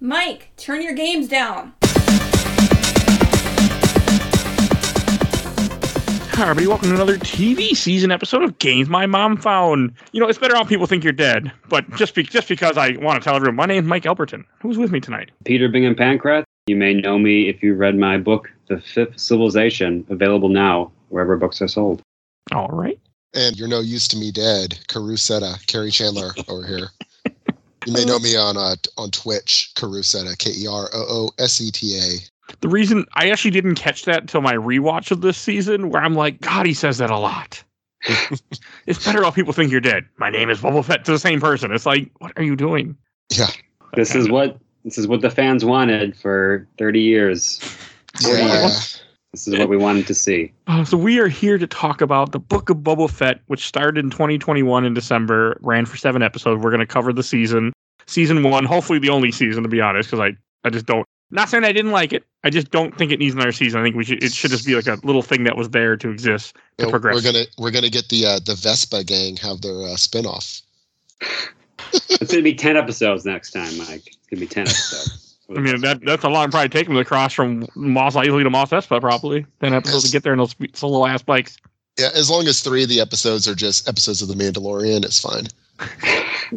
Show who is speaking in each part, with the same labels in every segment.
Speaker 1: Mike, turn your games down.
Speaker 2: Hi, everybody. Welcome to another TV season episode of Games My Mom Found. You know, it's better off people think you're dead, but just be- just because I want to tell everyone, my name's Mike Elberton. Who's with me tonight?
Speaker 3: Peter Bingham Pancrath. You may know me if you read my book, The Fifth Civilization, available now wherever books are sold.
Speaker 2: All right.
Speaker 4: And you're no use to me dead, Carusetta, Carrie Chandler over here. You may know me on uh, t- on Twitch, Carusetta, K E R O O S E T A.
Speaker 2: The reason I actually didn't catch that until my rewatch of this season, where I'm like, God, he says that a lot. it's better off people think you're dead. My name is Boba Fett to the same person. It's like, what are you doing?
Speaker 4: Yeah.
Speaker 3: This is what this is what the fans wanted for 30 years. Oh,
Speaker 4: Yeah.
Speaker 3: This is what we wanted to see.
Speaker 2: Uh, so we are here to talk about the Book of Boba Fett, which started in 2021 in December, ran for seven episodes. We're going to cover the season, season one, hopefully the only season to be honest, because I I just don't. Not saying I didn't like it, I just don't think it needs another season. I think we should it should just be like a little thing that was there to exist.
Speaker 4: You know,
Speaker 2: progress.
Speaker 4: We're gonna we're gonna get the uh, the Vespa gang have their uh, spinoff.
Speaker 3: It's gonna be 10 episodes next time, Mike. It's gonna be 10 episodes.
Speaker 2: I mean that that's a long probably take them across from Moss Eisley to Moss Espa probably. Then episodes to get there in those solo ass bikes.
Speaker 4: Yeah, as long as three of the episodes are just episodes of the Mandalorian, it's fine.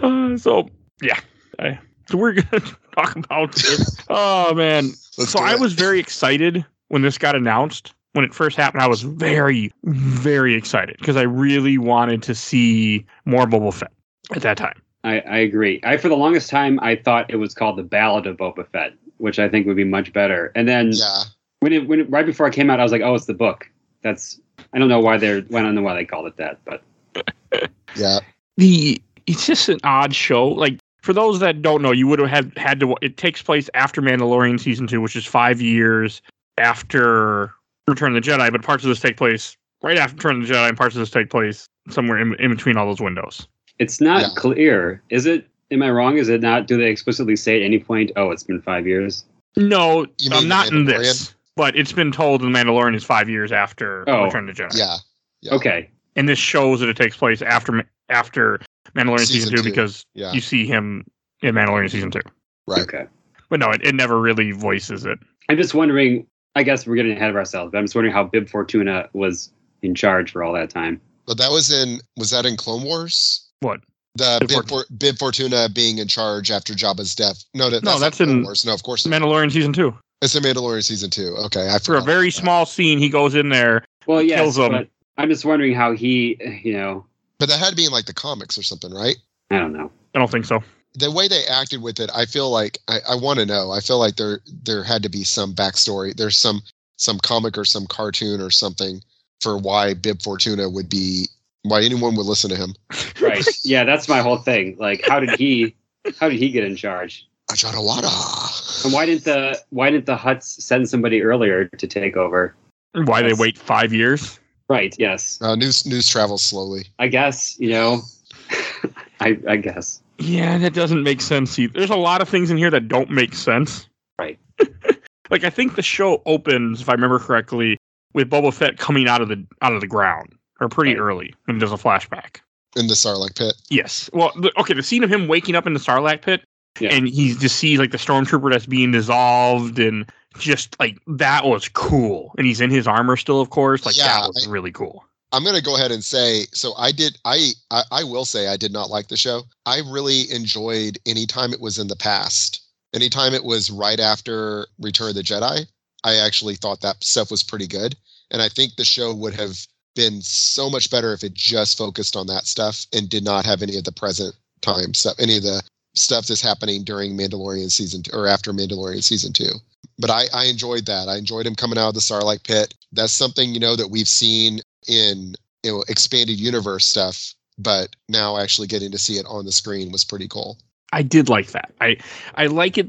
Speaker 2: Uh, so yeah, I, so we're gonna talk about this. Oh man,
Speaker 4: Let's
Speaker 2: so
Speaker 4: do
Speaker 2: I
Speaker 4: it.
Speaker 2: was very excited when this got announced. When it first happened, I was very, very excited because I really wanted to see more Boba Fett at that time.
Speaker 3: I, I agree. I for the longest time I thought it was called the Ballad of Boba Fett, which I think would be much better. And then
Speaker 4: Yeah.
Speaker 3: when it when it, right before it came out, I was like, oh, it's the book. That's I don't know why they're I don't know why they called it that, but
Speaker 4: Yeah.
Speaker 2: The it's just an odd show. Like for those that don't know, you would have had had to. It takes place after Mandalorian season two, which is five years after Return of the Jedi. But parts of this take place right after Return of the Jedi, and parts of this take place somewhere in, in between all those windows.
Speaker 3: It's not
Speaker 4: Yeah.
Speaker 3: clear. Is it? Am I wrong? Is it not? Do they explicitly say at any point, "Oh, it's been five years"?
Speaker 2: No,
Speaker 4: You mean
Speaker 2: I'm
Speaker 4: The
Speaker 2: not in
Speaker 4: Mandalorian?
Speaker 2: this. But it's been told in the Mandalorian is five years after
Speaker 3: Oh.
Speaker 2: Return of the Jedi.
Speaker 4: Yeah. Yeah.
Speaker 3: Okay,
Speaker 2: And this shows that it takes place after Ma- after Mandalorian season,
Speaker 4: Season
Speaker 2: two,
Speaker 4: two.
Speaker 2: because
Speaker 4: Yeah.
Speaker 2: you see him in Mandalorian season two.
Speaker 4: Right.
Speaker 3: okay.
Speaker 2: But no, it, it never really voices it.
Speaker 3: I'm just wondering. I guess we're getting ahead of ourselves, but I'm just wondering how Bib Fortuna was in charge for all that time.
Speaker 4: But that was in was that in Clone Wars?
Speaker 2: What?
Speaker 4: The
Speaker 2: Bib
Speaker 4: Bib, For- Bib Fortuna being in charge after Jabba's death. No, that- that's,
Speaker 2: No,
Speaker 4: not
Speaker 2: that's
Speaker 4: Clone
Speaker 2: in
Speaker 4: Wars. No, of course not.
Speaker 2: Mandalorian season two.
Speaker 4: It's in Mandalorian season two. Okay, I
Speaker 2: For a
Speaker 4: forgot.
Speaker 2: very small scene, he goes in there.
Speaker 3: Well, yeah,
Speaker 2: Kills 'em.
Speaker 3: but I'm just wondering how he, you know,
Speaker 4: but that had to be in like the comics or something, right?
Speaker 3: I don't know.
Speaker 2: I don't think so.
Speaker 4: the way they acted with it, I feel like I, I want to know. I feel like there there had to be some backstory. There's some some comic or some cartoon or something for why Bib Fortuna would be why anyone would listen to him.
Speaker 3: Right? yeah, that's my whole thing. Like, how did he? How did he get in charge? And
Speaker 4: Ajarawada.
Speaker 3: why didn't the Why didn't the Huts send somebody earlier to take over?
Speaker 2: Why they
Speaker 3: Yes.
Speaker 2: wait five years?
Speaker 3: Right. Yes.
Speaker 4: Uh, news news travels slowly.
Speaker 3: I guess. You know. I I guess.
Speaker 2: Yeah, that doesn't make sense either. There's a lot of things in here that don't make sense.
Speaker 3: Right.
Speaker 2: like I think the show opens, if I remember correctly, with Boba Fett coming out of the out of the ground or pretty
Speaker 3: Right.
Speaker 2: early when he does a flashback.
Speaker 4: In the Sarlacc pit.
Speaker 2: Yes. Well, the, okay, the scene of him waking up in the Sarlacc pit
Speaker 3: Yeah.
Speaker 2: and he just sees like the stormtrooper that's being dissolved and just like that was cool. And he's in his armor still, of course. Like
Speaker 4: Yeah,
Speaker 2: that was really cool.
Speaker 4: I'm gonna go ahead and say so. I did. I, I I will say I did not like the show. I really enjoyed any time it was in the past. Anytime it was right after Return of the Jedi, I actually thought that stuff was pretty good. And I think the show would have been so much better if it just focused on that stuff and did not have any of the present time stuff, any of the stuff that's happening during Mandalorian season two, or after Mandalorian season two but I, I enjoyed that. I enjoyed him coming out of the Sarlacc pit. That's something you know that we've seen in you know expanded universe stuff, but now actually getting to see it on the screen was pretty cool.
Speaker 2: I did like that. I I like it.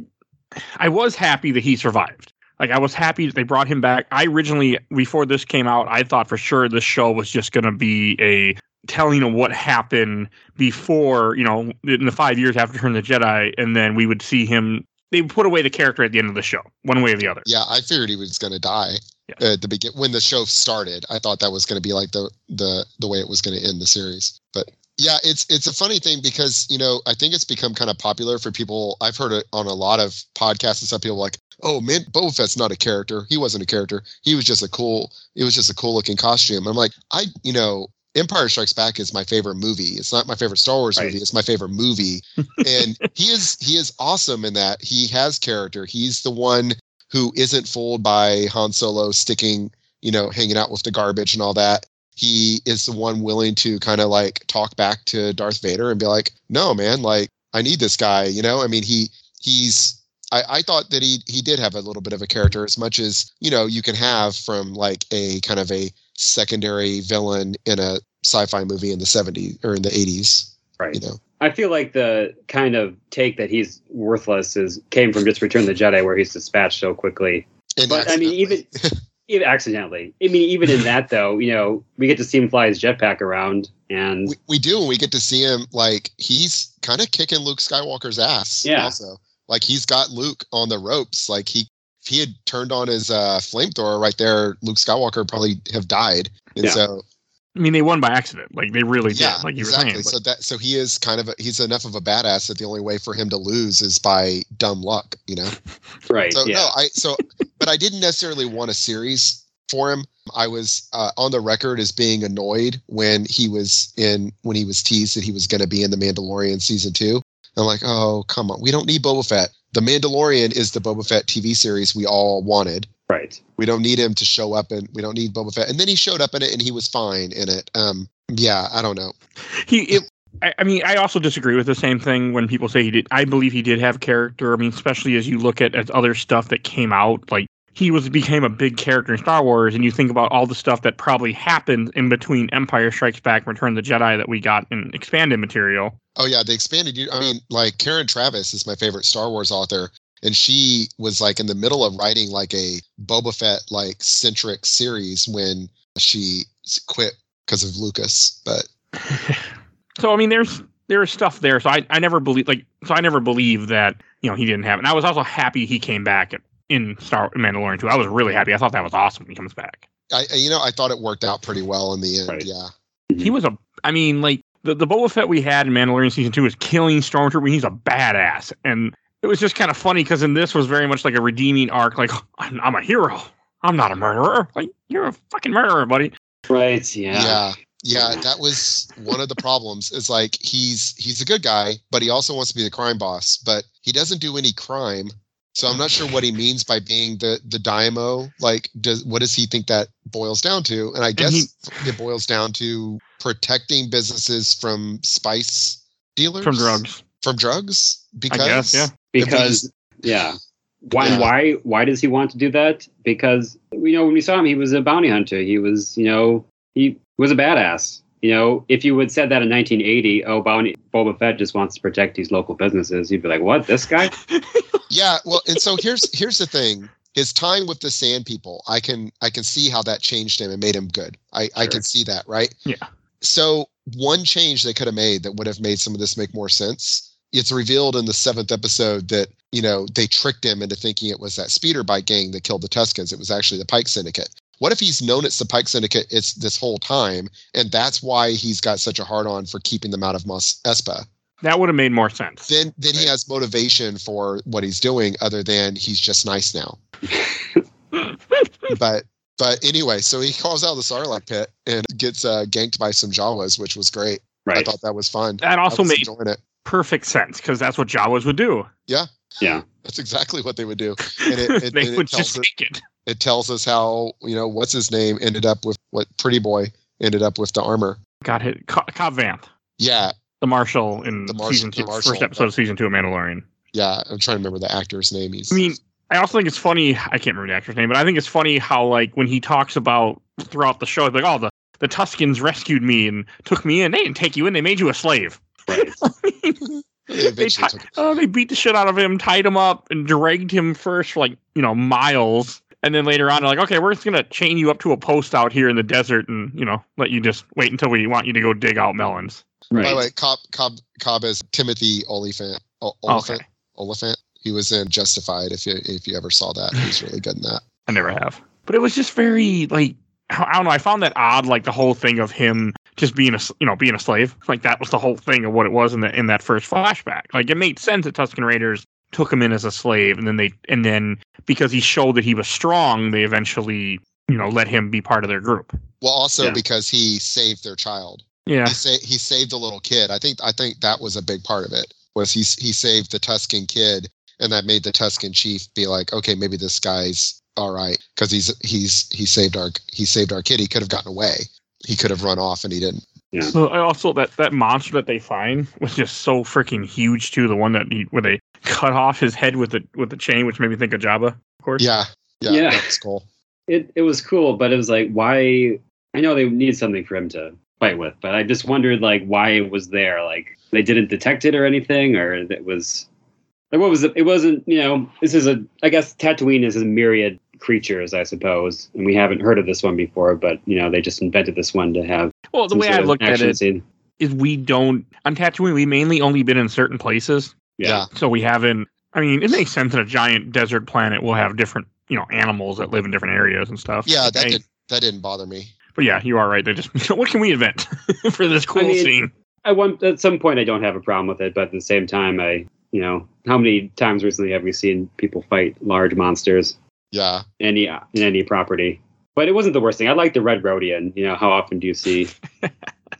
Speaker 2: I was happy that he survived. Like I was happy that they brought him back. I originally before this came out, I thought for sure this show was just going to be a telling of what happened before, you know, in the 5 years after Return of the Jedi and then we would see him they put away the character at the end of the show, one way or the other.
Speaker 4: Yeah, I figured he was going to die
Speaker 2: Yeah.
Speaker 4: at the begin when the show started. I thought that was going to be like the the the way it was going to end the series, but Yeah, it's it's a funny thing because you know I think it's become kind of popular for people. I've heard it on a lot of podcasts and stuff. People like, oh man, Boba Fett's not a character. He wasn't a character. He was just a cool. It was just a cool looking costume. I'm like, I you know, Empire Strikes Back is my favorite movie. It's not my favorite Star Wars
Speaker 2: Right.
Speaker 4: movie. It's my favorite movie, and he is he is awesome in that he has character. He's the one who isn't fooled by Han Solo sticking, you know, hanging out with the garbage and all that. He is the one willing to kind of like talk back to Darth Vader and be like, "No, man, like I need this guy." You know, I mean, he he's. I, I thought that he he did have a little bit of a character, as much as you know you can have from like a kind of a secondary villain in a sci-fi movie in the 70s or in the 80s
Speaker 3: Right.
Speaker 4: you know
Speaker 3: I feel like the kind of take that he's worthless is came from just Return of the Jedi, where he's dispatched so quickly.
Speaker 4: and
Speaker 3: But I mean,
Speaker 4: accidentally.
Speaker 3: even, even accidentally. I mean, even in that though, you know, we get to see him fly his jetpack around, and
Speaker 4: we, we do and we get to see him like he's kind of kicking luke skywalker's ass
Speaker 3: Yeah.
Speaker 4: also like he's got luke on the ropes like he if he had turned on his uh flamethrower right there luke skywalker probably have died and
Speaker 3: Yeah.
Speaker 4: so
Speaker 2: I mean, they won by accident. Like they really
Speaker 4: yeah
Speaker 2: did. Like you
Speaker 4: exactly
Speaker 2: were saying.
Speaker 4: so
Speaker 2: Like,
Speaker 4: that so he is kind of a, he's enough of a badass that the only way for him to lose is by dumb luck you know
Speaker 3: right,
Speaker 4: So
Speaker 3: yeah,
Speaker 4: no, I so but I didn't necessarily want a series for him. I was uh, on the record as being annoyed when he was in when he was teased that he was going to be in the Mandalorian season two. I'm like, oh come on, we don't need Boba Fett. The Mandalorian is the Boba Fett TV series we all wanted.
Speaker 3: right,
Speaker 4: We don't need him to show up, and we don't need Boba Fett. And then he showed up in it, and he was fine in it. Um, yeah, I don't know.
Speaker 2: he. It, I, I mean, I also disagree with the same thing when people say he did. I believe he did have character. I mean, especially as you look at, at other stuff that came out, like. He was became a big character in Star Wars, and you think about all the stuff that probably happened in between Empire Strikes Back, and Return of the Jedi that we got in expanded material.
Speaker 4: Oh yeah, they expanded. you- I mean, like Karen Travis is my favorite Star Wars author, and she was like in the middle of writing like a Boba Fett like centric series when she s- quit because of Lucas. But
Speaker 2: So I mean, there's there is stuff there. So I, I never believe like so I never believed that you know he didn't have it. And I was also happy he came back in Star Mandalorian too. I was really happy. I thought that was awesome. when He comes back.
Speaker 4: I, I- you know, I thought it worked out pretty well in the end.
Speaker 3: Right.
Speaker 4: Yeah,
Speaker 2: He was a I mean like the the Boba Fett we had in Mandalorian season two is killing Stormtrooper. He's a badass, and it was just kind of funny because in this was very much like a redeeming arc. Like I'm, I'm a hero. I'm not a murderer. Like you're a fucking murderer, buddy.
Speaker 3: right, yeah.
Speaker 4: yeah, yeah. That was one of the problems. Is like he's he's a good guy, but he also wants to be the crime boss, but he doesn't do any crime. So I'm not sure what he means by being the the daimo. Like, does what does he think that boils down to? And I guess
Speaker 2: he-
Speaker 4: it boils down to protecting businesses from spice dealers,
Speaker 2: From drugs,
Speaker 4: from drugs. Because
Speaker 2: I guess. Yeah.
Speaker 3: because yeah why
Speaker 4: Yeah.
Speaker 3: why why does he want to do that because you know when we saw him he was a bounty hunter he was you know he was a badass you know if you would said that in 1980 oh bounty boba fett just wants to protect these local businesses you'd be like what this guy
Speaker 4: yeah well and so here's here's the thing his time with the sand people i can i can see how that changed him and made him good i i
Speaker 3: Sure.
Speaker 4: can see that right
Speaker 2: Yeah.
Speaker 4: so one change they could have made that would have made some of this make more sense it's revealed in the seventh episode that you know they tricked him into thinking it was that speeder bike gang that killed the tuscans it was actually the pike syndicate what if he's known it's the pike syndicate it's this whole time and that's why he's got such a hard on for keeping them out of Mos espa
Speaker 2: That would have made more sense.
Speaker 4: then then he
Speaker 3: Right.
Speaker 4: has motivation for what he's doing other than he's just nice now but but anyway so he calls out the sarlacc pit and gets uh, ganked by some jawas which was great i
Speaker 3: right
Speaker 4: thought that was fun
Speaker 2: that also
Speaker 4: I was
Speaker 2: made
Speaker 4: enjoying it
Speaker 2: perfect sense because that's what Jawas would do.
Speaker 4: that's exactly what they would do And it- it-
Speaker 2: they
Speaker 4: and it
Speaker 2: would
Speaker 4: tells
Speaker 2: just
Speaker 4: it-
Speaker 2: take it.
Speaker 4: it tells us how you know what's his name ended up with what pretty boy ended up with the armor
Speaker 2: Got hit. Co- Cobb Vanth,
Speaker 4: yeah
Speaker 2: the Marshal in
Speaker 4: The Marshal-
Speaker 2: season two,
Speaker 4: the Marshal,
Speaker 2: first episode of season two of Mandalorian.
Speaker 4: yeah i'm trying to remember the actor's name he's
Speaker 2: I mean, I also think it's funny. I can't remember the actor's name, but I think it's funny how like when he talks about throughout the show, like, oh, the the Tuscans rescued me and took me in. They didn't take you in. They made you a slave.
Speaker 3: right
Speaker 4: they
Speaker 2: They,
Speaker 4: eventually
Speaker 2: ti-
Speaker 4: took it.
Speaker 2: oh, they beat the shit out of him, tied him up, and dragged him first for like you know miles, and then later on, they're like, okay, we're just gonna chain you up to a post out here in the desert, and you know, let you just wait until we want you to go dig out melons.
Speaker 4: by the
Speaker 3: right
Speaker 4: way cobb cobb cobb is timothy oliphant O- oliphant Oliphant. He was in Justified. If you if you ever saw that, he's really good in that.
Speaker 2: I never have. But it was just very like I I don't know. I found that odd, like the whole thing of him just being a s- you know being a slave. Like that was the whole thing of what it was in that in that first flashback. Like it made sense that Tuscan Raiders took him in as a slave, and then they and then because he showed that he was strong, they eventually you know let him be part of their group.
Speaker 4: Well, also
Speaker 3: Yeah.
Speaker 4: because he saved their child.
Speaker 2: Yeah,
Speaker 4: He, sa- he saved a little kid. I think I think that was a big part of it. Was he s- he saved the Tuscan kid, and that made the Tuscan chief be like, okay, maybe this guy's all right because he's he's he saved our he saved our kid. He could have gotten away. He could have run off, and he didn't.
Speaker 2: So I also that that monster that they find was just so freaking huge too. The one that he, where they cut off his head with the with the chain, which made me think of Jabba, of course.
Speaker 4: Yeah, yeah,
Speaker 3: Yeah.
Speaker 4: that's cool.
Speaker 3: it it was cool, but it was like why I know they need something for him to fight with, but I just wondered like why it was there. Like they didn't detect it or anything, or it was like what was it? It wasn't you know this is a I guess Tatooine is a myriad creatures I suppose, and we haven't heard of this one before, but you know they just invented this one to have
Speaker 2: Well, the
Speaker 3: some
Speaker 2: way
Speaker 3: sort
Speaker 2: I
Speaker 3: of
Speaker 2: looked at
Speaker 3: action
Speaker 2: it
Speaker 3: scene.
Speaker 2: is we don't on Tatooine. We mainly only been in certain places,
Speaker 3: Yeah.
Speaker 4: Yeah.
Speaker 2: so we haven't. I mean, it makes sense that a giant desert planet will have different you know animals that live in different areas and stuff.
Speaker 4: Yeah, that
Speaker 2: I-
Speaker 4: did, that didn't bother me.
Speaker 2: But yeah, you are right. They just what can we invent for this cool
Speaker 3: mean-
Speaker 2: scene?
Speaker 3: I want at some point I don't have a problem with it, but at the same time I you know how many times recently have we seen people fight large monsters?
Speaker 4: Yeah,
Speaker 3: any in any property. But it wasn't the worst thing. I like the red rhodian. You know, how often do you see?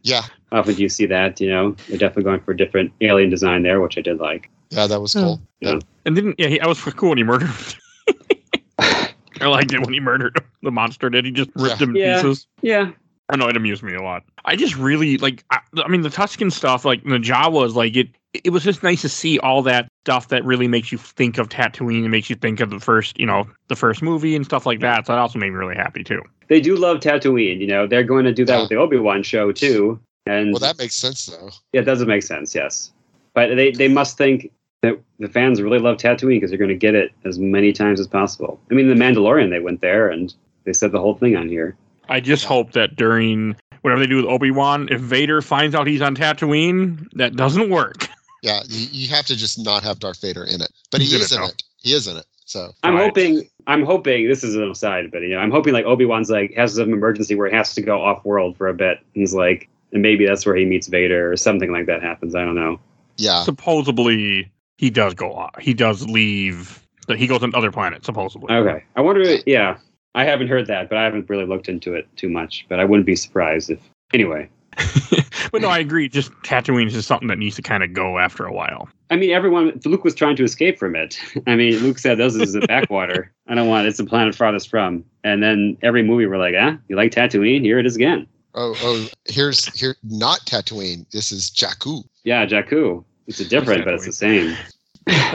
Speaker 4: yeah,
Speaker 3: how often do you see that? You know, they're definitely going for different alien design there, which I did like.
Speaker 4: yeah. That was cool.
Speaker 2: And didn't yeah, he, I was cool when he murdered. him. I liked it when he murdered him. the monster. Did he just ripped
Speaker 4: Yeah.
Speaker 2: him in
Speaker 3: Yeah.
Speaker 2: pieces?
Speaker 3: Yeah,
Speaker 2: I know it amused me a lot. I just really like. I, I mean, the Tuscan stuff, like the Jawas, like it. It was just nice to see all that stuff that really makes you think of Tatooine and makes you think of the first, you know, the first movie and stuff like that. So that also made me really happy too.
Speaker 3: they do love Tatooine. You know, they're going to do that
Speaker 4: Yeah.
Speaker 3: with the Obi Wan show too, and
Speaker 4: Well, that makes sense though.
Speaker 3: yeah, it doesn't make sense. Yes, but they they must think that the fans really love Tatooine because they're going to get it as many times as possible. I mean, the Mandalorian, they went there and they said the whole thing on here.
Speaker 2: I just hope that during whatever they do with Obi Wan, if Vader finds out he's on Tatooine, that doesn't work.
Speaker 4: Yeah, you, you have to just not have Darth Vader in it, but
Speaker 2: He's
Speaker 4: he
Speaker 2: in
Speaker 4: is
Speaker 2: it,
Speaker 4: in
Speaker 2: though.
Speaker 4: it. He is in it. So
Speaker 3: I'm
Speaker 2: Right.
Speaker 3: hoping. I'm hoping this is an aside, but you know, I'm hoping like Obi Wan's like has some emergency where he has to go off world for a bit. And he's like, and maybe that's where he meets Vader or something like that happens. I don't know.
Speaker 4: yeah,
Speaker 2: Supposedly, he does go. off. He does leave. That he goes on other planets. Supposedly.
Speaker 3: Okay, I wonder. Yeah, I haven't heard that, but I haven't really looked into it too much. But I wouldn't be surprised if. Anyway,
Speaker 2: but no, I agree. Just Tatooine is just something that needs to kind of go after a while.
Speaker 3: I mean, everyone. Luke was trying to escape from it. I mean, Luke said, "This is the backwater. I don't want. It. It's the planet farthest from." And then every movie, we're like, "Ah, you like Tatooine? Here it is again."
Speaker 4: Oh, oh, here's here not Tatooine. This is Jakku.
Speaker 3: Yeah, Jakku. It's a different, but it's the same.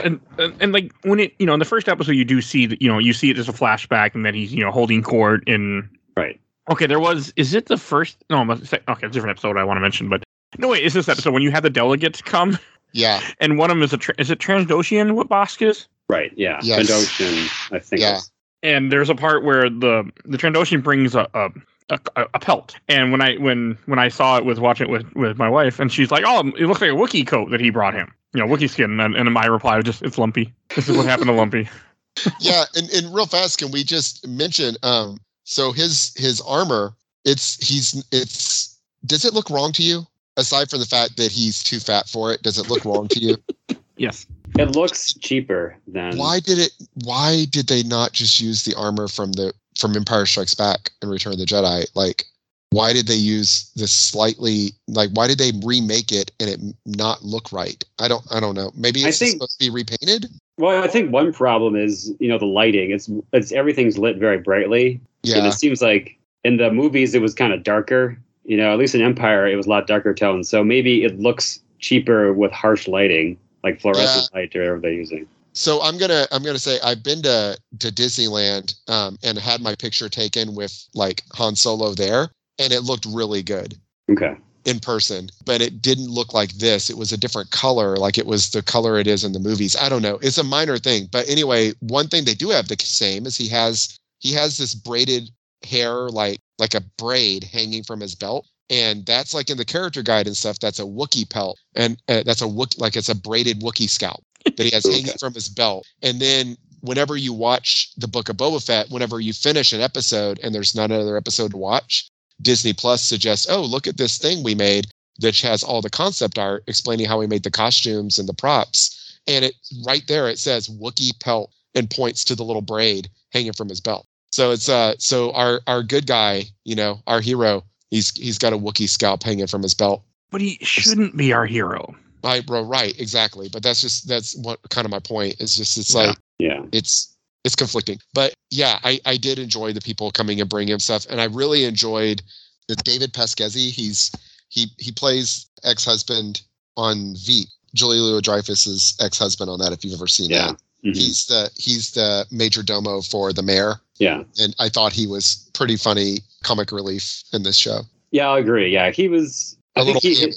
Speaker 2: and, and and like when it you know in the first episode you do see that you know you see it as a flashback and that he's you know holding court in
Speaker 3: Right.
Speaker 2: okay there was is it the first no it must- okay it's a different episode I want to mention but no wait is this episode when you had the delegates come
Speaker 4: Yeah,
Speaker 2: and one of them is a tra- is it Transdotian what Bosk is
Speaker 3: Right. Yeah.
Speaker 4: Yes.
Speaker 3: Trandoshan, I think.
Speaker 4: Yeah.
Speaker 3: it's-
Speaker 2: and there's a part where the the Transdotian brings a. a a, a pelt, and when I when when I saw it was watching it with with my wife, and she's like, "Oh, it looks like a Wookiee coat that he brought him, you know, Wookiee skin." And, and my reply was just, "It's lumpy. This is what happened to lumpy."
Speaker 4: yeah. And and real fast, can we just mention? Um, so his his armor. It's he's it's. Does it look wrong to you? Aside from the fact that he's too fat for it, does it look wrong to you?
Speaker 2: Yes.
Speaker 3: It looks cheaper than.
Speaker 4: Why did it? Why did they not just use the armor from the from Empire Strikes Back and Return of the Jedi? Like, why did they use this slightly? Like, why did they remake it and it not look right? I don't. I don't know. Maybe
Speaker 3: I
Speaker 4: it's
Speaker 3: think-
Speaker 4: supposed to be repainted.
Speaker 3: Well, I think one problem is you know the lighting. It's it's everything's lit very brightly, and
Speaker 4: Yeah,
Speaker 3: it seems like in the movies it was kind of darker. You know, at least in Empire it was a lot darker tones. So maybe it looks cheaper with harsh lighting, like fluorescent light or whatever they're using.
Speaker 4: so i'm gonna i'm gonna say i've been to to disneyland um and had my picture taken with like han solo there and it looked really good
Speaker 3: Okay.
Speaker 4: in person but it didn't look like this it was a different color like it was the color it is in the movies i don't know it's a minor thing but anyway one thing they do have the same is he has he has this braided hair like like a braid hanging from his belt and that's like in the character guide and stuff that's a wookiee pelt and uh, that's a Wookie like it's a braided wookiee scalp that he has hanging
Speaker 3: Okay.
Speaker 4: from his belt and then whenever you watch the book of boba fett whenever you finish an episode and there's not another episode to watch Disney Plus suggests, oh, look at this thing we made, which has all the concept art explaining how we made the costumes and the props. And it right there it says Wookiee pelt and points to the little braid hanging from his belt. So it's uh so our our good guy, you know, our hero, he's he's got a Wookiee scalp hanging from his belt.
Speaker 2: But he shouldn't be our hero.
Speaker 4: I well, right, exactly. But that's just that's what kind of my point. It's just it's like
Speaker 3: Yeah.
Speaker 4: it's it's conflicting. But yeah, I I did enjoy the people coming and bringing him stuff, and I really enjoyed it's David Pasquezzi. He's he he plays ex husband on Veep. Julie Louis Dreyfus's ex husband on that. If you've ever seen
Speaker 3: Yeah.
Speaker 4: that,
Speaker 3: Mhm.
Speaker 4: he's the he's the major domo for the mayor,
Speaker 3: Yeah.
Speaker 4: and I thought he was pretty funny comic relief in this show.
Speaker 3: Yeah, I agree. Yeah. He was I
Speaker 4: A
Speaker 3: think
Speaker 4: little,
Speaker 3: he,
Speaker 4: hammy,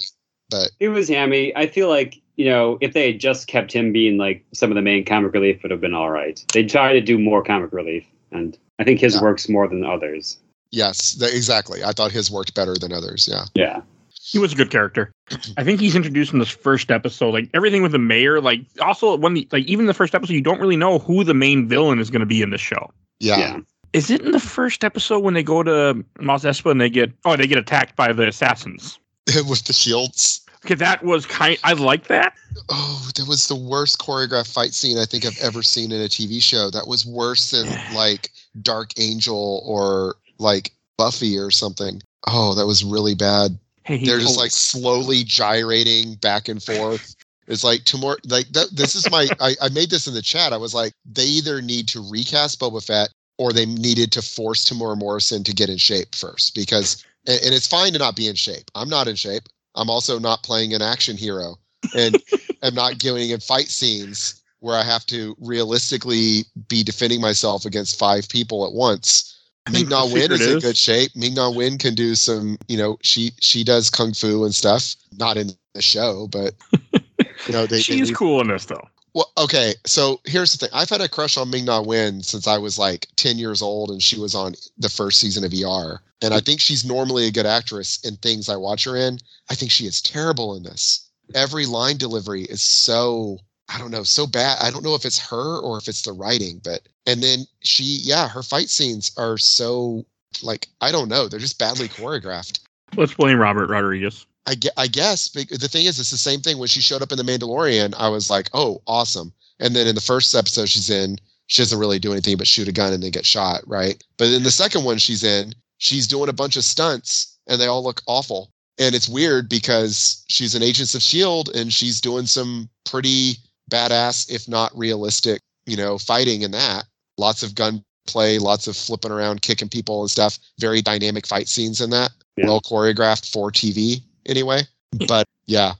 Speaker 4: but
Speaker 3: It was hammy. I feel like, you know, if they had just kept him being like some of the main comic relief would have been all right. They tried to do more comic relief and I think his
Speaker 4: Yeah.
Speaker 3: works more than others.
Speaker 4: yes, the, exactly. I thought his worked better than others. Yeah.
Speaker 3: Yeah.
Speaker 2: He was a good character. I think he's introduced in this first episode. Like everything with the mayor, like also when the like even the first episode, you don't really know who the main villain is going to be in the show.
Speaker 4: yeah,
Speaker 3: yeah.
Speaker 2: Is it in the first episode when they go to Mos Espa and they get oh they get attacked by the assassins?
Speaker 4: with the shields.
Speaker 2: Okay, that was kind. I like that.
Speaker 4: Oh, that was the worst choreographed fight scene I think I've ever seen in a TV show. That was worse than like Dark Angel or like Buffy or something. Oh, that was really bad.
Speaker 2: Hey, he-
Speaker 4: They're just
Speaker 2: oh,
Speaker 4: like slowly gyrating back and forth. It's like tomorrow, like that. This is my. I, I made this in the chat. I was like, they either need to recast Boba Fett or they needed to force Tamora Morrison to get in shape first because, and, and it's fine to not be in shape. I'm not in shape. I'm also not playing an action hero and am not getting in fight scenes where I have to realistically be defending myself against five people at once.
Speaker 2: I
Speaker 4: Ming
Speaker 2: think
Speaker 4: Na
Speaker 2: the
Speaker 4: Win
Speaker 2: secret
Speaker 4: is, in good shape. Ming Na Win can do some, you know, she she does kung fu and stuff. Not in the show, but you know, they, they
Speaker 2: She's
Speaker 4: leave-
Speaker 2: cool in this though.
Speaker 4: well, okay. So here's the thing: I've had a crush on Ming Na Win since I was like ten years old, and she was on the first season of ER. And I think she's normally a good actress in things I watch her in. I think she is terrible in this. Every line delivery is so I don't know, so bad. I don't know if it's her or if it's the writing, but and then she, yeah, her fight scenes are so like I don't know, they're just badly choreographed.
Speaker 2: Let's blame Robert Rodriguez.
Speaker 4: I, gue- I guess bec- the thing is, it's the same thing. When she showed up in The Mandalorian, I was like, oh, awesome. And then in the first episode she's in, she doesn't really do anything but shoot a gun and then get shot, right? But in the second one she's in, she's doing a bunch of stunts and they all look awful. And it's weird because she's an Agents of S.H.I.E.L.D. E and she's doing some pretty badass, if not realistic, you know, fighting in that. Lots of gunplay, lots of flipping around, kicking people and stuff. Very dynamic fight scenes in that
Speaker 3: Yeah.
Speaker 4: well choreographed for TV anyway. But yeah,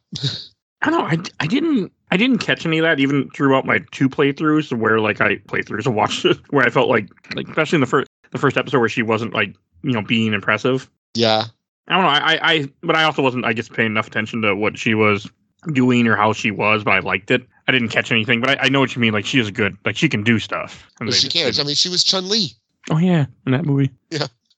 Speaker 2: I don't know. I, I didn't I didn't catch any of that even throughout my two playthroughs where like I playthroughs and watched it where I felt like like especially in the first the first episode where she wasn't like you know being impressive.
Speaker 4: yeah,
Speaker 2: I don't know. I, I I but I also wasn't I guess paying enough attention to what she was doing or how she was, but I liked it. I didn't catch anything, but I, I know what you mean. Like she is good. Like she can do stuff. And
Speaker 4: but
Speaker 2: they
Speaker 4: she
Speaker 2: just
Speaker 4: can't. I
Speaker 2: didn't.
Speaker 4: mean, she was Chun Li.
Speaker 2: Oh yeah, in that movie.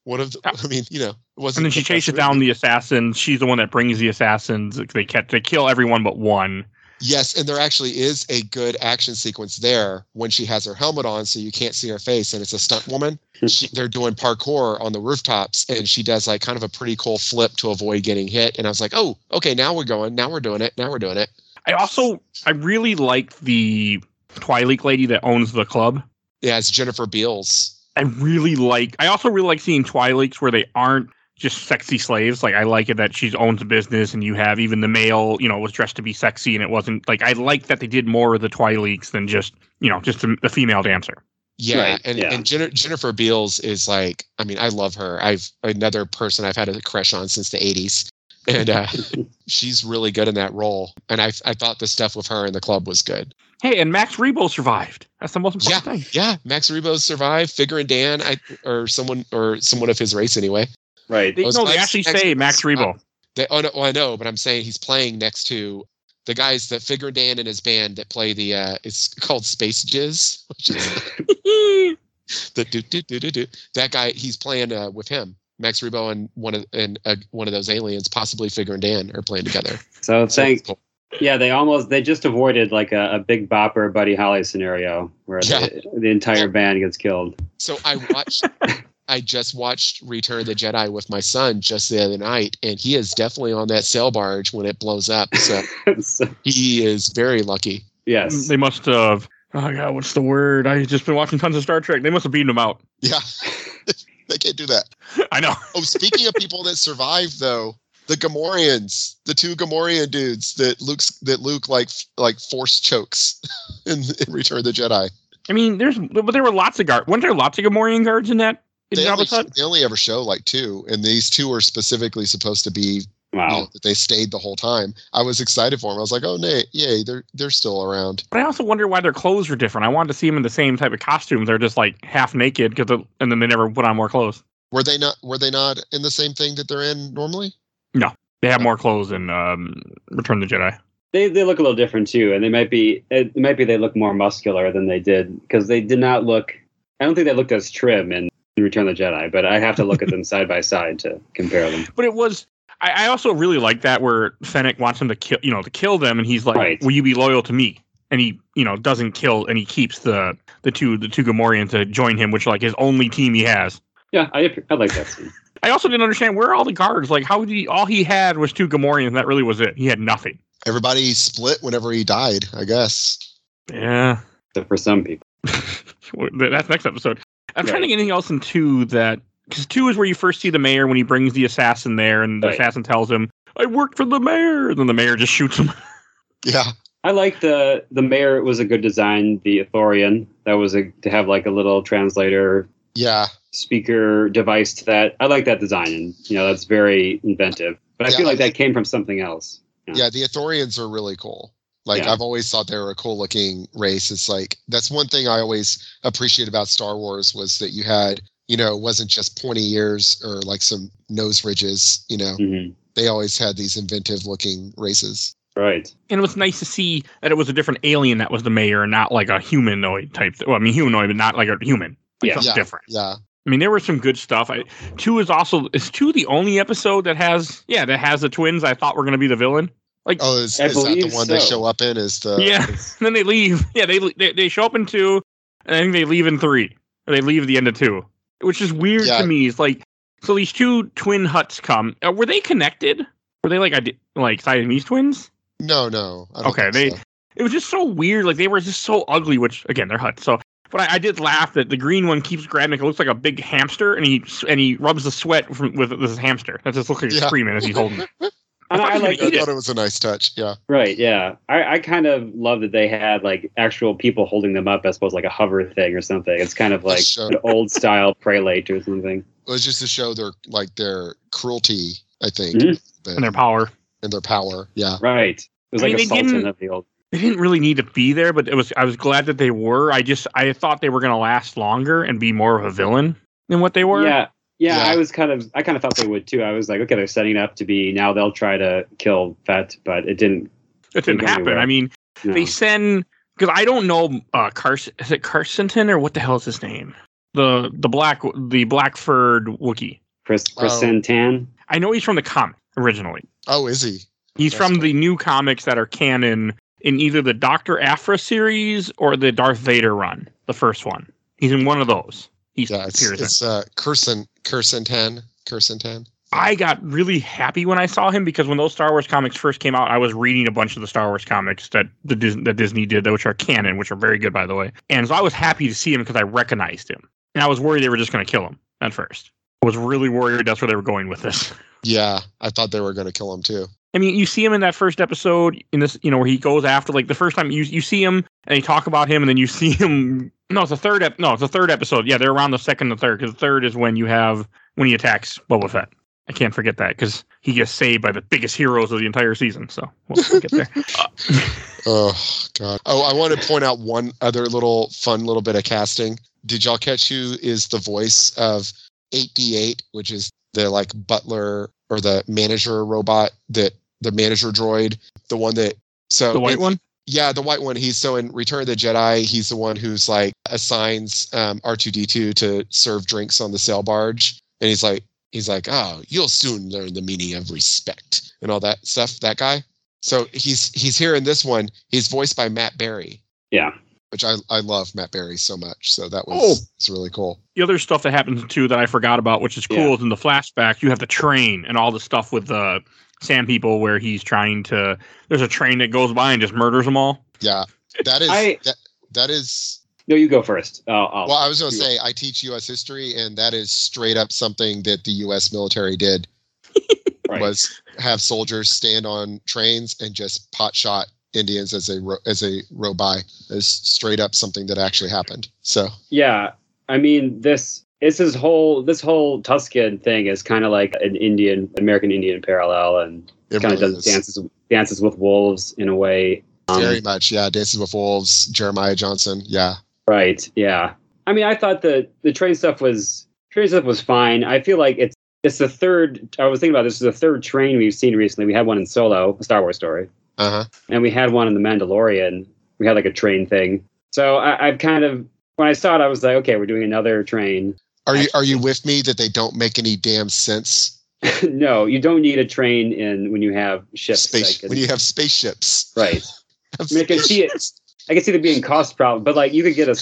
Speaker 4: One of the, I mean, you know, it
Speaker 2: And
Speaker 4: wasn't.
Speaker 2: then she
Speaker 4: the
Speaker 2: chases
Speaker 4: best
Speaker 2: down
Speaker 4: movie.
Speaker 2: the assassins. She's the one that brings the assassins. They catch they kill everyone but one.
Speaker 4: Yes, and there actually is a good action sequence there when she has her helmet on, so you can't see her face, and it's a stunt woman. She, they're doing parkour on the rooftops, and she does like kind of a pretty cool flip to avoid getting hit. And I was like, oh, okay, now we're going, now we're doing it, now we're doing it.
Speaker 2: I also I really like the Twilight lady that owns the club.
Speaker 4: Yeah, it's Jennifer Beals.
Speaker 2: I really like. I also really like seeing Twilights where they aren't just sexy slaves. Like I like it that she owns a business and you have even the male, you know, was dressed to be sexy and it wasn't like I like that they did more of the Twilights than just you know just the, the female dancer.
Speaker 4: Yeah,
Speaker 3: Right,
Speaker 4: and
Speaker 3: yeah.
Speaker 4: and Jennifer, Jennifer Beals is like, I mean, I love her. I've another person I've had a crush on since the '80s, and uh, she's really good in that role. And I I thought the stuff with her in the club was good.
Speaker 2: Hey, and Max Rebo survived. That's the most important thing.
Speaker 4: Yeah, Max Rebo survived. Figure and Dan, I or someone or someone of his race anyway.
Speaker 3: Right.
Speaker 2: They,
Speaker 4: Was
Speaker 2: no, they
Speaker 4: Max-
Speaker 2: actually
Speaker 4: Max
Speaker 2: say
Speaker 4: Rebo
Speaker 2: Max Rebo.
Speaker 4: They, oh no, well, I know, but I'm saying he's playing next to the guys that Figure and Dan and his band that play the. uh It's called Space Jizz, which is the do do do do do. That guy, he's playing uh, with him. Max Rebo and one of and uh, one of those aliens, possibly Figure and Dan, are playing together.
Speaker 3: So
Speaker 4: So
Speaker 3: thanks.
Speaker 4: it's cool.
Speaker 3: Yeah, they almost they just avoided like a, a big bopper Buddy Holly scenario where
Speaker 4: Yeah.
Speaker 3: the, the entire band gets killed.
Speaker 4: So I watched I just watched Return of the Jedi with my son just the other night, and he is definitely on that sail barge when it blows up. So
Speaker 3: So,
Speaker 4: he is very lucky.
Speaker 3: yes.
Speaker 2: They must have. Oh god, what's the word? I've just been watching tons of Star Trek. They must have beaten him out.
Speaker 4: Yeah, they can't do that.
Speaker 2: I know.
Speaker 4: Oh, speaking of people that survived, though, the Gamorreans, the two Gamorrean dudes that Luke's that Luke like like force chokes in, in Return of the Jedi.
Speaker 2: I mean, there's but there were lots of guards. Weren't there lots of Gamorrean guards in that? In
Speaker 4: They only,
Speaker 2: Jabba's hut?
Speaker 4: they only ever show like two, and these two are specifically supposed to be. you know,
Speaker 3: Wow.
Speaker 4: that they stayed the whole time. I was excited for them. I was like, "Oh, nay, yay! They're they're still around."
Speaker 2: But I also wonder why their clothes were different. I wanted to see them in the same type of costume. They're just like half naked because, and then they never put on more clothes.
Speaker 4: Were they not? Were they not in the same thing that they're in normally?
Speaker 2: They have more clothes in um, Return of the Jedi.
Speaker 3: They, they look a little different too, and they might be it might be they look more muscular than they did because they did not look. I don't think they looked as trim in, in Return of the Jedi, but I have to look at them side by side to compare them.
Speaker 2: But it was. I, I also really like that where Fennec wants him to kill, you know, to kill them, and he's like,
Speaker 3: Right.
Speaker 2: "Will you be loyal to me?" And he, you know, doesn't kill, and he keeps the the two the two Gamorrean to join him, which are like his only team he has.
Speaker 3: Yeah, I I like that scene.
Speaker 2: I also didn't understand where are all the guards. Like, how did he? All he had was two Gamorreans. and That really was it. He had nothing.
Speaker 4: Everybody split whenever he died. I guess.
Speaker 2: Yeah.
Speaker 3: Except for some people,
Speaker 2: Well, th- That's next episode. I'm trying to
Speaker 3: Right.
Speaker 2: get anything else in two that because two is where you first see the mayor when he brings the assassin there, and the
Speaker 3: Right.
Speaker 2: assassin tells him, "I worked for the mayor," and then the mayor just shoots him.
Speaker 4: Yeah.
Speaker 3: I like the the mayor was a good design. The Ithorian that was a, to have like a little translator
Speaker 4: Yeah.
Speaker 3: speaker device to that. I like that design, and you know that's very inventive. But I
Speaker 4: Yeah,
Speaker 3: feel
Speaker 4: I
Speaker 3: like that came from something else.
Speaker 4: Yeah, the Ithorians are really cool. Like
Speaker 3: Hmm. Yeah.
Speaker 4: I've always thought they were a cool looking race. It's like that's one thing I always appreciate about Star Wars was that you had, you know, it wasn't just pointy ears or like some nose ridges, you know.
Speaker 3: hmm
Speaker 4: They always had these inventive looking races.
Speaker 3: Right.
Speaker 2: and it was nice to see that it was a different alien that was the mayor and not like a humanoid type. Well, I mean humanoid, but not like a human. Like
Speaker 3: Yeah.
Speaker 2: something
Speaker 4: Yeah.
Speaker 2: different.
Speaker 4: Yeah.
Speaker 2: I mean, there was some good stuff. I, two is also is two the only episode that has yeah that has the twins. I thought were going to be the villain.
Speaker 4: Oh, is,
Speaker 3: I
Speaker 4: is that the
Speaker 3: believe
Speaker 4: one they
Speaker 3: so.
Speaker 4: show up in? Is the
Speaker 2: yeah, and then they leave. Yeah, they, they they show up in two, and I think they leave in three, or they leave at the end of two, which is weird
Speaker 4: Yeah.
Speaker 2: to me. It's like so these two twin huts come. Uh, were they connected? Were they like ide- like Siamese twins?
Speaker 4: No, no. I don't
Speaker 2: Okay,
Speaker 4: think
Speaker 2: they-
Speaker 4: so.
Speaker 2: it was just so weird. Like they were just so ugly, which again they're huts. So, but I, I did laugh that the green one keeps grabbing. It looks like a big hamster, and he and he rubs the sweat from with this hamster. That just looks like he's
Speaker 4: Yeah.
Speaker 2: screaming as he's holding. it.
Speaker 3: And
Speaker 2: thought
Speaker 3: I,
Speaker 2: you were
Speaker 3: like
Speaker 2: gonna
Speaker 4: I
Speaker 2: eat
Speaker 4: thought it was a nice touch. Yeah.
Speaker 3: right. Yeah, I, I kind of love that they had like actual people holding them up. I suppose like a hover thing or something. It's kind of like
Speaker 4: Sure.
Speaker 3: an old style prelate or something.
Speaker 4: It was just to show their like their cruelty, I think.
Speaker 3: Mhm.
Speaker 4: but-
Speaker 2: And their power.
Speaker 4: and their power. Yeah.
Speaker 3: Right. It was
Speaker 2: I
Speaker 3: like
Speaker 2: mean,
Speaker 3: a
Speaker 2: they didn't-
Speaker 3: sultan of the old.
Speaker 2: They didn't really need to be there, but it was. I was glad that they were. I just I thought they were going to last longer and be more of a villain than what they were.
Speaker 3: Yeah, yeah.
Speaker 4: Yeah.
Speaker 3: I was kind of, I kind of thought they would too. I was like, okay, they're setting up to be now they'll try to kill Fett, but it didn't.
Speaker 2: it didn't
Speaker 3: Didn't go
Speaker 2: happen.
Speaker 3: anywhere.
Speaker 2: I mean,
Speaker 3: no.
Speaker 2: they send because I don't know uh Carson is it Carsenton or what the hell is his name? The the black the black furred Wookiee.
Speaker 3: Chris Chris
Speaker 4: Oh.
Speaker 3: Santan.
Speaker 2: I know he's from the comic originally.
Speaker 4: Oh, is he?
Speaker 2: He's
Speaker 4: That's
Speaker 2: from
Speaker 4: cool.
Speaker 2: the new comics that are canon in either the Doctor Afra series or the Darth Vader run, the first one. He's in one of those. He's
Speaker 4: Yeah, it's,
Speaker 2: appears in.
Speaker 4: it's uh, Curson, Curson 10, Curson 10.
Speaker 2: I got really happy when I saw him because when those Star Wars comics first came out, I was reading a bunch of the Star Wars comics that the Dis- that Disney did, which are canon, which are very good by the way. And so I was happy to see him because I recognized him, and I was worried they were just going to kill him at first. I was really worried that's where they were going with this.
Speaker 4: Yeah, I thought they were going to kill him too.
Speaker 2: I mean, you see him in that first episode in this, you know, where he goes after like the first time you you see him and they talk about him, and then you see him. No, it's the third. Ep- no, it's the third episode. Yeah, they're around the second and third because the third is when you have when he attacks Boba Fett. I can't forget that because he gets saved by the biggest heroes of the entire season. So we'll, we'll get there.
Speaker 4: Oh, God. Oh, I want to point out one other little fun little bit of casting. Did y'all catch who is the voice of 8D8, which is the like butler or the manager robot that the manager droid, the one that. So
Speaker 2: the white
Speaker 4: it-
Speaker 2: one.
Speaker 4: Yeah, the white one. He's so in Return of the Jedi, he's the one who's like assigns um, R2D2 to serve drinks on the sail barge, and he's like, he's like, oh, you'll soon learn the meaning of respect and all that stuff. That guy. So he's he's here in this one. He's voiced by Matt Berry.
Speaker 3: Yeah.
Speaker 4: which I, I love Matt Berry so much. So that was
Speaker 2: Oh.
Speaker 4: it's really cool.
Speaker 2: The other stuff that happens too that I forgot about, which is cool,
Speaker 3: Yeah.
Speaker 2: is in the flashback you have the train and all the stuff with the Sam people where he's trying to. There's a train that goes by and just murders them all.
Speaker 4: Yeah, that is
Speaker 3: I-
Speaker 4: that, that is.
Speaker 3: No, you go first. I'll, I'll,
Speaker 4: Well, I was going to
Speaker 3: you go.
Speaker 4: say I teach U.S. history, and that is straight up something that the U.S. military did
Speaker 3: right.
Speaker 4: was have soldiers stand on trains and just pot shot Indians as they ro- as they row by. It's straight up something that actually happened. So
Speaker 3: Yeah, I mean this. It's this whole this whole Tuscan thing is kind of like an Indian American Indian parallel, and
Speaker 4: it
Speaker 3: kind of
Speaker 4: really
Speaker 3: does
Speaker 4: is.
Speaker 3: dances dances with wolves in a way. Um,
Speaker 4: very much. Yeah, Dances with Wolves, Jeremiah Johnson. Yeah,
Speaker 3: Right. Yeah. I mean, I thought the the train stuff was train stuff was fine. I feel like it's it's the third. I was thinking about this. Is the third train we've seen recently. We had one in Solo, a Star Wars story,
Speaker 4: uh huh.
Speaker 3: and we had one in The Mandalorian. We had like a train thing. So I, I've kind of when I saw it, I was like, okay, we're doing another train.
Speaker 4: Are you are you with me that they don't make any damn sense?
Speaker 3: no, you don't need a train in when you have ships.
Speaker 4: Space
Speaker 3: like,
Speaker 4: when you have spaceships.
Speaker 3: right.
Speaker 4: Have
Speaker 3: I mean, I can see it.
Speaker 4: spaceships.
Speaker 3: I can see there being cost problem, but like you could get a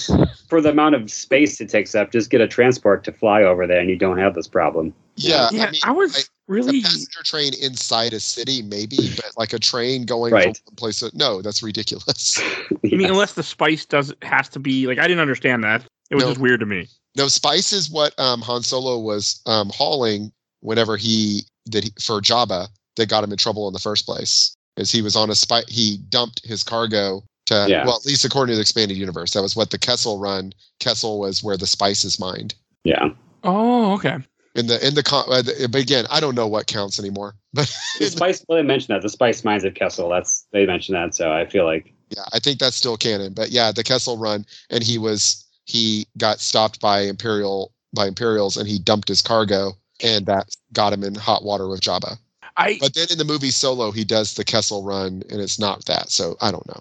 Speaker 3: for the amount of space it takes up, just get a transport to fly over there, and you don't have this problem.
Speaker 4: Yeah,
Speaker 2: yeah, I,
Speaker 4: I mean,
Speaker 2: was
Speaker 4: I-
Speaker 2: really.
Speaker 4: a passenger train inside a city, maybe, but like a train going
Speaker 3: Right.
Speaker 4: from one place to no, that's ridiculous.
Speaker 2: I mean, unless the spice does has to be like I didn't understand that. It was
Speaker 4: No.
Speaker 2: just weird to me.
Speaker 4: No, spice is what um, Han Solo was um, hauling whenever he did he, for Jabba that got him in trouble in the first place. Is he was on a spy, he dumped his cargo to
Speaker 3: Yeah.
Speaker 4: well, at least according to the expanded universe, that was what the Kessel run. Kessel was where the spice is mined.
Speaker 3: yeah,
Speaker 2: Oh, okay.
Speaker 4: In the in the con- uh, the- but again, I don't know what counts anymore. But
Speaker 3: the spice. Well, they mentioned that the spice mines of Kessel. That's they mentioned that, so I feel like
Speaker 4: Yeah, I think that's still canon. But yeah, the Kessel Run, and he was he got stopped by Imperial by Imperials, and he dumped his cargo, and that got him in hot water with Jabba.
Speaker 2: I
Speaker 4: But then in the movie Solo, he does the Kessel Run, and it's not that. So I don't know.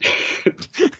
Speaker 2: uh,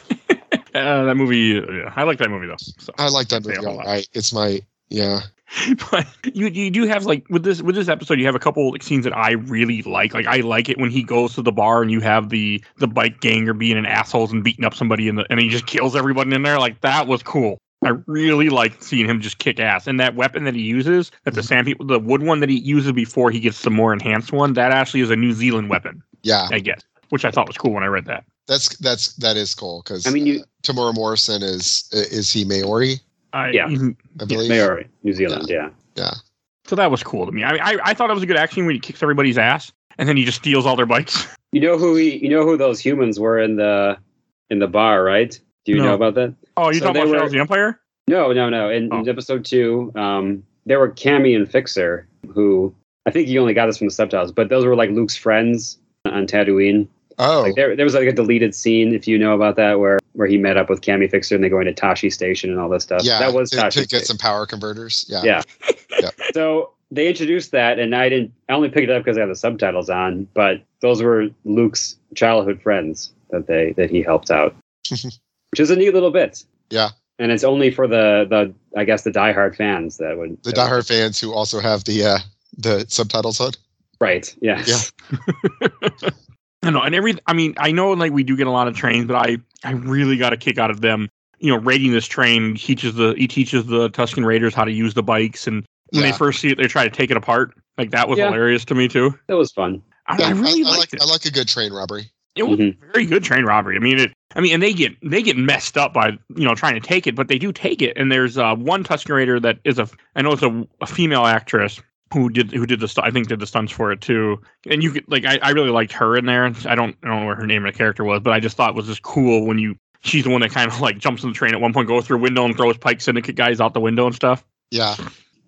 Speaker 2: that movie. yeah, I like that movie though. So.
Speaker 4: I like that
Speaker 2: Can't say a
Speaker 4: movie.
Speaker 2: whole
Speaker 4: All
Speaker 2: lot.
Speaker 4: right, it's my yeah.
Speaker 2: but you you do have like with this with this episode you have a couple like, scenes that I really like. Like I like it when he goes to the bar and you have the the bike ganger being an assholes and beating up somebody in the and he just kills everybody in there. Like that was cool. I really like seeing him just kick ass. And that weapon that he uses, that the sand people, the wood one that he uses before he gets the more enhanced one, that actually is a New Zealand weapon,
Speaker 4: Yeah,
Speaker 2: I guess, which I thought was cool when I read that.
Speaker 4: that's that's that is cool because
Speaker 3: I mean you.
Speaker 4: Tamora Morrison is is he Maori?
Speaker 2: I, mm-hmm.
Speaker 3: Yeah.
Speaker 4: I believe.
Speaker 3: Maori, New Zealand. Yeah.
Speaker 2: So that was cool to me. I mean, I, I thought it was a good action when he kicks everybody's ass and then he just steals all their bikes.
Speaker 3: You know who he, You know who those humans were in the in the bar, right? Do you
Speaker 2: No.
Speaker 3: know about that?
Speaker 2: Oh, you
Speaker 3: So
Speaker 2: talking
Speaker 3: they
Speaker 2: about
Speaker 3: were-
Speaker 2: Shadows of the Empire?
Speaker 3: No, no, no. In, in
Speaker 2: Oh.
Speaker 3: episode two, um, there were Cammy and Fixer, who I think you only got this from the subtitles, but those were like Luke's friends on Tatooine.
Speaker 4: Oh,
Speaker 3: Like there, there was like a deleted scene, if you know about that, where where he met up with Cammy Fixer and they go into Tashi Station and all this stuff.
Speaker 4: yeah.
Speaker 3: that was
Speaker 4: to,
Speaker 3: Tashi
Speaker 4: to get
Speaker 3: Station.
Speaker 4: some power converters. Yeah,
Speaker 3: Yeah. So they introduced that, and I didn't. I only picked it up because I had the subtitles on, but those were Luke's childhood friends that they that he helped out, which is a neat little bit.
Speaker 4: Yeah.
Speaker 3: And it's only for the, the I guess the diehard fans that would
Speaker 4: the
Speaker 3: that would-
Speaker 4: diehard fans who also have the uh the subtitles on.
Speaker 3: Right. Yes.
Speaker 4: Yeah.
Speaker 2: I know, and every I mean, I know like we do get a lot of trains, but I I really got a kick out of them. You know, raiding this train he teaches the he teaches the Tuscan Raiders how to use the bikes, and when
Speaker 4: Yeah.
Speaker 2: they first see it, they try to take it apart. Like that was
Speaker 3: Yeah.
Speaker 2: hilarious to me too.
Speaker 3: That was fun.
Speaker 2: I,
Speaker 4: Yeah,
Speaker 2: I really
Speaker 4: I,
Speaker 2: liked
Speaker 4: like
Speaker 2: it.
Speaker 4: I like a good train robbery.
Speaker 2: it was
Speaker 3: Mhm.
Speaker 2: a very good train robbery. I mean, it. I mean, and they get they get messed up by you know trying to take it, but they do take it. And there's uh, one Tusken Raider that is a I know it's a, a female actress who did who did the stu- I think did the stunts for it too. And you could like I, I really liked her in there. I don't I don't know what her name of the character was, but I just thought it was just cool when you she's the one that kind of like jumps on the train at one point, goes through a window and throws Pike Syndicate guys out the window and stuff.
Speaker 4: Yeah,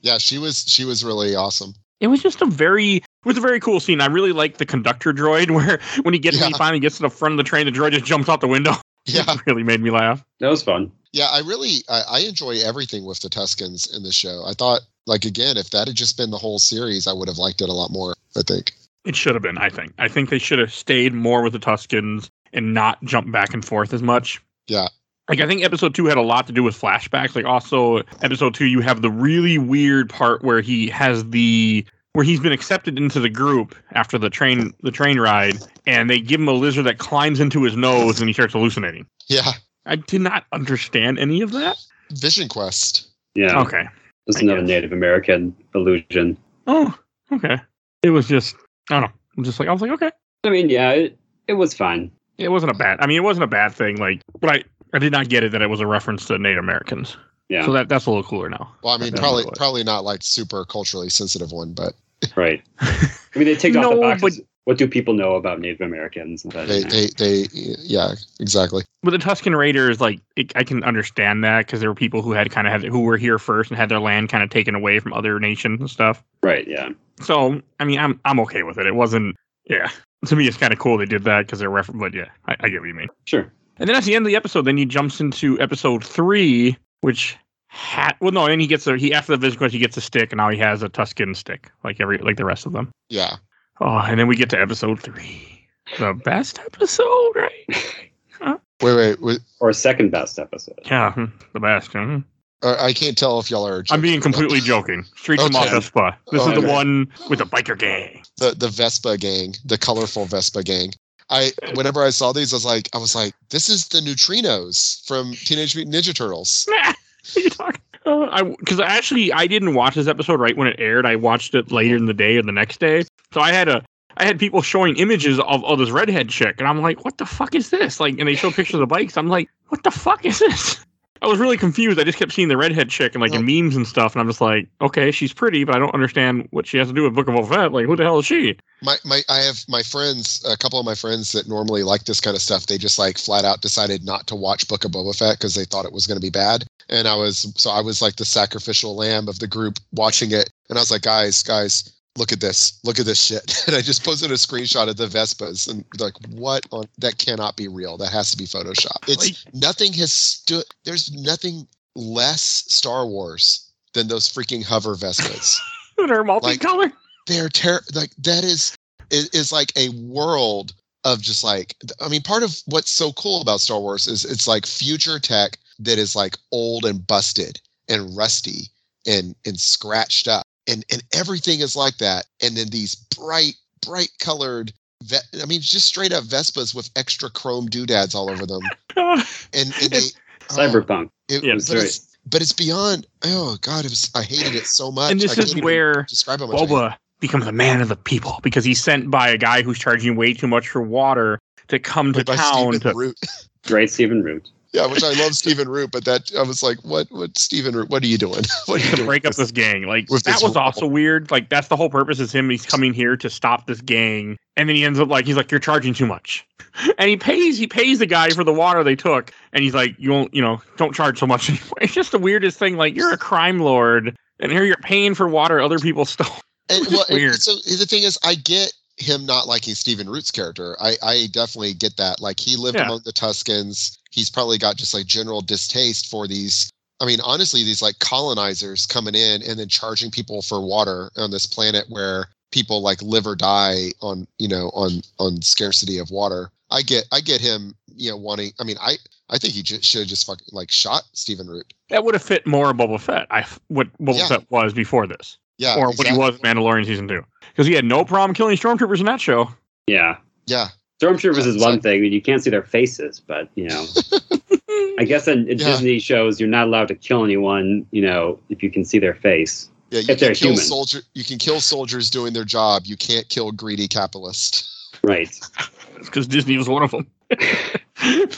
Speaker 4: yeah. She was she was really awesome.
Speaker 2: It was just a very it was a very cool scene. I really liked the conductor droid where when he gets when he
Speaker 4: Yeah.
Speaker 2: finally gets to the front of the train, the droid just jumps out the window.
Speaker 4: Yeah,
Speaker 2: It really made me laugh.
Speaker 3: That was fun.
Speaker 4: yeah. I really I, I enjoy everything with the Tuscans in the show. I thought like again, if that had just been the whole series, I would have liked it a lot more. I think.
Speaker 2: It should have been, I think. I think they should have stayed more with the Tuscans and not jump back and forth as much.
Speaker 4: Yeah.
Speaker 2: Like I think episode two had a lot to do with flashbacks. Like also episode two, you have the really weird part where he has the where he's been accepted into the group after the train the train ride, and they give him a lizard that climbs into his nose and he starts hallucinating.
Speaker 4: Yeah,
Speaker 2: I did not understand any of that.
Speaker 4: Vision Quest.
Speaker 3: Yeah,
Speaker 2: Okay.
Speaker 3: it's
Speaker 2: I
Speaker 3: another
Speaker 2: guess.
Speaker 3: Native American illusion.
Speaker 2: Oh, okay. It was just I don't know. I'm just like I was like okay.
Speaker 3: I mean, yeah, it, it was fine.
Speaker 2: It wasn't a bad. I mean, it wasn't a bad thing. Like, but I I did not get it that it was a reference to Native Americans.
Speaker 3: Yeah,
Speaker 2: So that that's a little cooler now.
Speaker 4: Well, I mean,
Speaker 2: Yeah,
Speaker 4: probably
Speaker 2: what?
Speaker 4: probably not like super culturally sensitive one, but
Speaker 3: right. I mean, they ticked off
Speaker 2: No,
Speaker 3: the boxes. what do people know about Native Americans? But,
Speaker 4: they,
Speaker 3: yeah.
Speaker 4: they, they yeah, exactly.
Speaker 2: But the Tuscan Raiders, like it, I can understand that because there were people who had kind of had who were here first and had their land kind of taken away from other nations and stuff.
Speaker 3: right. Yeah.
Speaker 2: So I mean, I'm I'm okay with it. It wasn't yeah. To me, it's kind of cool they did that because they're refer- But yeah, I, I get what you mean.
Speaker 3: Sure.
Speaker 2: And then at the end of the episode, then he jumps into episode three, which hat. Well, no, and he gets a he after the vision quest, he gets a stick, and now he has a Tuscan stick, like every like the rest of them.
Speaker 4: Yeah.
Speaker 2: Oh, and then we get to episode three, the best episode, right?
Speaker 4: Wait, wait. wait
Speaker 3: Or second best episode.
Speaker 2: Yeah, hmm, the best. hmm.
Speaker 4: uh, I can't tell if y'all are.
Speaker 2: I'm being
Speaker 4: joking.
Speaker 2: completely joking. Streets of
Speaker 4: Okay.
Speaker 2: Mosespa. This is the
Speaker 4: Okay.
Speaker 2: one with the biker gang.
Speaker 4: the the Vespa gang, the colorful Vespa gang. I whenever I saw these, I was like, I was like, this is the neutrinos from Teenage Mutant Ninja Turtles.
Speaker 2: What are you talking? Uh, I because actually I didn't watch this episode right when it aired. I watched it later in the day or the next day. So I had a I had people showing images of oh this redhead chick, and I'm like, what the fuck is this? Like, and they show pictures of the bikes. I'm like, what the fuck is this? I was really confused. I just kept seeing the redhead chick and like in memes and stuff, and I'm just like, okay, she's pretty, but I don't understand what she has to do with Book of Effect. Like, who the hell is she?
Speaker 4: My my I have my friends, a couple of my friends that normally like this kind of stuff. They just like flat out decided not to watch Book of Boba Fett because they thought it was going to be bad. And I was so I was like the sacrificial lamb of the group watching it. And I was like, guys, guys, look at this, look at this shit. And I just posted a screenshot of the Vespas and they're like, what on that cannot be real. That has to be Photoshop. It's
Speaker 2: Like-
Speaker 4: nothing has stood. There's nothing less Star Wars than those freaking hover Vespas
Speaker 2: And her multicolor.
Speaker 4: they're ter- like that is it is like a world of just like I mean part of what's so cool about Star Wars is it's like future tech that is like old and busted and rusty and and scratched up and and everything is like that and then these bright bright colored ve- I mean just straight up Vespas with extra chrome doodads all over them and, and they, oh,
Speaker 3: Cyberpunk.
Speaker 4: it-
Speaker 2: Uh, Yeah,
Speaker 4: but,
Speaker 3: sorry.
Speaker 4: it's, but it's beyond oh god it was I hated it so much
Speaker 2: and this
Speaker 4: I
Speaker 2: is
Speaker 4: can't even
Speaker 2: where
Speaker 4: describe how much I
Speaker 2: Boba becomes a man of the people because he's sent by a guy who's charging way too much for water to come to
Speaker 4: hated it by
Speaker 2: town.
Speaker 4: Stephen
Speaker 2: To,
Speaker 4: Root.
Speaker 3: Great Stephen Root.
Speaker 4: Yeah, which I love Stephen Root, but that I was like, what? What Stephen Root? What are you doing? What are you
Speaker 2: to
Speaker 4: doing?
Speaker 2: break up this gang. Like
Speaker 4: With
Speaker 2: that
Speaker 4: this
Speaker 2: was
Speaker 4: whole-
Speaker 2: also weird. Like that's the whole purpose is him. He's coming here to stop this gang, and then he ends up like he's like you're charging too much, and he pays he pays the guy for the water they took, and he's like you won't you know don't charge so much anymore. It's just the weirdest thing. Like you're a crime lord, and here you're paying for water other people stole.
Speaker 4: And, well, and
Speaker 2: Weird.
Speaker 4: so the thing is, I get him not liking Stephen Root's character. I, I definitely get that. Like he lived
Speaker 2: Yeah.
Speaker 4: among the Tuscans. He's probably got just like general distaste for these. I mean, honestly, these like colonizers coming in and then charging people for water on this planet where people like live or die on you know on on scarcity of water. I get I get him you know wanting. I mean, I I think he j- should have just fucking like shot Stephen Root.
Speaker 2: That would have fit more Boba Fett. I f- what Boba
Speaker 4: Yeah.
Speaker 2: Fett was before this.
Speaker 4: Yeah.
Speaker 2: or
Speaker 4: Uh, exactly.
Speaker 2: what he was in Mandalorian season two. Because he had no problem killing stormtroopers in that show.
Speaker 3: Yeah.
Speaker 4: Yeah.
Speaker 3: Stormtroopers is
Speaker 4: Yeah,
Speaker 3: one thing, and you can't see their faces, but you know, I guess in, in
Speaker 4: Yeah.
Speaker 3: Disney shows, you're not allowed to kill anyone, you know, if you can see their face.
Speaker 4: Yeah, you
Speaker 3: they're
Speaker 4: can kill
Speaker 3: human.
Speaker 4: soldier you can kill soldiers doing their job. You can't kill greedy capitalists.
Speaker 3: Right.
Speaker 2: Because Disney was one of them.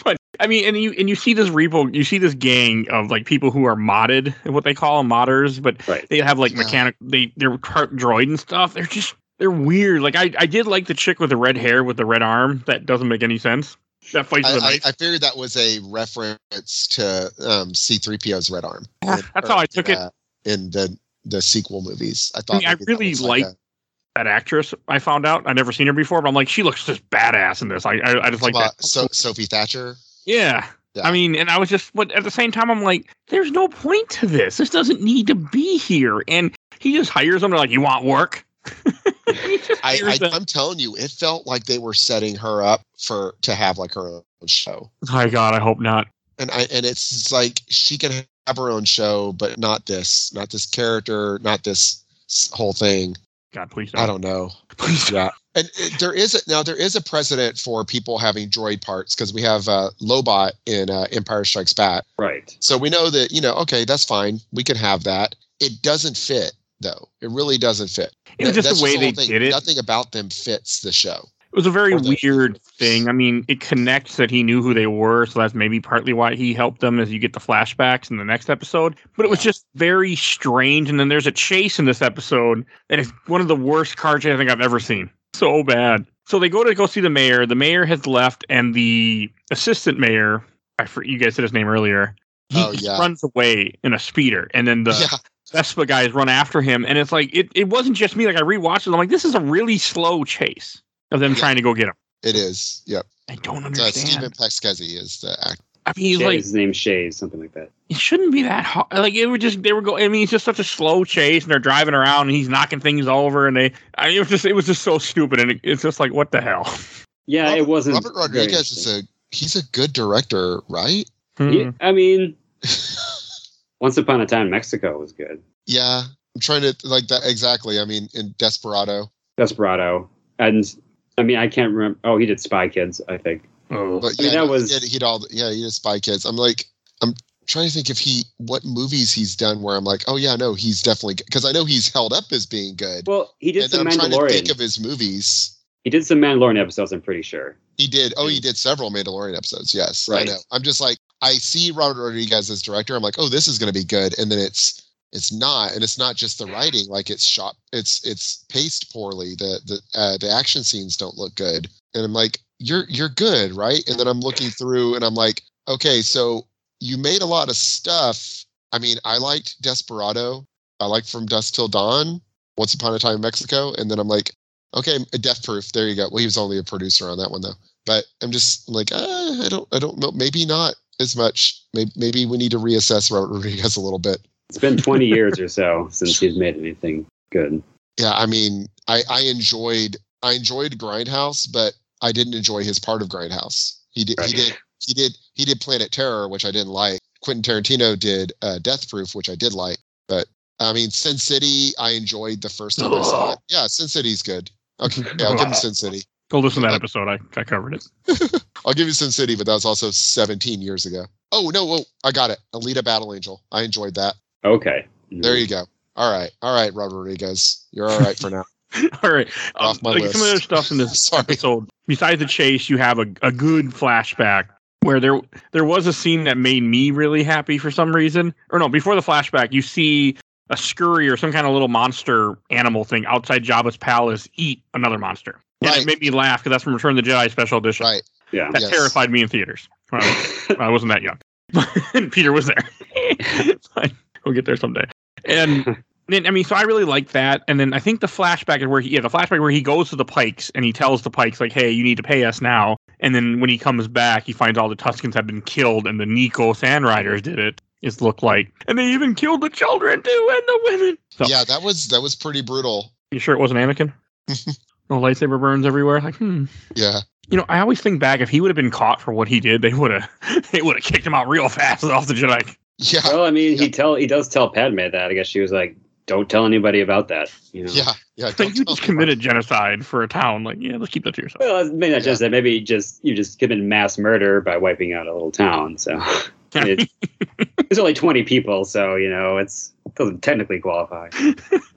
Speaker 2: but I mean, and you and you see this repo, you see this gang of like people who are modded, what they call them, modders, but
Speaker 3: Right.
Speaker 2: they have like
Speaker 4: Yeah.
Speaker 2: mechanic, they they're cart droid and stuff. They're just they're weird. Like I I did like the chick with the red hair with the red arm. That doesn't make any sense. That fights with a
Speaker 4: I,
Speaker 2: knife.
Speaker 4: I, I figured that was a reference to um, C3PO's red arm.
Speaker 2: That's how I took it.
Speaker 4: Uh, in the the sequel movies. I thought
Speaker 2: mean, I
Speaker 4: maybe that
Speaker 2: really
Speaker 4: was
Speaker 2: like- That actress, I found out, I never seen her before, but I'm like, she looks just badass in this. I I, I just
Speaker 4: a-
Speaker 2: like
Speaker 4: Come on,
Speaker 2: that.
Speaker 4: so, Sophie Thatcher.
Speaker 2: Yeah.
Speaker 4: Yeah.
Speaker 2: I mean, and I was just, but at the same time, I'm like, there's no point to this. This doesn't need to be here. And he just hires them. They're like, you want work? He just
Speaker 4: I,
Speaker 2: hires
Speaker 4: I
Speaker 2: them.
Speaker 4: I'm telling you, it felt like they were setting her up for to have like her own show.
Speaker 2: My God, I hope not.
Speaker 4: and I and it's, it's like she can have her own show, but not this, not this character, not this s- whole thing.
Speaker 2: God, please don't.
Speaker 4: I don't know.
Speaker 2: Please don't.
Speaker 4: Yeah. And it- there is a, now there is a precedent for people having droid parts because we have uh, Lobot in uh, Empire Strikes Back,
Speaker 3: Right.
Speaker 4: so we know that you know okay that's fine we can have that. It doesn't fit though. It really doesn't fit.
Speaker 2: It was
Speaker 4: That-
Speaker 2: just
Speaker 4: that's
Speaker 2: the way
Speaker 4: whole
Speaker 2: they
Speaker 4: thing.
Speaker 2: did it.
Speaker 4: Nothing about them fits the show.
Speaker 2: It was a very
Speaker 4: Or the-
Speaker 2: weird thing. I mean, it connects that he knew who they were, so that's maybe partly why he helped them as you get the flashbacks in the next episode. But it was
Speaker 4: Yeah.
Speaker 2: just very strange. And then there's a chase in this episode, and it's one of the worst car chases I think I've ever seen. So bad. So they go to go see the mayor. The mayor has left, and the assistant mayor, I for, you guys said his name earlier, he
Speaker 4: Oh, yeah.
Speaker 2: runs away in a speeder. And then the
Speaker 4: yeah,
Speaker 2: Vespa guys run after him, and it's like it, it wasn't just me. Like I rewatched it, I'm like, this is a really slow chase of them
Speaker 4: Yeah.
Speaker 2: trying to go get him.
Speaker 4: it is. Yep.
Speaker 2: I don't
Speaker 4: Uh, Stephen
Speaker 2: understand.
Speaker 4: Plexkezi is the actor.
Speaker 2: I mean, he's
Speaker 3: Shay,
Speaker 2: like,
Speaker 3: his name's Shay, something like that.
Speaker 2: it shouldn't be that hard. Like it would just they were going. I mean, it's just such a slow chase, and they're driving around, and he's knocking things over, and they. I mean, it was just it was just so stupid, and it, it's just like, what the hell?
Speaker 3: Yeah,
Speaker 4: Robert-
Speaker 3: it wasn't.
Speaker 4: Robert
Speaker 3: Hmm. very
Speaker 4: Rodriguez is
Speaker 3: interesting.
Speaker 4: a he's a good director, right?
Speaker 2: Hmm.
Speaker 3: Yeah, I mean, Once Upon a Time in Mexico was good.
Speaker 4: Yeah, I'm trying to like that exactly. I mean, in Desperado,
Speaker 3: Desperado, and I mean, I can't remember. Oh, he did Spy Kids, I think.
Speaker 2: Oh.
Speaker 4: but
Speaker 3: I mean,
Speaker 4: yeah,
Speaker 3: that
Speaker 4: he-
Speaker 3: was-
Speaker 4: he did, he'd all yeah he did Spy Kids. I'm like I'm trying to think if he what movies he's done where I'm like oh yeah no he's definitely because I know he's held up as being good.
Speaker 3: Well, he did
Speaker 4: and
Speaker 3: some
Speaker 4: I'm trying to
Speaker 3: Mandalorian.
Speaker 4: think of his movies.
Speaker 3: he did some Mandalorian episodes. I'm pretty sure.
Speaker 4: He did oh he did several Mandalorian episodes. Yes,
Speaker 3: Right.
Speaker 4: I know. I'm just like I see Robert Rodriguez as director. I'm like oh this is going to be good, and then it's it's not and it's not just the writing like it's shot it's it's paced poorly the the uh, the action scenes don't look good and i'm like you're you're good right and then i'm looking through and i'm like okay so you made a lot of stuff i mean i liked desperado i liked from dusk till dawn once upon a time in mexico and then i'm like okay death proof there you go well he was only a producer on that one though but i'm just like uh, i don't i don't know maybe not as much maybe, maybe we need to reassess robert rodriguez a little bit
Speaker 3: It's been 20 years or so since he's made anything good.
Speaker 4: yeah i mean i i enjoyed i enjoyed grindhouse but i didn't enjoy his part of grindhouse he did
Speaker 3: Right.
Speaker 4: he did he did he did planet terror which i didn't like quentin tarantino did uh, death proof which i did like but i mean sin city i enjoyed the first time i saw it yeah sin city's good okay yeah, i'll give him sin city
Speaker 2: Go listen to that episode. I, I covered it.
Speaker 4: i'll give you sin city but that was also 17 years ago oh no whoa, i got it alita battle angel i enjoyed that
Speaker 3: Okay.
Speaker 4: there you go all right all right robert rodriguez you're all right for now
Speaker 2: All right, um,
Speaker 4: Off my
Speaker 2: like some of the other
Speaker 4: list.
Speaker 2: stuff in this
Speaker 4: Sorry.
Speaker 2: episode. Besides the chase, you have a, a good flashback where there there was a scene that made me really happy for some reason. Or no, before the flashback, you see a scurry or some kind of little monster animal thing outside Jabba's palace eat another monster. And
Speaker 4: Right.
Speaker 2: it made me laugh because that's from Return of the Jedi Special Edition.
Speaker 4: right
Speaker 3: Yeah.
Speaker 2: That
Speaker 4: yes.
Speaker 2: terrified me in theaters. when I was I wasn't that young. and Peter was there. Fine. We'll get there someday. And then I mean, so I really like that. And then I think the flashback is where he, yeah, the flashback where he goes to the Pikes and he tells the Pikes like, "Hey, you need to pay us now." And then when he comes back, he finds all the Tuscans have been killed and the Nico Sand Riders did it. Is look like, and they even killed the children too and the women. So,
Speaker 4: yeah that was that was pretty brutal
Speaker 2: you sure it wasn't Anakin? no lightsaber burns everywhere. Like, hmm.
Speaker 4: Yeah.
Speaker 2: You know, I always think back if he would have been caught for what he did, they would have they would have kicked him out real fast off the Jedi.
Speaker 4: Yeah.
Speaker 3: Well, I mean, he tell he does tell Padme that. I guess she was like, "Don't tell anybody about that." You know.
Speaker 4: yeah. Yeah.
Speaker 2: Like
Speaker 4: don't
Speaker 2: you
Speaker 4: tell
Speaker 2: just
Speaker 4: me about it.
Speaker 2: committed genocide for a town. Like, yeah, let's keep that to yourself.
Speaker 3: Well, maybe not just that. Maybe just you just committed mass murder by wiping out a little town. So it's, it's only twenty people, so you know it's it doesn't technically qualify.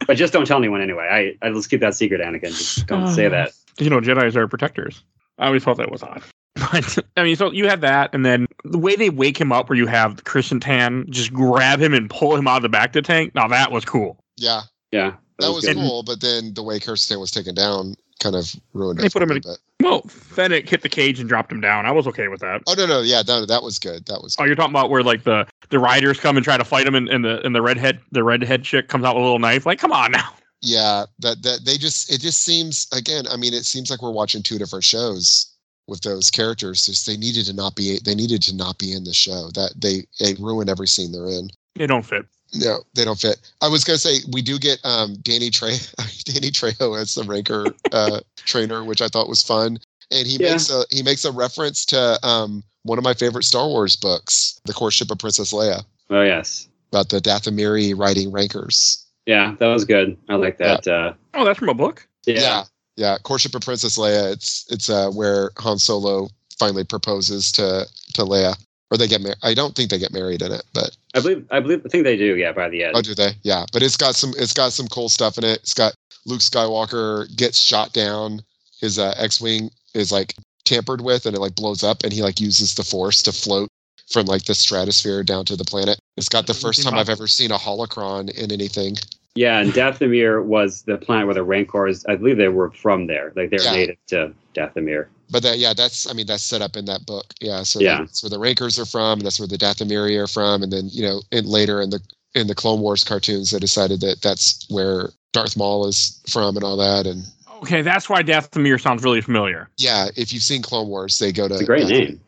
Speaker 3: but just don't tell anyone anyway. I I let's keep that secret, Anakin. Just don't say that.
Speaker 2: you know, Jedi's are protectors. I always thought that was odd. But I mean, so you have that, and then the way they wake him up, where you have Chrysantan just grab him and pull him out of the back of the tank. Now that was cool.
Speaker 4: Yeah.
Speaker 3: Yeah,
Speaker 4: That was
Speaker 3: good.
Speaker 4: cool, but then the way Kirsten was taken down kind of ruined it.
Speaker 2: They put him in
Speaker 4: But,
Speaker 2: Well, Fennec hit the cage and dropped him down. I was okay with that.
Speaker 4: oh no, no, yeah, no, that was good. That was
Speaker 2: Oh,
Speaker 4: good.
Speaker 2: you're talking about where like the the riders come and try to fight him, and, and the and the redhead the redhead chick comes out with a little knife. Like, come on now.
Speaker 4: yeah. That that they just it just seems again. I mean, it seems like we're watching two different shows with those characters. Just they needed to not be they needed to not be in the show. That they they ruin every scene they're in.
Speaker 2: They don't fit.
Speaker 4: No, they don't fit. I was gonna say we do get um Danny Tre Danny Trejo as the ranker uh trainer, which I thought was fun. And he
Speaker 3: Yeah.
Speaker 4: makes a he makes a reference to um one of my favorite Star Wars books, The Courtship of Princess Leia,
Speaker 3: Oh yes,
Speaker 4: about the Dathomiri riding rankers.
Speaker 3: Yeah, that was good. I like that. Uh,
Speaker 2: Oh, that's from a book.
Speaker 3: yeah.
Speaker 4: yeah, yeah. Courtship of Princess Leia. It's it's uh, where Han Solo finally proposes to to Leia, or they get married. I don't think they get married in it, but
Speaker 3: I believe I believe I think they do. Yeah, by the end.
Speaker 4: oh, do they? Yeah, but it's got some it's got some cool stuff in it. It's got Luke Skywalker gets shot down. His uh, X-wing is like tampered with, and it like blows up, and he like uses the Force to float from like the stratosphere down to the planet. It's got the first time I've ever seen a holocron in anything.
Speaker 3: Yeah, and Dathomir was the planet where the Rancors. I believe they were from there. Like they're
Speaker 4: Yeah.
Speaker 3: native to Dathomir.
Speaker 4: but that yeah that's i mean that's set up in that book yeah so
Speaker 3: Yeah.
Speaker 4: that's where the rankers are from and that's where the dathomiri are from and then you know and later in the in the clone wars cartoons they decided that that's where darth maul is from and all that and
Speaker 2: Okay, that's why Dathomir sounds really familiar.
Speaker 4: yeah if you've seen clone wars they go to
Speaker 3: It's a great
Speaker 4: Dathomir.
Speaker 3: name.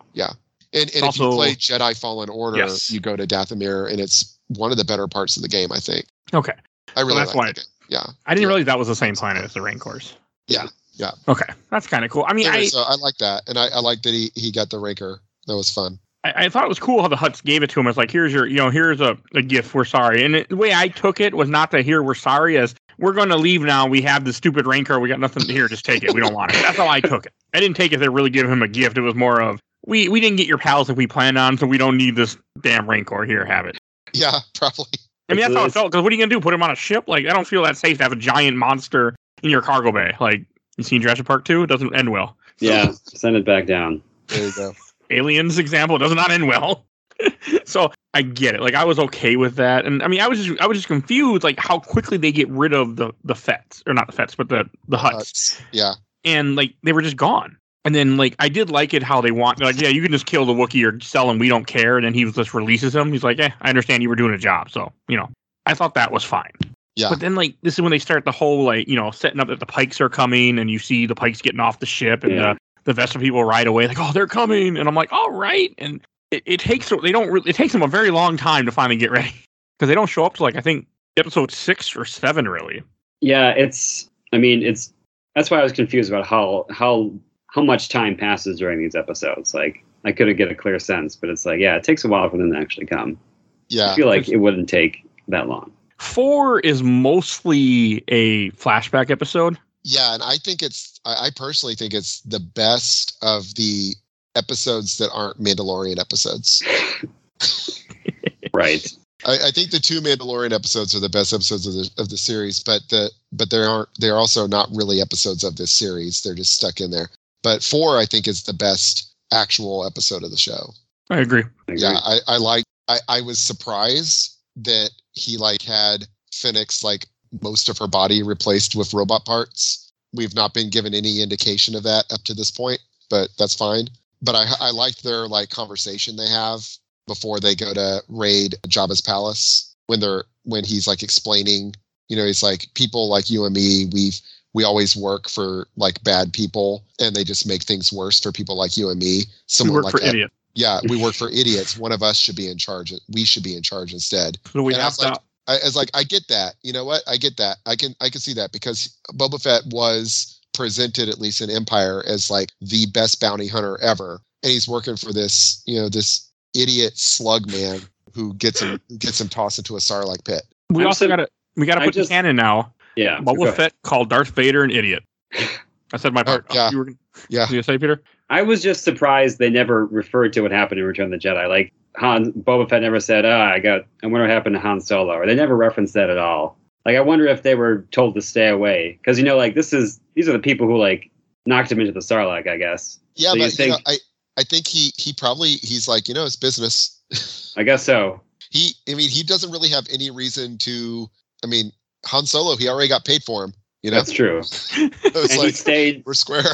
Speaker 4: and, and if you
Speaker 2: Also-
Speaker 4: play jedi fallen order
Speaker 2: Yes.
Speaker 4: you go to dathomir and it's one of the better parts of the game i think
Speaker 2: Okay,
Speaker 4: i really
Speaker 2: that's
Speaker 4: like
Speaker 2: why-
Speaker 4: that game. yeah
Speaker 2: I didn't
Speaker 4: Yeah.
Speaker 2: realize that was the same planet as the Rancors.
Speaker 4: Yeah, yeah.
Speaker 2: Okay, that's kind of cool. I mean,
Speaker 4: Anyway,
Speaker 2: I,
Speaker 4: so i like that and i, I like that he, he got the ranker that was fun
Speaker 2: I I thought it was cool how the Huts gave it to him. It's like here's your, you know, here's a, a gift. We're sorry. And it, the way I took it was not to hear we're sorry as we're going to leave now. We have the stupid Rancor. We got nothing here. Just take it. We don't want it. That's how I took it. I didn't take it to really give him a gift. It was more of we we didn't get your pals that we planned on, so we don't need this damn Rancor here. Have it.
Speaker 4: yeah probably
Speaker 2: I mean, that's how it
Speaker 3: Because-
Speaker 2: felt. Because what are you gonna do? Put him on a ship? Like, I don't feel that safe to have a giant monster in your cargo bay. Like, you seen Jurassic Park Two? It doesn't end well.
Speaker 3: Yeah, send it back down.
Speaker 4: there you go
Speaker 2: Aliens example does not end well. so I get it. Like, I was okay with that, and I mean, I was just I was just confused, like how quickly they get rid of the the fets or not the fets, but the the huts,
Speaker 4: Huts. yeah
Speaker 2: and like they were just gone. And then like I did like it how they want like yeah you can just kill the Wookiee or sell him we don't care and then he just releases him he's like eh I understand you were doing a job so you know I thought that was fine
Speaker 4: yeah
Speaker 2: but then, like, this is when they start the whole, like, you know, setting up that the pikes are coming and you see the pikes getting off the ship and
Speaker 3: Yeah.
Speaker 2: the, the vessel people right away, like, oh, they're coming. And I'm like, all right. And it, it takes, they don't, re- it takes them a very long time to finally get ready because they don't show up to, like, I think episode six or seven, really.
Speaker 3: Yeah, it's. I mean, it's. That's why I was confused about how how how much time passes during these episodes. Like, I couldn't get a clear sense, but it's like, yeah, it takes a while for them to actually come.
Speaker 4: yeah
Speaker 3: I feel like it wouldn't take that long.
Speaker 2: Four is mostly a flashback episode.
Speaker 4: Yeah, and I think it's I, I personally think it's the best of the episodes that aren't Mandalorian episodes.
Speaker 3: Right.
Speaker 4: I, I think the two Mandalorian episodes are the best episodes of the of the series, but the but they aren't they're also not really episodes of this series. They're just stuck in there. But four I think is the best actual episode of the show.
Speaker 2: I agree.
Speaker 3: I agree.
Speaker 4: Yeah, I, I like I, I was surprised that he like had Phoenix like most of her body replaced with robot parts. We've not been given any indication of that up to this point, but that's fine. But I I liked their like conversation they have before they go to raid Jabba's palace when they're when he's like explaining, you know, he's like people like you and me, we've we always work for like bad people and they just make things worse for people like you and me.
Speaker 2: We
Speaker 4: Someone
Speaker 2: work
Speaker 4: like
Speaker 2: for
Speaker 4: Ep-
Speaker 2: idiots.
Speaker 4: yeah, we work for idiots. One of us should be in charge. We should be in charge instead.
Speaker 2: So we
Speaker 4: And I
Speaker 2: have
Speaker 4: was like-
Speaker 2: to.
Speaker 4: I, it's like I get that. You know what? I get that. I can I can see that because Boba Fett was presented at least in Empire as like the best bounty hunter ever, and he's working for this you know this idiot slug man who gets him who gets him tossed into a sarlacc pit.
Speaker 2: We
Speaker 3: I'm
Speaker 2: also
Speaker 3: so-
Speaker 2: got to, we got to
Speaker 3: I
Speaker 2: put
Speaker 3: just-
Speaker 2: the canon now.
Speaker 3: yeah. go
Speaker 2: Boba
Speaker 3: ahead.
Speaker 2: Fett called Darth Vader an idiot. I said my part.
Speaker 4: Oh, yeah.
Speaker 2: you were,
Speaker 4: Yeah.
Speaker 2: you gonna say, Peter?
Speaker 3: I was just surprised they never referred to what happened in Return of the Jedi. Like Han Boba Fett never said, "Ah, I got. I wonder what happened to Han Solo," or they never referenced that at all. Like I wonder if they were told to stay away because you know, like this is these are the people who like knocked him into the Sarlacc, I guess.
Speaker 4: Yeah,
Speaker 3: So you
Speaker 4: but you know,
Speaker 3: think-
Speaker 4: I I think he he probably he's like you know it's business.
Speaker 3: I guess so.
Speaker 4: he I mean he doesn't really have any reason to. I mean Han Solo he already got paid for him. You know,
Speaker 3: That's true.
Speaker 4: it's
Speaker 3: and he
Speaker 4: like
Speaker 3: stayed,
Speaker 4: we're square.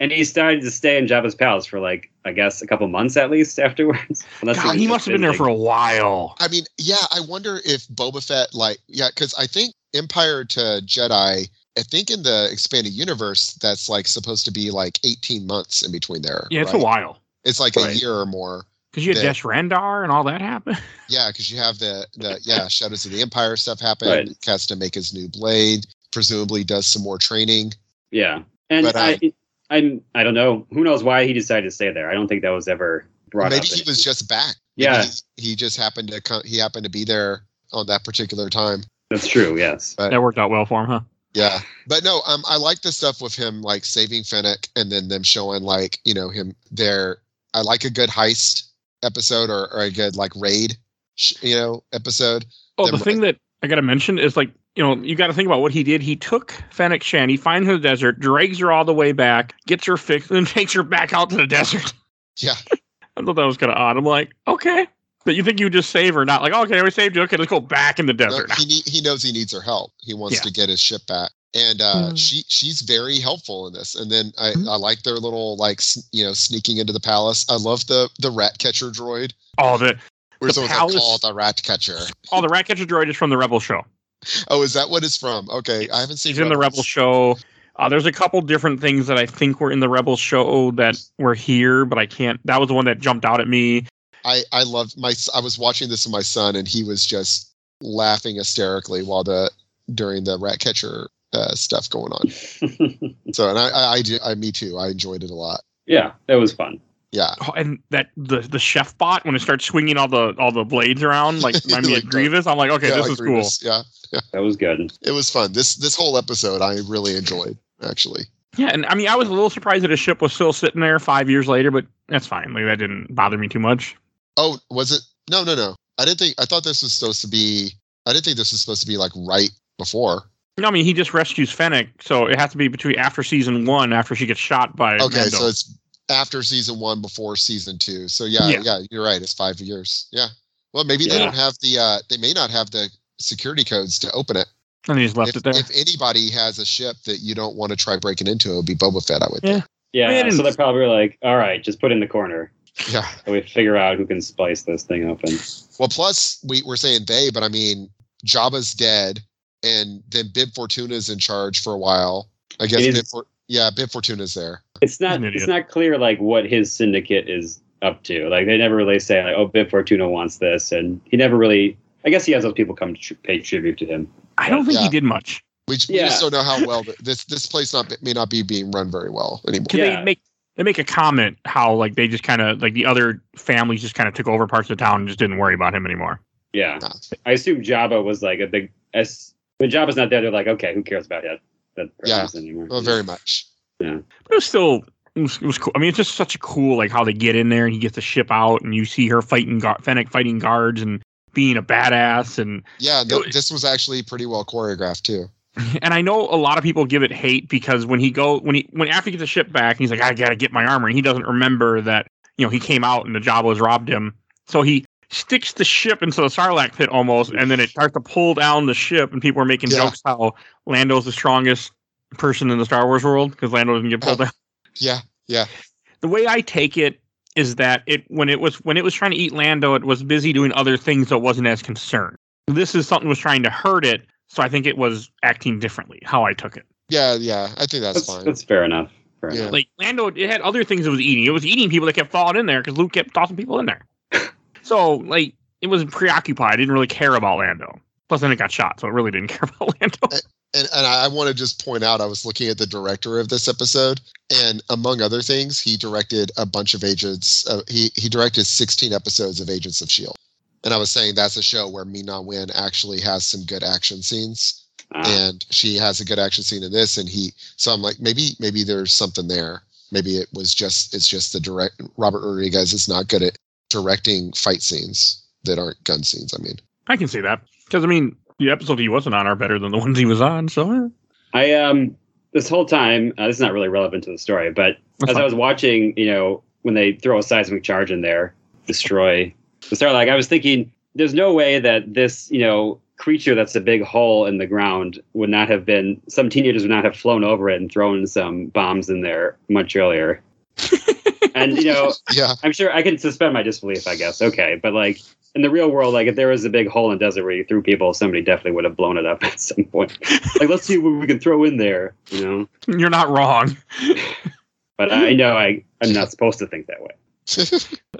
Speaker 3: and he started to stay in Jabba's palace for like I guess a couple months at least afterwards. Unless
Speaker 2: God,
Speaker 3: was
Speaker 2: he
Speaker 3: just
Speaker 2: must have been there
Speaker 3: visiting.
Speaker 2: for a while.
Speaker 4: I mean, yeah, I wonder if Boba Fett, like, yeah, because I think Empire to Jedi, I think in the expanded universe, that's like supposed to be like 18 months in between there.
Speaker 2: Yeah, it's
Speaker 4: right?
Speaker 2: a while
Speaker 4: It's like a
Speaker 3: Right.
Speaker 4: year or more.
Speaker 2: because you had
Speaker 4: Yeah.
Speaker 2: Desh Randar and all that happened.
Speaker 4: Yeah, because you have the, the, yeah, Shadows of the Empire stuff happen.
Speaker 3: Right.
Speaker 4: Luke has to make his new blade, presumably does some more training.
Speaker 3: Yeah, and
Speaker 4: But, um,
Speaker 3: I, I'm I don't know who knows why he decided to stay there. I don't think that was ever brought
Speaker 4: Maybe
Speaker 3: up.
Speaker 4: he
Speaker 3: in-
Speaker 4: was just back. Maybe
Speaker 3: yeah,
Speaker 4: He, he just happened to come, he happened to be there on that particular time.
Speaker 3: That's true. Yes.
Speaker 2: That worked out well for him, huh?
Speaker 4: Yeah. But no, um, I like the stuff with him like saving Finnick and then them showing like, you know, him there. I like a good heist episode or, or a good like raid, sh- you know, episode.
Speaker 2: Oh,
Speaker 4: Them
Speaker 2: the thing that I got to mention is like, you know, you got to think about what he did. He took Fennec Shan, he finds her in the desert, drags her all the way back, gets her fixed, and takes her back out to the desert.
Speaker 4: Yeah.
Speaker 2: I thought that was kind of odd. I'm like, okay. But you think you just save her, not like, okay, we saved you. Okay, let's go back in the
Speaker 4: No,
Speaker 2: desert.
Speaker 4: he, need, he knows he needs her help. He wants
Speaker 2: Yeah.
Speaker 4: to get his ship back. And uh,
Speaker 5: Mhm.
Speaker 4: she she's very helpful in this. And then I,
Speaker 5: Mhm.
Speaker 4: I like their little like s- you know sneaking into the palace. I love the the rat catcher droid.
Speaker 2: All the
Speaker 4: Where
Speaker 2: The
Speaker 4: someone's like
Speaker 2: palace-
Speaker 4: called the rat catcher.
Speaker 2: all the rat catcher droid is from the Rebel show.
Speaker 4: Oh, is that what it's from? Okay, I haven't seen.
Speaker 2: He's in the Rebel
Speaker 4: Rebels.
Speaker 2: show. Uh, there's a couple different things that I think were in the Rebel show that were here, but I can't. That was the one that jumped out at me.
Speaker 4: I I love my. s- I was watching this with my son, and he was just laughing hysterically while the during the rat catcher uh, stuff going on. So, and I I, I, do, I me too. I enjoyed it a lot.
Speaker 3: yeah, that was fun.
Speaker 4: Yeah,
Speaker 2: Oh, and that the the chef bot when it starts swinging all the all the blades around, like remind me
Speaker 4: Like uh,
Speaker 2: of Grievous. I'm like, okay,
Speaker 4: yeah,
Speaker 2: this
Speaker 4: like
Speaker 2: is cool.
Speaker 4: Grievous, Yeah,
Speaker 3: That was good.
Speaker 4: it was fun. This this whole episode I really enjoyed actually.
Speaker 2: Yeah, and I mean, I was a little surprised that his ship was still sitting there five years later, but that's fine. Like that didn't bother me too much.
Speaker 4: Oh, was it? No, no, no. I didn't think. I thought this was supposed to be. I didn't think this was supposed to be like right before.
Speaker 2: No, I mean he just rescues Fennec, so it has to be between after season one, after she gets shot by.
Speaker 4: Okay,
Speaker 2: Mando.
Speaker 4: so it's after season one, before season two. So yeah, yeah,
Speaker 2: Yeah.
Speaker 4: you're right. It's five years. Yeah. Well, maybe they
Speaker 3: Yeah.
Speaker 4: don't have the. Uh, they may not have the security codes to open it.
Speaker 2: and he just left
Speaker 4: if,
Speaker 2: it there.
Speaker 4: if anybody has a ship that you don't want to try breaking into, it would be Boba Fett. I would.
Speaker 2: Yeah.
Speaker 4: think.
Speaker 3: Yeah.
Speaker 2: Man.
Speaker 3: So they're probably like, all right, just put it in the corner.
Speaker 4: Yeah.
Speaker 3: And we figure out who can splice this thing open.
Speaker 4: Well, plus we we're saying they, but I mean Jabba's dead, and then Bib Fortuna's in charge for a while. I guess.
Speaker 3: It is-
Speaker 4: Bib For- yeah, Bib Fortuna's there.
Speaker 3: It's not.
Speaker 2: An idiot.
Speaker 3: It's not clear like what his syndicate is up to. Like they never really say like, oh, Bib Fortuna wants this, and he never really. I guess he has those people come to tr- pay tribute to him.
Speaker 2: I don't think
Speaker 4: Yeah.
Speaker 2: he did much.
Speaker 4: We, j- we
Speaker 3: Yeah.
Speaker 4: just don't know how well th- this this place not may not be being run very well anymore.
Speaker 2: 'Cause
Speaker 3: Yeah.
Speaker 2: They make they make a comment how like they just kind of like the other families just kind of took over parts of the town and just didn't worry about him anymore.
Speaker 3: Yeah,
Speaker 4: Nah.
Speaker 3: I assume Jabba was like a big. As when Jabba's not there, they're like, okay, who cares about that? That
Speaker 4: Yeah.
Speaker 3: person anymore.
Speaker 4: Well, very much.
Speaker 2: But it was still it was, it was cool. I mean, it's just such a cool like how they get in there and he gets the ship out and you see her fighting gar- Fennec fighting guards and being a badass and
Speaker 4: Yeah, no,
Speaker 2: It-
Speaker 4: this was actually pretty well choreographed too.
Speaker 2: and I know a lot of people give it hate because when he go when he when after he gets the ship back, he's like, I gotta get my armor, and he doesn't remember that you know he came out and the Jawas robbed him, so he sticks the ship into the Sarlacc pit almost, and then it starts to pull down the ship, and people are making
Speaker 4: Yeah.
Speaker 2: jokes how Lando's the strongest person in the Star Wars world because Lando doesn't get pulled down.
Speaker 4: Yeah,
Speaker 2: The way I take it is that it when it was when it was trying to eat Lando, it was busy doing other things, so it wasn't as concerned. This is something that was trying to hurt it, so I think it was acting differently. How I took it.
Speaker 4: yeah, yeah. I think that's,
Speaker 3: That's,
Speaker 4: fine.
Speaker 3: that's fair enough. Fair
Speaker 4: Yeah.
Speaker 3: enough.
Speaker 2: Like Lando, it had other things it was eating. It was eating people that kept falling in there because Luke kept tossing people in there. so like it was preoccupied. It didn't really care about Lando. Plus, then it got shot, so it really didn't care about Lando.
Speaker 4: and and I want to just point out, I was looking at the director of this episode, and among other things, he directed a bunch of agents. Uh, he he directed 16 episodes of Agents of Shield, and I was saying that's a show where Mina Wen actually has some good action scenes.
Speaker 3: Ah,
Speaker 4: and she has a good action scene in this and he so i'm like maybe maybe there's something there maybe it was just it's just the direct robert rodriguez is not good at directing fight scenes that aren't gun scenes i mean
Speaker 2: I can see that because I mean the episode he wasn't on are better than the ones he was on. So eh,
Speaker 3: I um this whole time uh, this is not really relevant to the story, but
Speaker 2: that's
Speaker 3: as I
Speaker 2: fine.
Speaker 3: was watching, you know, when they throw a seismic charge in there, destroy the Starlight, I was thinking, there's no way that this, you know, creature that's a big hole in the ground would not have been, some teenagers would not have flown over it and thrown some bombs in there much earlier. and, you know,
Speaker 4: yeah
Speaker 3: I'm sure I can suspend my disbelief, I guess. Okay. But, like, in the real world, like, if there was a big hole in the desert where you threw people, somebody definitely would have blown it up at some point. like, let's see what we can throw in there, you know?
Speaker 2: you're not wrong.
Speaker 3: But I know I, I'm not supposed to think that way.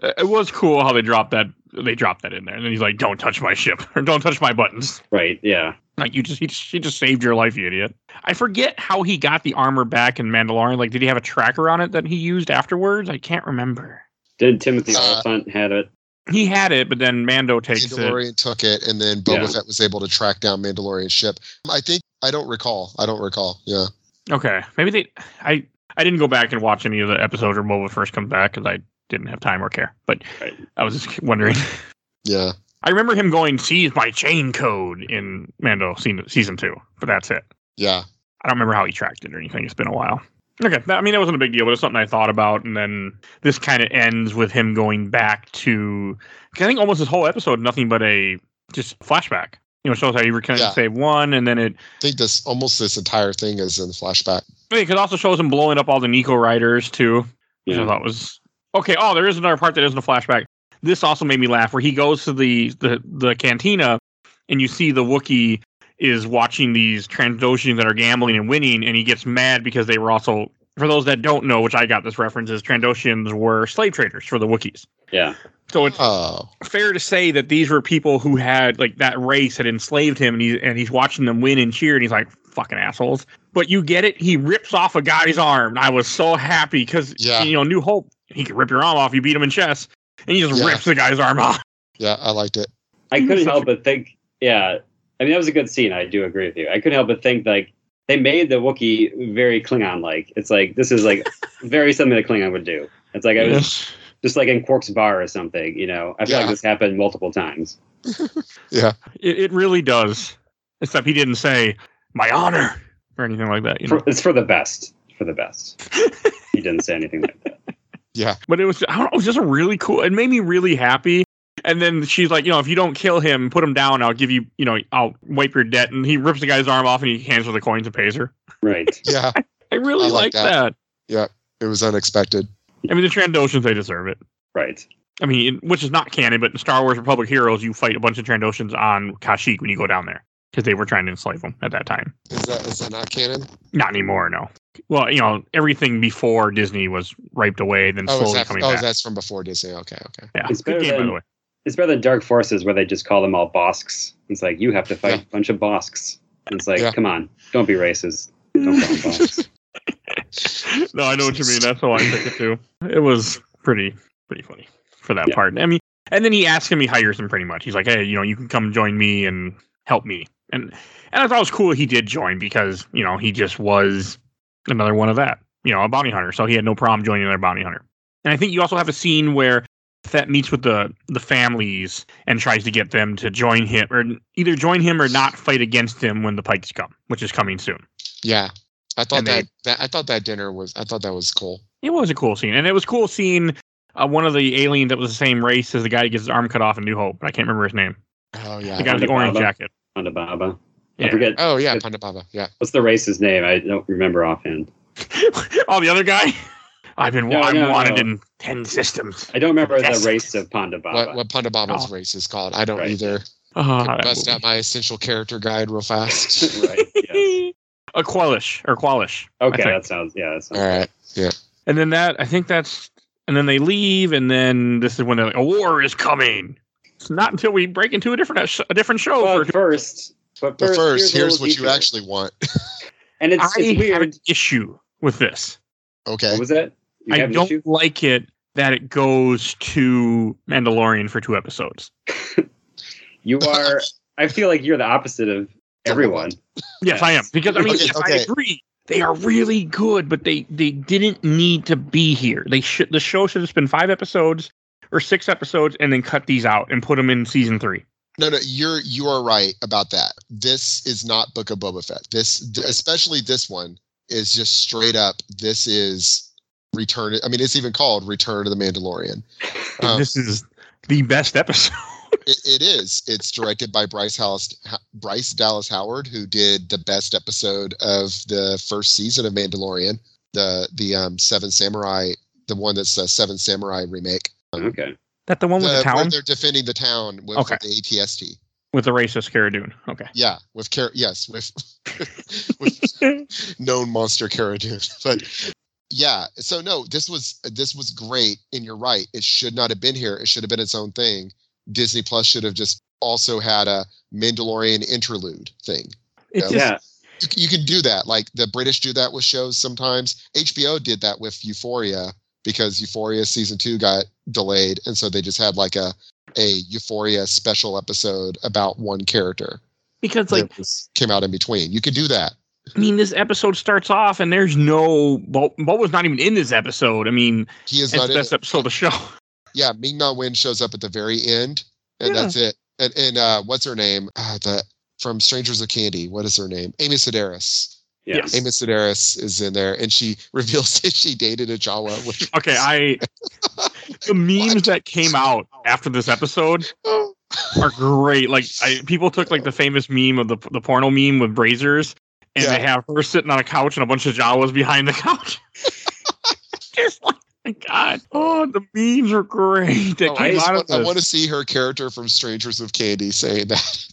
Speaker 2: Uh, It was cool how they dropped that. They dropped that in there, and then he's like, "Don't touch my ship, or don't touch my buttons."
Speaker 3: Right. Yeah.
Speaker 2: Like you just, he just, she just saved your life, you idiot. I forget how he got the armor back in Mandalorian. Like, did he have a tracker on it that he used afterwards? I can't remember.
Speaker 3: Did Timothy
Speaker 4: Uh,
Speaker 3: Oliphant had it?
Speaker 2: he had it, but then Mando takes it.
Speaker 4: Mandalorian took it, and then Boba
Speaker 3: Yeah.
Speaker 4: Fett was able to track down Mandalorian's ship. I think I don't recall. I don't recall. Yeah,
Speaker 2: Okay, maybe they. I I didn't go back and watch any of the episodes where Boba first comes back because I didn't have time or care. But
Speaker 3: Right.
Speaker 2: I was just wondering.
Speaker 4: yeah.
Speaker 2: I remember him going, "Seize my chain code" in Mando season season two, but that's it.
Speaker 4: Yeah.
Speaker 2: I don't remember how he tracked it or anything. It's been a while. Okay, that, I mean that wasn't a big deal, but it's something I thought about, and then this kind of ends with him going back to. 'cause I think almost this whole episode, nothing but a just flashback. You know, shows how you can
Speaker 4: Yeah.
Speaker 2: of save one, and then it
Speaker 4: I think this almost this entire thing is in flashback.
Speaker 2: Because it also shows him blowing up all the Nico riders too, which I
Speaker 3: Yeah.
Speaker 2: thought was okay. Oh, there is another part that isn't a flashback. This also made me laugh, where he goes to the the, the cantina, and you see the Wookiee is watching these Trandoshans that are gambling and winning, and he gets mad because they were also. For those that don't know, which I got this reference, is Trandoshans were slave traders for the Wookiees.
Speaker 3: Yeah.
Speaker 2: So it's
Speaker 4: Oh,
Speaker 2: fair to say that these were people who had like that race had enslaved him, and he's and he's watching them win and cheer, and he's like, "Fucking assholes!" But you get it. He rips off a guy's arm. and I was so happy because
Speaker 4: Yeah.
Speaker 2: you know New Hope. He could rip your arm off. You beat him in chess, and he just
Speaker 4: Yeah.
Speaker 2: rips the guy's arm off.
Speaker 4: yeah. I liked it.
Speaker 3: I
Speaker 2: He was
Speaker 3: couldn't
Speaker 2: such
Speaker 3: help
Speaker 2: a-
Speaker 3: but think, yeah. I mean, that was a good scene. I do agree with you. I couldn't help but think like they made the Wookiee very Klingon-like. It's like this is like very something that Klingon would do. It's like I was
Speaker 2: Yes.
Speaker 3: just like in Quark's bar or something. You know, I feel
Speaker 4: Yeah.
Speaker 3: like this happened multiple times.
Speaker 2: It, it really does. Except he didn't say my honor or anything like that. You know?
Speaker 3: For, it's for the best. For the best. he didn't say anything like that.
Speaker 2: But it was I don't know, it was just a really cool. It made me really happy. And then she's like, you know, if you don't kill him, put him down. I'll give you, you know, I'll wipe your debt. And he rips the guy's arm off and he hands her the coins and pays her.
Speaker 3: Right.
Speaker 4: Yeah,
Speaker 2: I really
Speaker 4: I like
Speaker 2: like that.
Speaker 4: it was unexpected.
Speaker 2: I mean, the Trandoshans they deserve it.
Speaker 3: Right.
Speaker 2: I mean, which is not canon, but in Star Wars Republic Heroes, you fight a bunch of Trandoshans on Kashyyyk when you go down there because they were trying to enslave them at that time.
Speaker 4: Is that is that not canon?
Speaker 2: Not anymore, no. Well, you know, everything before Disney was wiped away, then
Speaker 4: Oh, is
Speaker 2: slowly
Speaker 4: that,
Speaker 2: coming
Speaker 4: oh,
Speaker 2: back.
Speaker 4: that's from before Disney. Okay, okay.
Speaker 2: yeah,
Speaker 3: It's
Speaker 2: good
Speaker 3: better
Speaker 2: game by
Speaker 3: than-
Speaker 2: the way.
Speaker 3: It's better than Dark Forces where they just call them all Bosks. It's like you have to fight
Speaker 4: Yeah.
Speaker 3: a bunch of Bosks. And it's like,
Speaker 4: Yeah.
Speaker 3: come on, don't be racist. Don't call them Bosks.
Speaker 2: no, I know what you mean. That's how I think it too. It was pretty pretty funny for that
Speaker 3: Yeah.
Speaker 2: part. I mean, and then he asks him, he hires him pretty much. He's like, hey, you know, you can come join me and help me. And and I thought it was cool he did join because you know he just was another one of that. You know, a bounty hunter, so he had no problem joining another bounty hunter. And I think you also have a scene where Fett meets with the the families and tries to get them to join him, or either join him or not fight against him when the pikes come, which is coming soon.
Speaker 4: Yeah, I thought
Speaker 2: And
Speaker 4: that,
Speaker 2: they-
Speaker 4: that I thought that dinner was I thought that was cool.
Speaker 2: It was a cool scene, and it was cool seeing uh, one of the aliens that was the same race as the guy that gets his arm cut off in New Hope. but I can't remember his name.
Speaker 4: Oh
Speaker 2: The
Speaker 4: yeah.
Speaker 2: guy with the orange
Speaker 3: Wonderbaba.
Speaker 2: jacket.
Speaker 3: Wanda Baba.
Speaker 2: Yeah.
Speaker 3: I forget.
Speaker 4: Oh yeah, Pandababa. Yeah.
Speaker 3: What's the race's name? I don't remember offhand.
Speaker 2: oh, the other guy. I've been
Speaker 3: No,
Speaker 2: I'm
Speaker 3: no,
Speaker 2: wanted
Speaker 3: no.
Speaker 2: in ten systems.
Speaker 3: I don't remember
Speaker 2: Yes.
Speaker 3: the race of Ponda Baba.
Speaker 4: What what Pandababa's
Speaker 2: Oh.
Speaker 4: race is called? I don't
Speaker 3: Right.
Speaker 4: either.
Speaker 2: Uh,
Speaker 4: Could bust out my essential character guide real fast.
Speaker 3: right. Yeah.
Speaker 2: A Quellish or Qualish. I
Speaker 3: Okay,
Speaker 2: think.
Speaker 3: that sounds yeah, that sounds
Speaker 4: All right.
Speaker 2: And then that I think that's and then they leave, and then this is when they're like, a war is coming. It's not until we break into a different a different show.
Speaker 3: But
Speaker 2: for,
Speaker 3: first, but
Speaker 4: But
Speaker 3: first,
Speaker 4: first,
Speaker 3: a
Speaker 4: here's
Speaker 3: little
Speaker 4: what you
Speaker 3: detour.
Speaker 4: actually want.
Speaker 3: And it's,
Speaker 2: I
Speaker 3: it's
Speaker 2: have an
Speaker 3: weird.
Speaker 2: issue with this.
Speaker 4: Okay.
Speaker 3: What was that? You
Speaker 2: I
Speaker 3: have an
Speaker 2: don't
Speaker 3: issue?
Speaker 2: like it that it goes to Mandalorian for two episodes.
Speaker 3: You are. I feel like you're the opposite of everyone.
Speaker 2: Yes, I am because I mean,
Speaker 4: Okay,
Speaker 2: yes, I
Speaker 4: okay.
Speaker 2: agree. They are really good, but they they didn't need to be here. They should the show should have been five episodes or six episodes, and then cut these out and put them in season three.
Speaker 4: No, no, you're you are right about that. This is not Book of Boba Fett. This, th- especially this one, is just straight up. This is Return. I mean, it's even called Return of the Mandalorian. Um,
Speaker 2: this is the best episode.
Speaker 4: It, it is. It's directed by Bryce Dallas Bryce Dallas Howard, who did the best episode of the first season of Mandalorian, the the um, Seven Samurai, the one that's a Seven Samurai remake.
Speaker 3: Okay.
Speaker 2: that the one with the,
Speaker 4: The- where
Speaker 2: town
Speaker 4: they're defending the town with
Speaker 2: Okay.
Speaker 4: the ATST.
Speaker 2: with the racist Cara Dune. Okay,
Speaker 4: Yeah, with Car- yes, with with known monster Cara Dune. But yeah, so no, this was this was great, and you're right. It should not have been here. It should have been its own thing. Disney Plus should have just also had a Mandalorian interlude thing.
Speaker 2: it's just
Speaker 3: Yeah.
Speaker 4: You, you can do that, like the British do that with shows sometimes. HBO did that with Euphoria because Euphoria season two got delayed, and so they just had like a a Euphoria special episode about one character
Speaker 2: because like
Speaker 4: that was, came out in between. You could do that.
Speaker 2: I mean, this episode starts off and there's no Bo- Boba's not even in this episode. I mean,
Speaker 4: He
Speaker 2: it's
Speaker 4: is not
Speaker 2: the
Speaker 4: in
Speaker 2: best
Speaker 4: it.
Speaker 2: episode of the show.
Speaker 4: Yeah, Ming Na Wen shows up at the very end, and
Speaker 2: Yeah.
Speaker 4: that's it. And and uh, what's her name? Uh, the from Strangers of Candy. What is her name? Amy Sedaris.
Speaker 3: Yeah.
Speaker 2: Yes.
Speaker 4: Amy Sedaris is in there, and she reveals that she dated a Jawa. Which,
Speaker 2: Okay, I the memes that came out after this episode
Speaker 4: oh,
Speaker 2: are great. Like, I, people took like the famous meme of the the porno meme with Brazers, and
Speaker 4: Yeah.
Speaker 2: they have her sitting on a couch and a bunch of Jawas behind the couch. Just like my God, oh, the memes are great. That
Speaker 4: Oh, I,
Speaker 2: came
Speaker 4: just
Speaker 2: out of
Speaker 4: want, I
Speaker 2: this.
Speaker 4: want to see her character from Strangers of Candy saying that.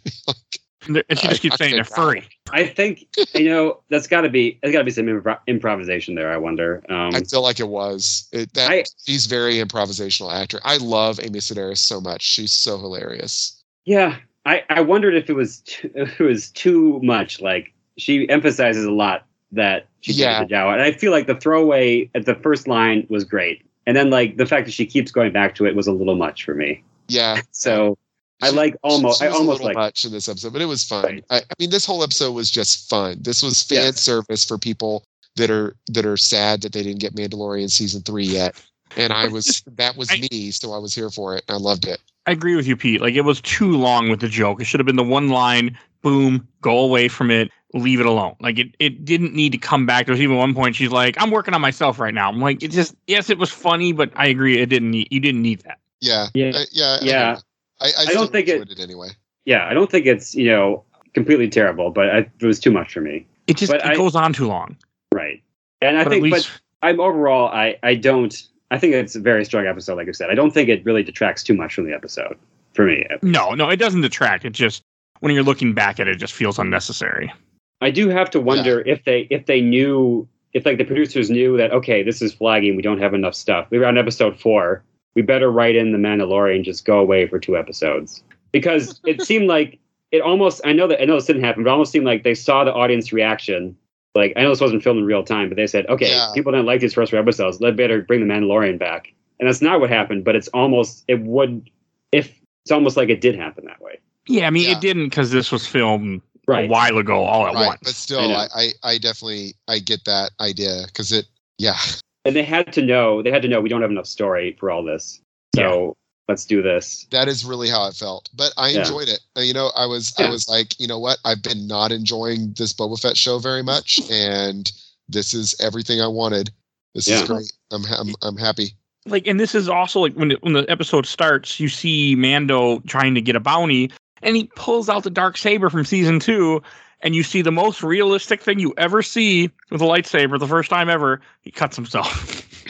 Speaker 2: And they- and she
Speaker 4: I
Speaker 2: just keeps saying they're
Speaker 4: fucking die.
Speaker 2: furry.
Speaker 3: I think you know that's got to be there's got to be some impro- improvisation there. I wonder. Um,
Speaker 4: I feel like it was. It, that
Speaker 3: I-
Speaker 4: she's very improvisational actor. I love Amy Sedaris so much. She's so hilarious.
Speaker 3: yeah, I, I wondered if it was too, if it was too much. Like she emphasizes a lot that she
Speaker 4: Yeah.
Speaker 3: yeah. the Jawa, and I feel like the throwaway at the first line was great, and then like the fact that she keeps going back to it was a little much for me.
Speaker 4: Yeah,
Speaker 3: So I like almost
Speaker 4: She
Speaker 3: I
Speaker 4: was a
Speaker 3: almost
Speaker 4: little
Speaker 3: like
Speaker 4: much in this episode, but it was fun.
Speaker 3: Right.
Speaker 4: I, I mean, this whole episode was just fun. This was fan
Speaker 3: Yes.
Speaker 4: service for people that are that are sad that they didn't get Mandalorian season three yet. And I was that was
Speaker 2: I-
Speaker 4: me, so I was here for it. I loved it.
Speaker 2: I agree with you, Pete. Like it was too long with the joke. It should have been the one line, boom, go away from it, leave it alone. Like it, it didn't need to come back. There was even one point she's like, I'm working on myself right now. I'm like, it just yes, it was funny, but I agree it didn't need you didn't need that.
Speaker 4: Yeah,
Speaker 3: yeah.
Speaker 4: I- yeah, I
Speaker 3: Yeah.
Speaker 4: don't know. I, I,
Speaker 3: don't think it-
Speaker 4: enjoyed it, anyway.
Speaker 3: yeah, I don't think it's you know completely terrible, but I, it was too much for me.
Speaker 2: It just
Speaker 3: But
Speaker 2: it
Speaker 3: I-
Speaker 2: goes on too long.
Speaker 3: Right, and I
Speaker 2: but
Speaker 3: think,
Speaker 2: at
Speaker 3: but
Speaker 2: least
Speaker 3: I'm overall, I I don't. I think it's a very strong episode. Like I said, I don't think it really detracts too much from the episode for me.
Speaker 2: no, no, it doesn't detract. It just when you're looking back at it, it just feels unnecessary.
Speaker 3: I do have to wonder if they if they knew if like the producers knew that okay, this is flagging. We don't have enough stuff. We were on episode four. We better write in the Mandalorian. and Just go away for two episodes because it seemed like it almost. I know that I know this didn't happen, but it almost seemed like they saw the audience reaction. Like I know this wasn't filmed in real time, but they said, okay,
Speaker 4: Yeah.
Speaker 3: people didn't like these first three episodes. Let better bring the Mandalorian back. And that's not what happened. But it's almost it would if it's almost like it did happen that way.
Speaker 2: Yeah, I mean
Speaker 4: Yeah.
Speaker 2: it didn't because this was filmed a while ago all at
Speaker 4: Right,
Speaker 2: once.
Speaker 4: but still,
Speaker 3: I know.
Speaker 4: I, I, I definitely I get that idea because it. Yeah,
Speaker 3: and they had to know they had to know we don't have enough story for all this so let's do this
Speaker 4: that is really how it felt. But I
Speaker 3: Yeah.
Speaker 4: enjoyed it. Uh, You know, I was I
Speaker 3: Yeah.
Speaker 4: was like, you know what? I've been not enjoying this Boba Fett show very much, and this is everything I wanted. This is
Speaker 3: Yeah.
Speaker 4: great. I'm ha- I'm, I'm happy.
Speaker 2: like and this is also like when when the episode starts you see mando trying to get a bounty and he pulls out the dark saber from season two and you see the most realistic thing you ever see with a lightsaber the first time ever he cuts himself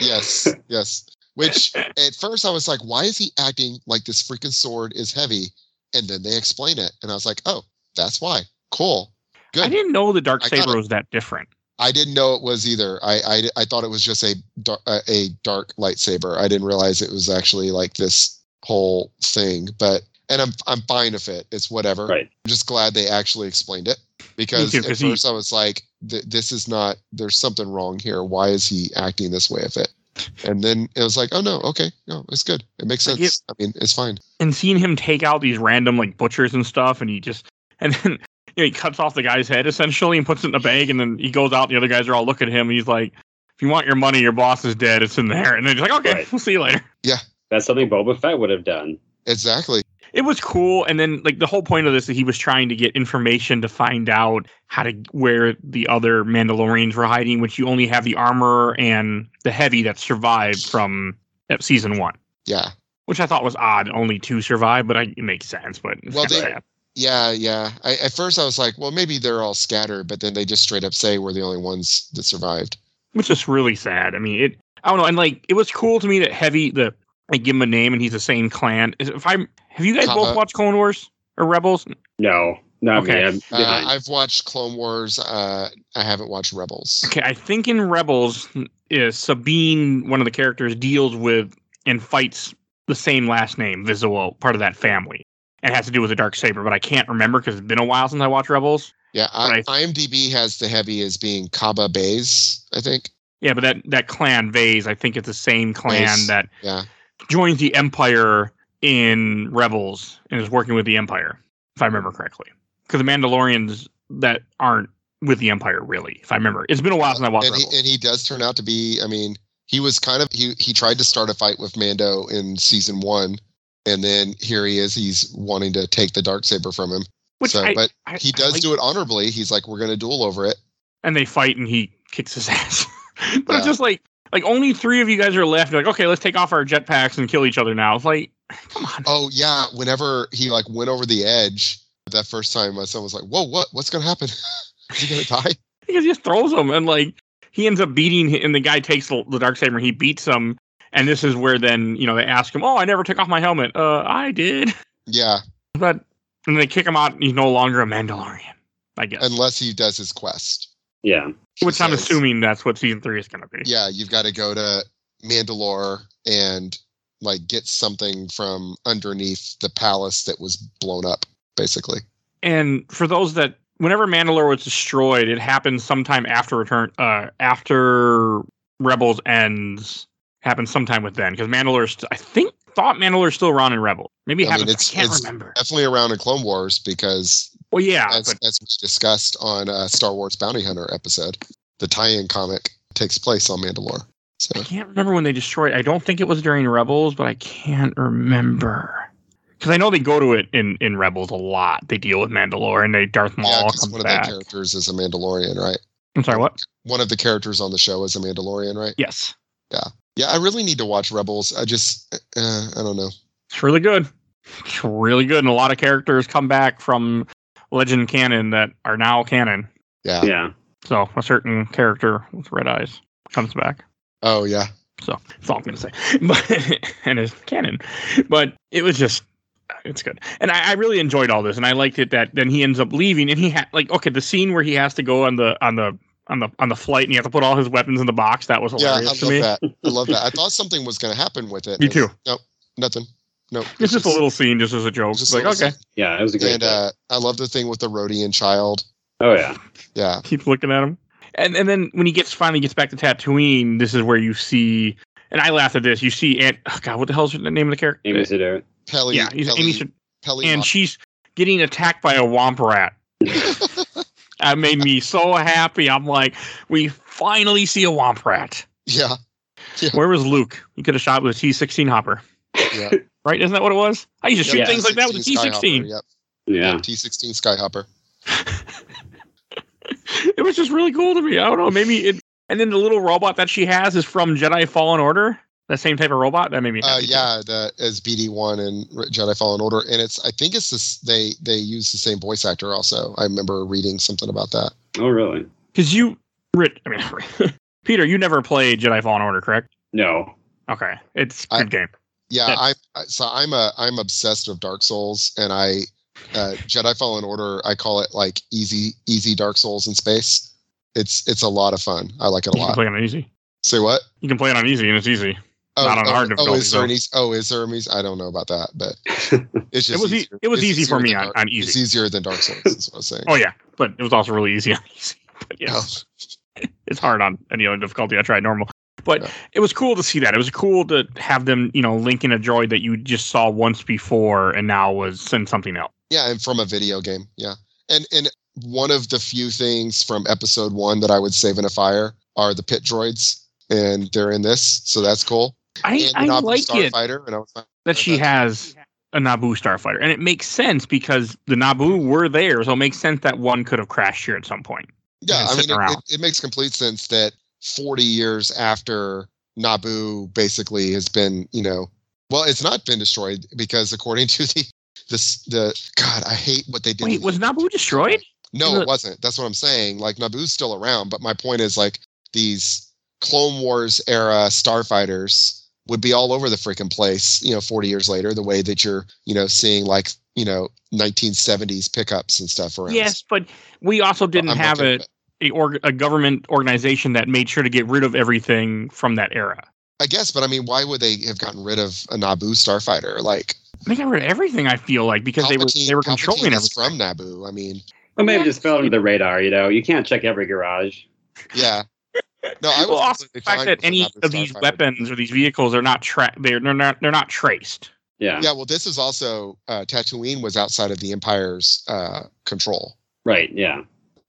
Speaker 4: Yes, yes. Which at first I was like, why is he acting like this freaking sword is heavy? And then they explain it, and I was like, oh, that's why. Cool. Good.
Speaker 2: i didn't know the dark
Speaker 4: I got
Speaker 2: saber was that different
Speaker 4: I didn't know it was either. I I, I thought it was just a dar- a a dark lightsaber. I didn't realize it was actually like this whole thing. But and I'm I'm fine if it. It's whatever.
Speaker 3: Right.
Speaker 4: I'm just glad they actually explained it because
Speaker 2: too,
Speaker 4: at
Speaker 2: 'cause he-
Speaker 4: first I was like, th- this is not. There's something wrong here. Why is he acting this way with it? And then it was like, oh no, okay, no, it's good. It makes
Speaker 2: Like, it-
Speaker 4: sense. I mean, it's fine.
Speaker 2: and seeing him take out these random like butchers and stuff and he just and then you know, he cuts off the guy's head essentially and puts it in a bag and then he goes out and the other guys are all looking at him and he's like if you want your money your boss is dead it's in there and then he's like okay
Speaker 3: Right.
Speaker 2: we'll see you later
Speaker 3: that's something boba fett would have done
Speaker 4: Exactly.
Speaker 2: it was cool and then like the whole point of this is he was trying to get information to find out how to where the other mandalorians were hiding which you only have the armor and the heavy that survived from uh, season one
Speaker 4: Yeah.
Speaker 2: which i thought was odd only two survived but I, it makes sense but it's
Speaker 4: Well,
Speaker 2: kinda
Speaker 4: they-
Speaker 2: sad.
Speaker 4: Yeah, yeah. I, at first, I was like, "Well, maybe they're all scattered," but then they just straight up say we're the only ones that survived.
Speaker 2: which is really sad i mean it i don't know and like it was cool to me that heavy the like give him a name and he's the same clan Is- if i'm have you guys both
Speaker 4: Kappa.
Speaker 2: watched clone wars or rebels
Speaker 3: no not
Speaker 2: Okay.
Speaker 3: me i'm
Speaker 4: Uh,
Speaker 3: behind
Speaker 4: I've watched Clone Wars. Uh, I haven't watched Rebels.
Speaker 2: Okay, I think in Rebels is Sabine, one of the characters, deals with and fights the same last name, Visual, part of that family. And it has to do with the dark saber, but I can't remember because it's been a while since I watched Rebels.
Speaker 4: Yeah, I,
Speaker 2: Right.
Speaker 4: IMDb has the heavy as being Kaba Bays. I think.
Speaker 2: Yeah, but that that clan Vase, I think it's the same clan
Speaker 4: Vase,
Speaker 2: that
Speaker 4: yeah.
Speaker 2: joins the Empire in Rebels and is working with the Empire, if I remember correctly. Because the Mandalorians that aren't with the Empire really, if I remember. It's been a while since I watched
Speaker 4: and he,
Speaker 2: Rebels.
Speaker 4: and he does turn out to be i mean he was kind of he he tried to start a fight with mando in season one and then here he is he's wanting to take the dark saber from him
Speaker 2: Which
Speaker 4: so
Speaker 2: I,
Speaker 4: but
Speaker 2: I-
Speaker 4: he
Speaker 2: I
Speaker 4: does
Speaker 2: like-
Speaker 4: do it honorably he's like we're gonna duel over it
Speaker 2: and they fight and he kicks his ass. but
Speaker 4: Yeah.
Speaker 2: it's just like like only three of you guys are left. You're like, okay, let's take off our jetpacks and kill each other now. It's like, come on.
Speaker 4: oh yeah whenever he like went over the edge that first time my son was like whoa what what's gonna happen is he gonna die
Speaker 2: Because he just throws him and like he ends up beating hi- and the guy takes the, the dark saber and he beats him. And this is where then, you know, they ask him, Oh, I never took off my helmet. Uh I did.
Speaker 4: yeah
Speaker 2: But and they kick him out and he's no longer a Mandalorian, I guess.
Speaker 4: unless he does his quest
Speaker 3: Yeah.
Speaker 2: Which I'm
Speaker 4: says-
Speaker 2: assuming that's what season three is gonna be.
Speaker 4: yeah you've got to go to mandalore and like get something from underneath the palace that was blown up basically
Speaker 2: and for those that whenever Mandalore was destroyed, it happened sometime after return uh after Rebels ends happened sometime with then because Mandalore's st- I think thought Mandalore's still around in Rebels. Maybe it
Speaker 4: I mean,
Speaker 2: happens. I,
Speaker 4: it's-
Speaker 2: can't
Speaker 4: it's-
Speaker 2: remember.
Speaker 4: definitely around in Clone Wars because
Speaker 2: Well, yeah,
Speaker 4: as,
Speaker 2: Ah, but
Speaker 4: as we discussed on uh, Star Wars Bounty Hunter episode, the tie-in comic takes place on Mandalore. So
Speaker 2: I can't remember when they destroyed. I don't think it was during Rebels, but I can't remember. Because I know they go to it in, in Rebels a lot. They deal with Mandalore and they Darth Maul
Speaker 4: yeah, 'cause
Speaker 2: comes
Speaker 4: one of
Speaker 2: back.
Speaker 4: the characters is a Mandalorian, right?
Speaker 2: I'm sorry, what?
Speaker 4: One of the characters on the show is a Mandalorian, right?
Speaker 2: Yes,
Speaker 4: Yeah, I really need to watch Rebels. I just, uh, I don't know.
Speaker 2: it's really good. It's really good, and a lot of characters come back from Legend canon that are now canon.
Speaker 4: Yeah.
Speaker 3: Yeah.
Speaker 2: So a certain character with red eyes comes back.
Speaker 4: Oh yeah.
Speaker 2: That's all I'm gonna say. But and it's canon. But it was just it's good. And I, I really enjoyed all this and I liked it that then he ends up leaving and he had like okay, the scene where he has to go on the on the on the on the flight and he has to put all his weapons in the box, that was
Speaker 4: Yeah, I
Speaker 2: hilarious
Speaker 4: love
Speaker 2: to me.
Speaker 4: that. I love that. I thought something was going to happen with it.
Speaker 2: Me
Speaker 4: It's-
Speaker 2: too.
Speaker 4: Nope. Nothing. Nope.
Speaker 2: It's just a little scene just as a joke.
Speaker 4: it's just
Speaker 2: It's
Speaker 4: a
Speaker 2: like,
Speaker 4: little
Speaker 2: okay,
Speaker 3: Yeah. It was a great.
Speaker 4: And uh, I love the thing with the Rhodian child.
Speaker 3: oh yeah.
Speaker 4: Yeah.
Speaker 2: keep looking at him. And and then when he gets finally gets back to Tatooine, this is where you see and I laughed at this. You see Aunt oh God, what the hell's the name of the character?
Speaker 3: Amy Sedaris.
Speaker 4: Pelly.
Speaker 2: yeah, he's
Speaker 4: Pelly,
Speaker 2: Amy Sed-
Speaker 4: Pelly
Speaker 2: and she's getting attacked by a womp rat. that made me so happy. I'm like, we finally see a womp rat.
Speaker 4: Yeah.
Speaker 2: Where was Luke? He could have shot with a T16 hopper,
Speaker 4: Yeah.
Speaker 2: right? Isn't that what it was? I used to shoot
Speaker 3: Yeah.
Speaker 2: things like that with a
Speaker 4: Skyhopper,
Speaker 2: T16.
Speaker 4: Yep.
Speaker 3: Yeah.
Speaker 4: T16 Skyhopper.
Speaker 2: It was just really cool to me. I don't know. Maybe it. And then the little robot that she has is from Jedi Fallen Order. That same type of robot that made me.
Speaker 4: Uh,
Speaker 2: happy, too.
Speaker 4: yeah, the as BD1 and Re- Jedi Fallen Order, and it's I think it's this they they use the same voice actor. Also, I remember reading something about that.
Speaker 3: Oh really?
Speaker 2: Because you, Rich, I mean, Peter, you never played Jedi Fallen Order, correct?
Speaker 3: No.
Speaker 2: Okay, it's a
Speaker 4: I-
Speaker 2: good game.
Speaker 4: Yeah,
Speaker 2: That-
Speaker 4: I'm I- so I'm a I'm obsessed with Dark Souls, and I uh, Jedi Fallen Order. I call it like easy easy Dark Souls in space. It's it's a lot of fun. I like it a
Speaker 2: You can
Speaker 4: lot.
Speaker 2: play it on easy.
Speaker 4: Say what?
Speaker 2: You can play it on easy, and it's easy.
Speaker 4: Oh,
Speaker 2: Not on
Speaker 4: oh,
Speaker 2: hard
Speaker 4: oh,
Speaker 2: difficulty,
Speaker 4: is there
Speaker 2: though.
Speaker 4: an easy, oh, is there an easy? I don't know about that, but it's just
Speaker 2: it was e-
Speaker 4: easier.
Speaker 2: it was
Speaker 4: It's
Speaker 2: easy for
Speaker 4: easier
Speaker 2: me
Speaker 4: than
Speaker 2: on,
Speaker 4: Dark-
Speaker 2: on
Speaker 4: It's
Speaker 2: easy.
Speaker 4: easier than Dark Souls. is what I'm saying.
Speaker 2: Oh yeah, but it was also really easy on easy. But yeah,
Speaker 4: Oh.
Speaker 2: it's hard on any other difficulty. I tried normal, but
Speaker 4: Yeah.
Speaker 2: it was cool to see that. It was cool to have them, you know, linking a droid that you just saw once before and now was in something else.
Speaker 4: Yeah, and from a video game. Yeah. And and one of the few things from episode one that I would save in a fire are the pit droids. And they're in this, so that's cool.
Speaker 2: I,
Speaker 4: and
Speaker 2: I
Speaker 4: an Optimus
Speaker 2: like it
Speaker 4: Starfighter, and I was like,
Speaker 2: that she has a Naboo starfighter, and it makes sense because the Naboo were there, so it makes sense that one could have crashed here at some point.
Speaker 4: yeah,
Speaker 2: And
Speaker 4: I mean,
Speaker 2: sitting
Speaker 4: it,
Speaker 2: around.
Speaker 4: it, it makes complete sense that 40 years after Naboo basically has been, you know, well, it's not been destroyed because according to the this the God, I hate what they did.
Speaker 2: Wait,
Speaker 4: to
Speaker 2: was
Speaker 4: the-
Speaker 2: Naboo destroyed?
Speaker 4: No,
Speaker 2: Look-
Speaker 4: it wasn't. That's what I'm saying. Like Naboo's still around, but my point is like these Clone Wars era starfighters would be all over the freaking place, you know, 40 years later, the way that you're, you know, seeing like, you know, 1970s pickups and stuff around.
Speaker 2: Yes, but we also didn't
Speaker 4: I'm
Speaker 2: have
Speaker 4: okay
Speaker 2: a
Speaker 4: with it.
Speaker 2: a, org- a government organization that made sure to get rid of everything from that era.
Speaker 4: I guess, but I mean, why would they have gotten rid of a Naboo starfighter? Like,
Speaker 2: They got rid of everything. I feel like because they were
Speaker 4: Palpatine-
Speaker 2: they were
Speaker 4: Palpatine
Speaker 2: controlling
Speaker 4: is
Speaker 2: everything.
Speaker 4: from Naboo. I mean,
Speaker 3: Well, maybe
Speaker 1: Yeah.
Speaker 3: just fell under the radar. You know, you can't check every garage.
Speaker 4: yeah. No, I was
Speaker 2: well, also the fact
Speaker 4: completely fine
Speaker 2: that
Speaker 4: with a
Speaker 2: any
Speaker 4: Naboo
Speaker 2: of these
Speaker 4: starfighter.
Speaker 2: weapons or these vehicles are not tra- they're, they're not they're not traced.
Speaker 3: Yeah.
Speaker 4: Yeah, well, this is also uh, Tatooine was outside of the Empire's uh, control.
Speaker 3: Right. Yeah.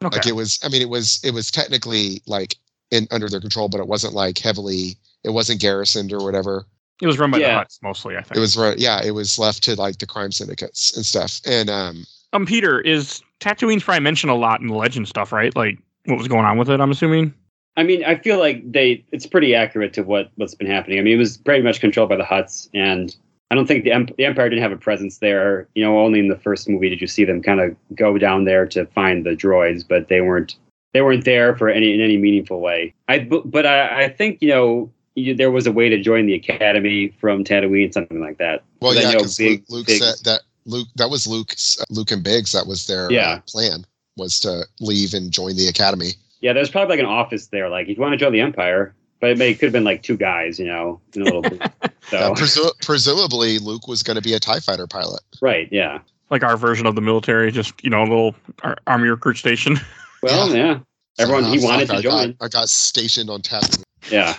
Speaker 2: Okay.
Speaker 4: Like it was, I mean, it was it was technically like in under their control, but it wasn't like heavily. It wasn't garrisoned or whatever.
Speaker 2: It was run by the
Speaker 3: Yeah.
Speaker 2: Huts mostly, I think.
Speaker 4: It was right. Yeah, it was left to like the crime syndicates and stuff. And um,
Speaker 2: um, Peter, is Tatooine's probably mentioned a lot in the legend stuff, right? Like what was going on with it, I'm assuming?
Speaker 3: I mean, I feel like they it's pretty accurate to what what's been happening. I mean, it was pretty much controlled by the Huts, and I don't think the Emp- the Empire didn't have a presence there. You know, only in the first movie did you see them kind of go down there to find the droids, but they weren't they weren't there for any in any meaningful way. I bu- but I, I think you know you, there was a way to join the academy from Tatooine, something like that.
Speaker 4: well,
Speaker 3: But I
Speaker 4: yeah,
Speaker 3: know
Speaker 4: because Luke,
Speaker 3: Big-
Speaker 4: Luke
Speaker 3: Big-
Speaker 4: said that Luke that was Luke's Luke and Biggs. That was their uh,
Speaker 3: Yeah.
Speaker 4: plan was to leave and join the academy.
Speaker 3: Yeah, there's probably like an office there. Like, if you want to join the Empire, but it, may, it could have been like two guys, you know, in a little. booth.
Speaker 4: Uh,
Speaker 3: so
Speaker 4: presu- presumably, Luke was going to be a Tie Fighter pilot.
Speaker 3: right, yeah.
Speaker 2: Like our version of the military, just you know, a little ar- army recruit station.
Speaker 3: Well,
Speaker 4: Yeah.
Speaker 3: yeah. Everyone- he
Speaker 4: Fuck,
Speaker 3: wanted to
Speaker 4: I got-
Speaker 3: join.
Speaker 4: I got stationed on Tatooine.
Speaker 3: Yeah.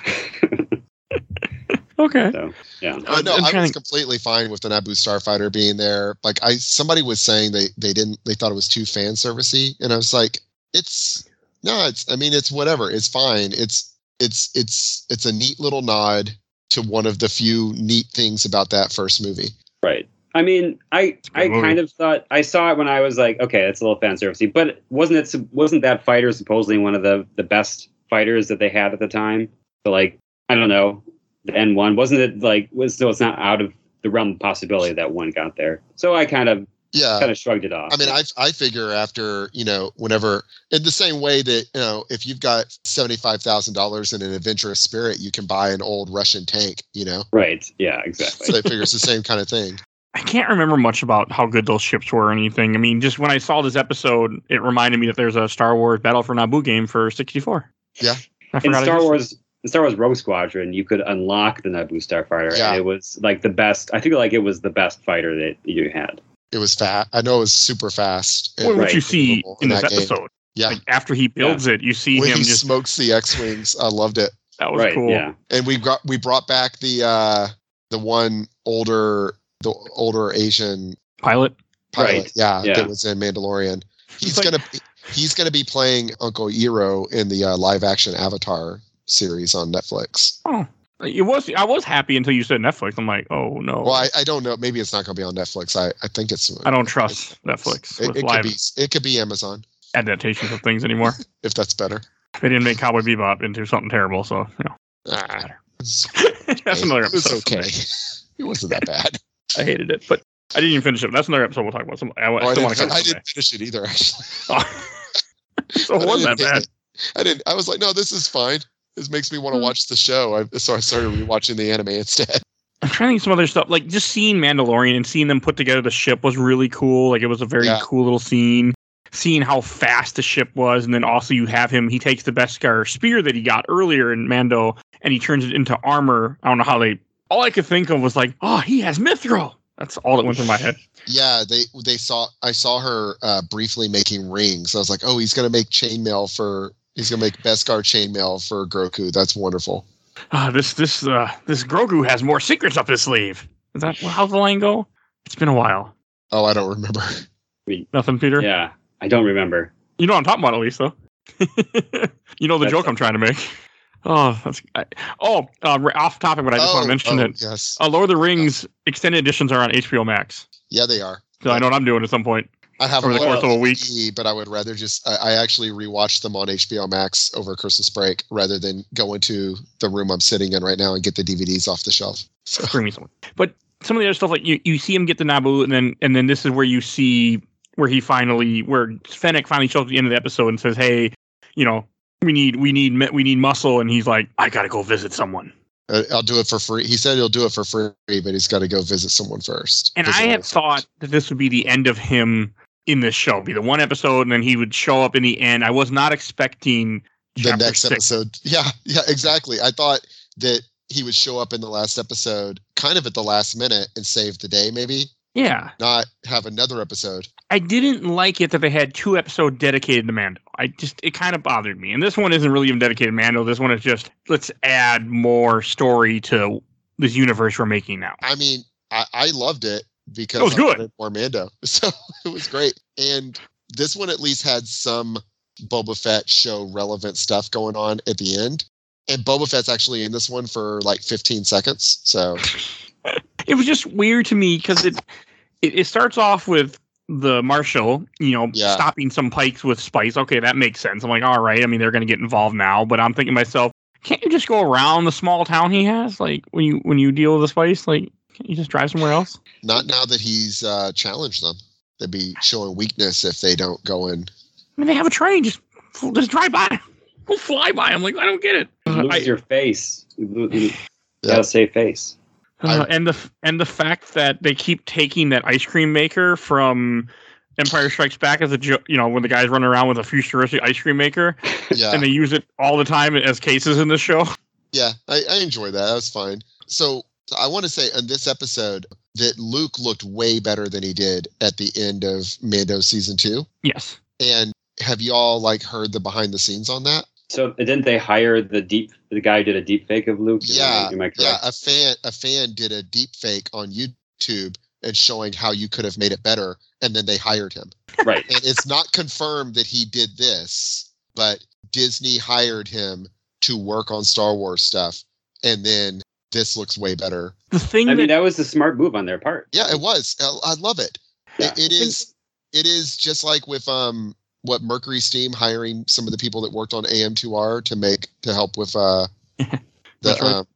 Speaker 2: okay.
Speaker 3: so yeah.
Speaker 4: Uh, no,
Speaker 2: I'm
Speaker 4: I
Speaker 2: trying
Speaker 4: was
Speaker 2: to-
Speaker 4: completely fine with the Naboo starfighter being there. Like I, somebody was saying they they didn't they thought it was too fan servicey, and I was like, it's no, it's I mean it's whatever, it's fine. It's it's it's it's a neat little nod to one of the few neat things about that first movie.
Speaker 3: Right. I mean, I
Speaker 2: a good
Speaker 3: I
Speaker 2: movie.
Speaker 3: kind of thought I saw it when I was like, okay, that's a little fan servicey, but wasn't it sup- wasn't that fighter supposedly one of the the best fighters that they had at the time? So like, I don't know, the N one wasn't it like was so it's not out of the realm of possibility that one got there. So I kind of
Speaker 4: Yeah,
Speaker 3: kind of shrugged it off.
Speaker 4: Uh, I mean, I I figure after you know whenever in the same way that you know if you've got seventy five thousand dollars in an adventurous spirit, you can buy an old Russian tank. You know,
Speaker 3: right. Yeah.
Speaker 4: so
Speaker 3: Exactly.
Speaker 4: I figure it's the same kind of thing.
Speaker 2: I can't remember much about how good those ships were or anything. I mean, just when I saw this episode, it reminded me that there's a Star Wars Battle for Naboo game for 64.
Speaker 4: Yeah.
Speaker 2: I
Speaker 3: in
Speaker 2: forgot.
Speaker 3: Star
Speaker 2: it was-
Speaker 3: Wars in Star Wars Rogue Squadron, you could unlock the Naboo starfighter,
Speaker 4: Yeah.
Speaker 3: and it was like the best. I think like it was the best fighter that you had.
Speaker 4: It was fast. I know it was super fast.
Speaker 2: Well,
Speaker 4: and
Speaker 2: What you
Speaker 3: Right.
Speaker 2: see
Speaker 4: unbelievable
Speaker 2: in this
Speaker 4: that game.
Speaker 2: episode,
Speaker 4: Yeah.
Speaker 2: like after he builds it, you see
Speaker 4: when
Speaker 2: him
Speaker 4: he
Speaker 2: just
Speaker 4: smokes the X Wings, I loved it.
Speaker 2: that was
Speaker 3: Right.
Speaker 2: cool.
Speaker 3: Yeah.
Speaker 4: And we got we brought back the uh the one older the older Asian
Speaker 2: Pilot.
Speaker 4: pilot.
Speaker 3: Right.
Speaker 4: Yeah,
Speaker 3: Yeah.
Speaker 4: that was in Mandalorian. He's
Speaker 2: like-
Speaker 4: gonna he's gonna be playing Uncle Eero in the uh, live action Avatar series on Netflix.
Speaker 2: Oh, it was. I was happy until you said Netflix. I'm like, oh no,
Speaker 4: Well, I, I don't know. Maybe it's not gonna be on Netflix. I, I think it's
Speaker 2: I don't trust Netflix
Speaker 4: It,
Speaker 2: with
Speaker 4: it could
Speaker 2: live
Speaker 4: be it could be Amazon
Speaker 2: adaptations of things anymore.
Speaker 4: if that's better.
Speaker 2: they didn't make Cowboy Bebop into something terrible, so you know.
Speaker 4: Ah, it's
Speaker 2: that's another
Speaker 4: It was
Speaker 2: episode.
Speaker 4: okay.
Speaker 2: someday.
Speaker 4: it wasn't that bad.
Speaker 2: I hated it, but I didn't even finish it. That's another episode we'll talk about. Some, I, I
Speaker 4: Oh, I,
Speaker 2: still want to
Speaker 4: didn't,
Speaker 2: cover
Speaker 4: I
Speaker 2: someday.
Speaker 4: didn't finish it either. Actually,
Speaker 2: so it
Speaker 4: I
Speaker 2: wasn't
Speaker 4: didn't
Speaker 2: that bad.
Speaker 4: hate
Speaker 2: Hmm.
Speaker 4: it. I didn't. I was like, no, this is fine. This makes me want to watch the show. I, so I started rewatching the anime instead.
Speaker 2: I'm trying to think of some other stuff. Like just seeing Mandalorian and seeing them put together the ship was really cool. Like it was a very
Speaker 4: Yeah.
Speaker 2: cool little scene. Seeing how fast the ship was, and then also you have him. He takes the Beskar spear that he got earlier in Mando, and he turns it into armor. I don't know how they. All I could think of was like, oh, he has mithril. That's all that went through my head.
Speaker 4: Yeah, they they saw. I saw her uh, briefly making rings. I was like, oh, he's gonna make chainmail for. He's gonna make Beskar chainmail for Groku. That's wonderful.
Speaker 2: Ah, this this uh, this Grogu has more secrets up his sleeve. Is that how's the line go? It's been a while.
Speaker 4: Oh, I don't remember.
Speaker 2: Nothing, Peter.
Speaker 3: Yeah. I don't remember.
Speaker 2: You know what I'm talking about, at least, though. you know the
Speaker 3: That's-
Speaker 2: joke I'm trying to make. Oh, that's, I, oh, uh, we're off topic, but I just
Speaker 4: oh,
Speaker 2: want to mention
Speaker 4: oh,
Speaker 2: it.
Speaker 4: Yes.
Speaker 2: Uh, Lord of the Rings extended editions are on HBO Max,
Speaker 4: Yeah, they are.
Speaker 2: so I know what I'm doing at some point
Speaker 4: I have
Speaker 2: over the
Speaker 4: a lot
Speaker 2: course of a week.
Speaker 4: DVD, but I would rather just. I, I actually rewatched them on HBO Max over Christmas break rather than go into the room I'm sitting in right now and get the DVDs off the shelf. So
Speaker 2: Bring me someone. But some of the other stuff, like you, you see him get to Naboo, and then and then this is where you see where he finally, where Fennec finally shows up at the end of the episode and says, "Hey, you know, we need we need mu- we need muscle," and he's like, "I gotta go visit someone."
Speaker 4: Uh, I'll do it for free. He said he'll do it for free, but he's got to go visit someone first.
Speaker 2: And
Speaker 4: Visit
Speaker 2: I
Speaker 4: her
Speaker 2: had
Speaker 4: first.
Speaker 2: thought that this would be the end of him in this show, be the one episode, and then he would show up in the end. I was not expecting
Speaker 4: the
Speaker 2: chapter
Speaker 4: next
Speaker 2: six.
Speaker 4: episode. Yeah, yeah, exactly. I thought that he would show up in the last episode, kind of at the last minute, and save the day. Maybe
Speaker 2: Yeah,
Speaker 4: not have another episode.
Speaker 2: I didn't like it that they had two episodes dedicated to Mando. I just it kind of bothered me. And this one isn't really even dedicated to Mando. This one is just let's add more story to this universe we're making now.
Speaker 4: I mean, I, I loved it because
Speaker 2: It was
Speaker 4: I
Speaker 2: good.
Speaker 4: wanted more Mando. So it was great. And this one at least had some Boba Fett show relevant stuff going on at the end. And Boba Fett's actually in this one for like 15 seconds. So
Speaker 2: it was just weird to me because it, it it starts off with the marshal, you know,
Speaker 4: Yeah.
Speaker 2: stopping some pikes with spice. Okay, that makes sense. I'm like, all right. I mean, they're going to get involved now, but I'm thinking to myself, can't you just go around the small town he has? Like when you when you deal with the spice, like can't you just drive somewhere else?
Speaker 4: not now that he's uh, challenged them. They'd be showing weakness if they don't go in.
Speaker 2: I mean, they have a train. Just f- just drive by. Go fly by. I'm like, I don't get it.
Speaker 3: You lose
Speaker 2: Uh, I-
Speaker 3: your face. You, lo- you
Speaker 4: Yeah.
Speaker 3: gotta say face.
Speaker 2: Uh,
Speaker 4: I-
Speaker 2: and the f- and the fact that they keep taking that ice cream maker from Empire Strikes Back as a jo- you know when the guys run around with a futuristic ice cream maker
Speaker 4: Yeah.
Speaker 2: and they use it all the time as cases in the show.
Speaker 4: Yeah, I, I enjoy that. That was fine. So I want to say on this episode that Luke looked way better than he did at the end of Mando season two.
Speaker 2: Yes,
Speaker 4: And have y'all like heard the behind the scenes on that?
Speaker 3: So didn't they hire the deep the guy who did a deep fake of Luke?
Speaker 4: Yeah,
Speaker 3: Am I correct?
Speaker 4: Yeah, a fan a fan did a deep fake on YouTube and showing how you could have made it better, and then they hired him.
Speaker 3: Right.
Speaker 4: And it's not confirmed that he did this, but Disney hired him to work on Star Wars stuff, and then this looks way better.
Speaker 2: the thing
Speaker 3: I mean
Speaker 2: that
Speaker 3: that was a smart move on their part.
Speaker 4: Yeah, it was. uh, I, I love it.
Speaker 3: Yeah.
Speaker 4: It, it is. It is just like with um what Mercury Steam hiring some of the people that worked on AM2R to make to help with uh the
Speaker 2: Metroid?
Speaker 4: um,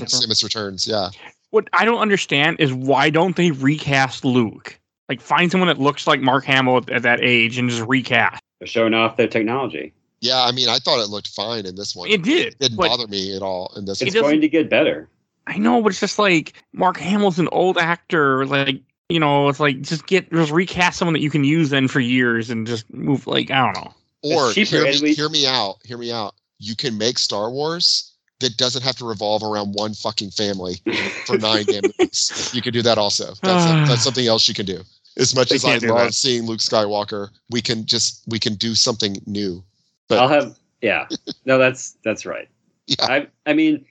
Speaker 2: Samus Return.
Speaker 4: Samus Returns. Yeah,
Speaker 2: what I don't understand is why don't they recast Luke? Like find someone that looks like Mark Hamill at, at that age and just recast.
Speaker 3: They're showing off their technology.
Speaker 4: yeah. I mean, I thought it looked fine in this one.
Speaker 2: It did,
Speaker 4: didn't
Speaker 2: but-
Speaker 4: bother me at all in this.
Speaker 2: It
Speaker 3: It's
Speaker 4: one.
Speaker 2: doesn't-
Speaker 3: going to get better.
Speaker 2: I know, but it's just like Mark Hamill's an old actor. Like you know, it's like just get just recast someone that you can use then for years and just move. Like I don't know.
Speaker 4: Or
Speaker 3: It's cheaper,
Speaker 4: hear,
Speaker 3: at
Speaker 4: me,
Speaker 3: least.
Speaker 4: hear me out. Hear me out. You can make Star Wars that doesn't have to revolve around one fucking family for nine damn minutes. You can do that also. That's, that's something else you can do. As much
Speaker 2: We
Speaker 4: as I
Speaker 2: can't do
Speaker 4: love
Speaker 2: that.
Speaker 4: seeing Luke Skywalker, we can just we can do something new.
Speaker 3: I'll have yeah. No, that's that's right.
Speaker 4: Yeah.
Speaker 3: I I mean,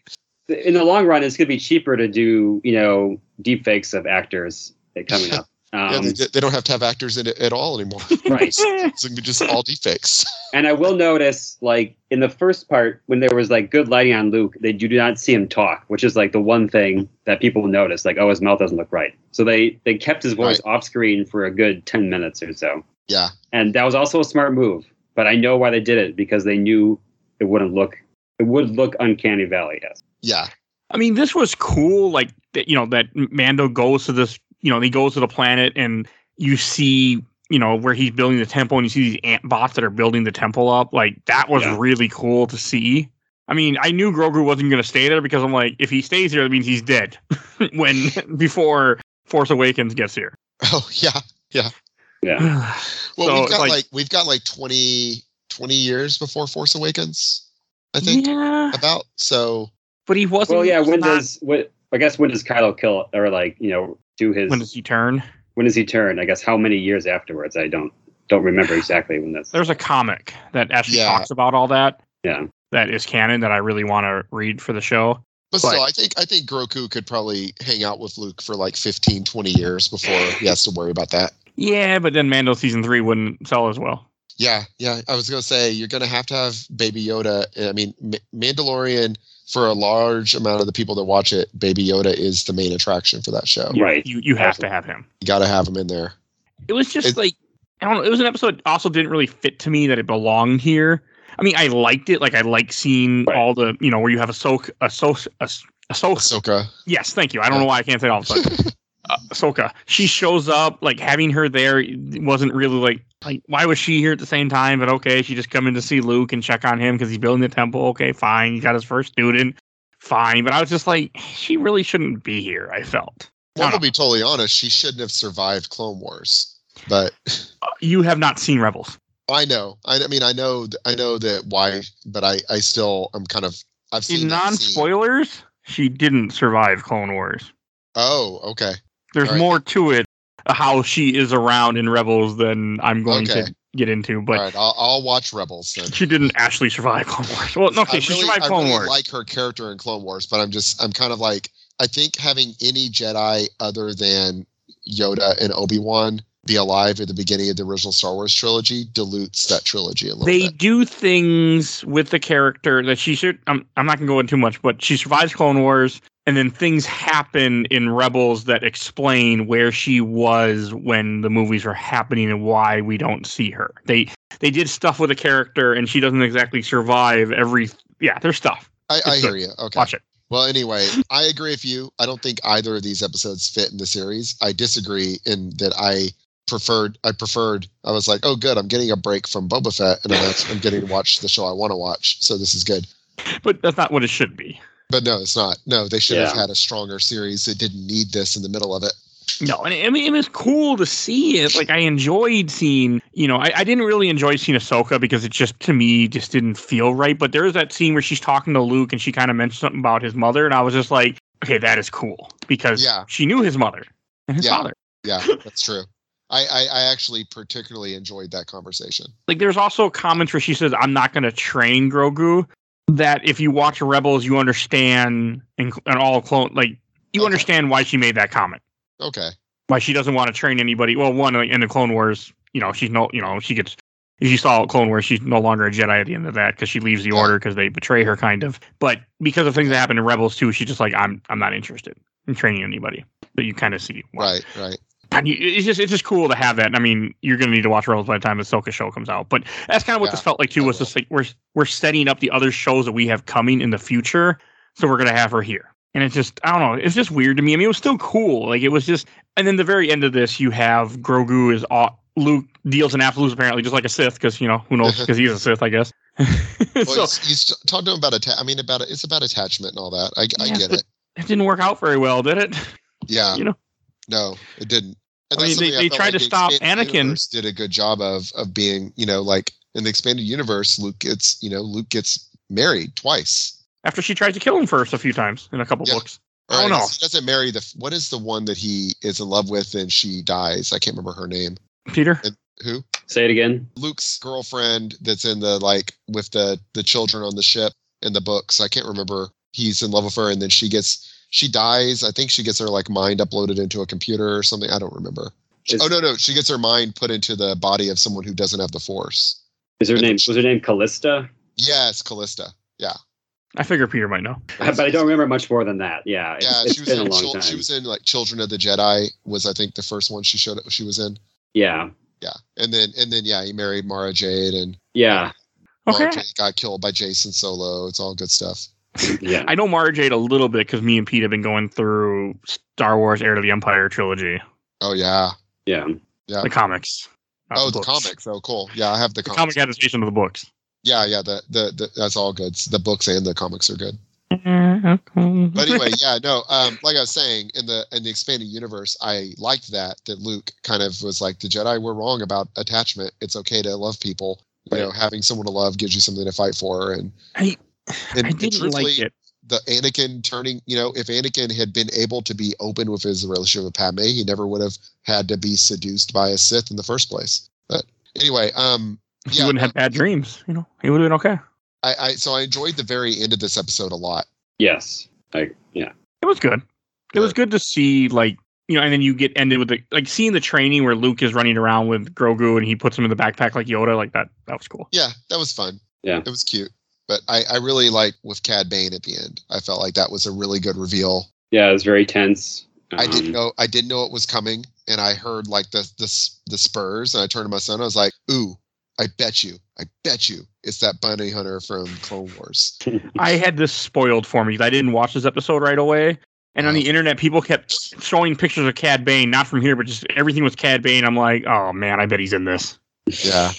Speaker 3: th- in the long run, it's gonna be cheaper to do you know deep fakes of actors that coming up.
Speaker 4: Yeah,
Speaker 3: Um,
Speaker 4: they, they don't have to have actors in it at all anymore.
Speaker 3: right.
Speaker 4: It's gonna be just all deepfakes.
Speaker 3: And I will notice, like in the first part, when there was like good lighting on Luke, they do not see him talk, which is like the one thing that people notice. Like, oh, his mouth doesn't look right. So they they kept his voice off screen for a good ten minutes or so,
Speaker 4: Yeah,
Speaker 3: and that was also a smart move. But I know why they did it because they knew it wouldn't look it would look uncanny valley esque.
Speaker 4: yeah,
Speaker 2: I mean, this was cool. Like that, you know, that Mando goes to this. You know, he goes to the planet, and you see, you know, where he's building the temple, and you see these ant bots that are building the temple up. Like that was
Speaker 3: Yeah.
Speaker 2: really cool to see. I mean, I knew Grogu wasn't going to stay there because I'm like, if he stays here, that means he's dead. when before Force Awakens gets here.
Speaker 4: oh yeah.
Speaker 3: Yeah,
Speaker 4: Well,
Speaker 2: So
Speaker 4: we've
Speaker 2: it's
Speaker 4: got like,
Speaker 2: like-
Speaker 4: we've got like 20, 20 years before Force Awakens, I think
Speaker 2: yeah,
Speaker 4: about. So
Speaker 2: but he wasn't.
Speaker 3: well, yeah.
Speaker 2: he's
Speaker 3: When
Speaker 2: not-
Speaker 3: does when, I guess when does Kylo kill or like you know do his
Speaker 2: when does he turn?
Speaker 3: when does he turn? I guess how many years afterwards? I don't don't remember exactly when that's.
Speaker 2: There's a comic that actually
Speaker 4: Yeah.
Speaker 2: talks about all that.
Speaker 3: Yeah.
Speaker 2: That is canon that I really want to read for the show.
Speaker 4: But
Speaker 2: But-
Speaker 4: still, I think I think Groku could probably hang out with Luke for like 15, 20 years before he has to worry about that.
Speaker 2: Yeah, but then Mando season three wouldn't sell as well.
Speaker 4: Yeah, yeah. I was gonna say you're gonna have to have Baby Yoda. I mean, Ma- Mandalorian for a large amount of the people that watch it, Baby Yoda is the main attraction for that show.
Speaker 3: Yeah. Right.
Speaker 2: You you have to have him.
Speaker 4: You got to have him in there.
Speaker 2: It was just
Speaker 4: It-
Speaker 2: like I don't know. It was an episode that also didn't really fit to me that it belonged here. I mean, I liked it. Like I like seeing
Speaker 3: Right.
Speaker 2: all the you know where you have a soak a soak a, a soak.
Speaker 4: Ahsoka.
Speaker 2: Yes, thank you. I don't know why I can't say it all of a sudden. Uh, Ahsoka, she shows up like having her there wasn't really like like why was she here at the same time? But okay, she just come in to see Luke and check on him because he's building the temple. Okay, fine. He got his first student, fine. But I was just like, she really shouldn't be here. I felt
Speaker 4: Well,
Speaker 2: No,
Speaker 4: to be totally honest, she shouldn't have survived Clone Wars. But
Speaker 2: Uh, you have not seen Rebels.
Speaker 4: I know. I, I mean, I know. th- I know that why. But I, I still, I'm kind of. I've seen
Speaker 2: In
Speaker 4: that scene.
Speaker 2: non spoilers, she didn't survive Clone Wars.
Speaker 4: Oh, okay.
Speaker 2: There's
Speaker 4: All right.
Speaker 2: more to it uh, how she is around in Rebels than I'm going
Speaker 4: Okay.
Speaker 2: to get into, but
Speaker 4: All right, I'll, I'll watch Rebels then.
Speaker 2: she didn't actually survive Clone Wars. Well, no, okay,
Speaker 4: I
Speaker 2: she
Speaker 4: really,
Speaker 2: survived
Speaker 4: I
Speaker 2: Clone
Speaker 4: really
Speaker 2: Wars.
Speaker 4: like her character in Clone Wars, but I'm just I'm kind of like I think having any Jedi other than Yoda and Obi Wan be alive at the beginning of the original Star Wars trilogy dilutes that trilogy a little
Speaker 2: they
Speaker 4: bit.
Speaker 2: do things with the character that she should. I'm, I'm not going to go into too much, but she survives Clone Wars, and then things happen in Rebels that explain where she was when the movies are happening and why we don't see her. They they did stuff with a character, and she doesn't exactly survive every. Yeah, there's stuff.
Speaker 4: I, I
Speaker 2: it's
Speaker 4: hear you. Okay.
Speaker 2: Watch it.
Speaker 4: Well, anyway, I agree with you. I don't think either of these episodes fit in the series. I disagree in that I preferred. I preferred. I was like, oh, good. I'm getting a break from Boba Fett, and I'm, actually, I'm getting to watch the show I want to watch. So this is good.
Speaker 2: But that's not what it should be.
Speaker 4: But no, it's not. No, they should have
Speaker 3: Yeah.
Speaker 4: had a stronger series. It didn't need this in the middle of it.
Speaker 2: No, and I mean it was cool to see it. Like I enjoyed seeing, you know, I, I didn't really enjoy seeing Ahsoka because it just to me just didn't feel right. But there was that scene where she's talking to Luke and she kind of mentioned something about his mother, and I was just like, okay, that is cool because
Speaker 4: Yeah.
Speaker 2: she knew his mother and his
Speaker 4: Yeah.
Speaker 2: father.
Speaker 4: Yeah, that's true. I, I, I actually particularly enjoyed that conversation.
Speaker 2: Like there's also comments where she says, "I'm not going to train Grogu." That if you watch Rebels, you understand and, and all clone like you
Speaker 4: Okay.
Speaker 2: understand why she made that comment.
Speaker 4: Okay.
Speaker 2: why she doesn't want to train anybody. Well, one like, in the Clone Wars, you know, she's no, you know, she gets. If you saw Clone Wars, she's no longer a Jedi at the end of that because she leaves the
Speaker 4: Yeah.
Speaker 2: Order because they betray her, kind of. But because of things that happen in Rebels too, she's just like, I'm, I'm not interested in training anybody. But you kind of see, why.
Speaker 4: Right. Right.
Speaker 2: And you, it's just, it's just cool to have that. And I mean, you're gonna need to watch Rebels by the time the Ahsoka show comes out. But that's kind of what
Speaker 4: Yeah,
Speaker 2: this felt like too.
Speaker 4: I
Speaker 2: Was
Speaker 4: will.
Speaker 2: just like we're, we're setting up the other shows that we have coming in the future, so we're gonna have her here. And it's just, I don't know, it's just weird to me. I mean, it was still cool. Like it was just, and then the very end of this, you have Grogu is aw- Luke deals in absolutes apparently, just like a Sith, because you know who knows, because he's a Sith, I guess.
Speaker 4: Well,
Speaker 2: so
Speaker 4: it's- you st- talked to him about atta- I mean, about it's about attachment and all that. I, I
Speaker 2: Yeah,
Speaker 4: get
Speaker 2: but-
Speaker 4: it.
Speaker 2: it didn't work out very well, did it?
Speaker 4: Yeah.
Speaker 2: you know.
Speaker 4: No, it didn't. And
Speaker 2: I mean,
Speaker 4: that's
Speaker 2: they-
Speaker 4: something
Speaker 2: they
Speaker 4: felt
Speaker 2: tried to
Speaker 4: the
Speaker 2: stop
Speaker 4: expanded
Speaker 2: Anakin.
Speaker 4: universe Did a good job of of being, you know, like in the expanded universe, Luke gets, you know, Luke gets married twice.
Speaker 2: After she tries to kill him first a few times in a couple
Speaker 4: Yeah.
Speaker 2: books.
Speaker 4: Or
Speaker 2: Oh,
Speaker 4: I
Speaker 2: no.
Speaker 4: guess He doesn't marry the. What is the one that he is in love with and she dies? I can't remember her name.
Speaker 2: Peter,
Speaker 4: Who?
Speaker 3: Say it again.
Speaker 4: Luke's girlfriend that's in the like with the the children on the ship in the books. I can't remember. He's in love with her, and then she gets she dies. I think she gets her like mind uploaded into a computer or something. I don't remember.
Speaker 3: Is,
Speaker 4: oh no, no, she gets her mind put into the body of someone who doesn't have the force.
Speaker 3: is her name? Was her name Callista?
Speaker 4: Yes, Callista. Yeah,
Speaker 2: I figure Peter might know.
Speaker 3: But I don't remember much more than that. Yeah, it's,
Speaker 4: yeah.
Speaker 3: it's
Speaker 4: she was
Speaker 3: been a
Speaker 4: in
Speaker 3: long
Speaker 4: Chil-
Speaker 3: time.
Speaker 4: she was in like Children of the Jedi was I think the first one she showed she was in.
Speaker 3: yeah,
Speaker 4: Yeah, and then and then yeah, he married Mara Jade and
Speaker 3: yeah,
Speaker 2: Okay,
Speaker 4: Mara Jade got killed by Jason Solo. It's all good stuff.
Speaker 3: yeah.
Speaker 2: I know Mara Jade a little bit because me and Pete have been going through Star Wars: Heir to the Empire trilogy,
Speaker 4: Oh yeah.
Speaker 3: Yeah.
Speaker 4: Yeah.
Speaker 2: the comics. not
Speaker 4: Oh, the
Speaker 2: Um, books.
Speaker 4: comics. Oh, cool. Yeah, I have the
Speaker 2: the
Speaker 4: comics.
Speaker 2: comic adaptation of the books.
Speaker 4: yeah, yeah. The, the the that's all good. The books and the comics are good.
Speaker 2: But
Speaker 4: but anyway, yeah, no. Um, like I was saying, in the in the expanded universe, I liked that that Luke kind of was like the Jedi were wrong about attachment. It's okay to love people. You know, having someone to love gives you something to fight for. And
Speaker 2: I,
Speaker 4: and-
Speaker 2: I
Speaker 4: and
Speaker 2: didn't
Speaker 4: truthfully,
Speaker 2: like it.
Speaker 4: The Anakin turning, you know, if Anakin had been able to be open with his relationship with Padme, he never would have had to be seduced by a Sith in the first place. But anyway, um,
Speaker 2: he
Speaker 4: yeah,
Speaker 2: wouldn't have bad dreams. You know, he would have been okay.
Speaker 4: I, I so I enjoyed the very end of this episode a lot.
Speaker 3: Yes. I, yeah.
Speaker 2: It was good. It was
Speaker 4: Sure.
Speaker 2: good to see like. You know, and then you get ended with the like seeing the training where Luke is running around with Grogu and he puts him in the backpack like Yoda, like that. That was cool.
Speaker 4: Yeah, that was fun.
Speaker 3: Yeah.
Speaker 4: It was cute. But I, I really like with Cad Bane at the end. I felt like that was a really good reveal.
Speaker 3: Yeah, it was very tense.
Speaker 4: I
Speaker 2: Mm-hmm.
Speaker 4: didn't
Speaker 3: Um,
Speaker 4: know I didn't know it was coming, and I heard like the the s- the Spurs, and I turned to my son. I was like, "Ooh, I bet you, I bet you, it's that bunny hunter from Clone Wars."
Speaker 2: I had this spoiled for me. 'cause I didn't watch this episode right away. And on the
Speaker 4: Oh.
Speaker 2: internet, people kept showing pictures of Cad Bane, not from here, but just everything was Cad Bane. I'm like, oh man, I bet he's in this.
Speaker 4: Yeah.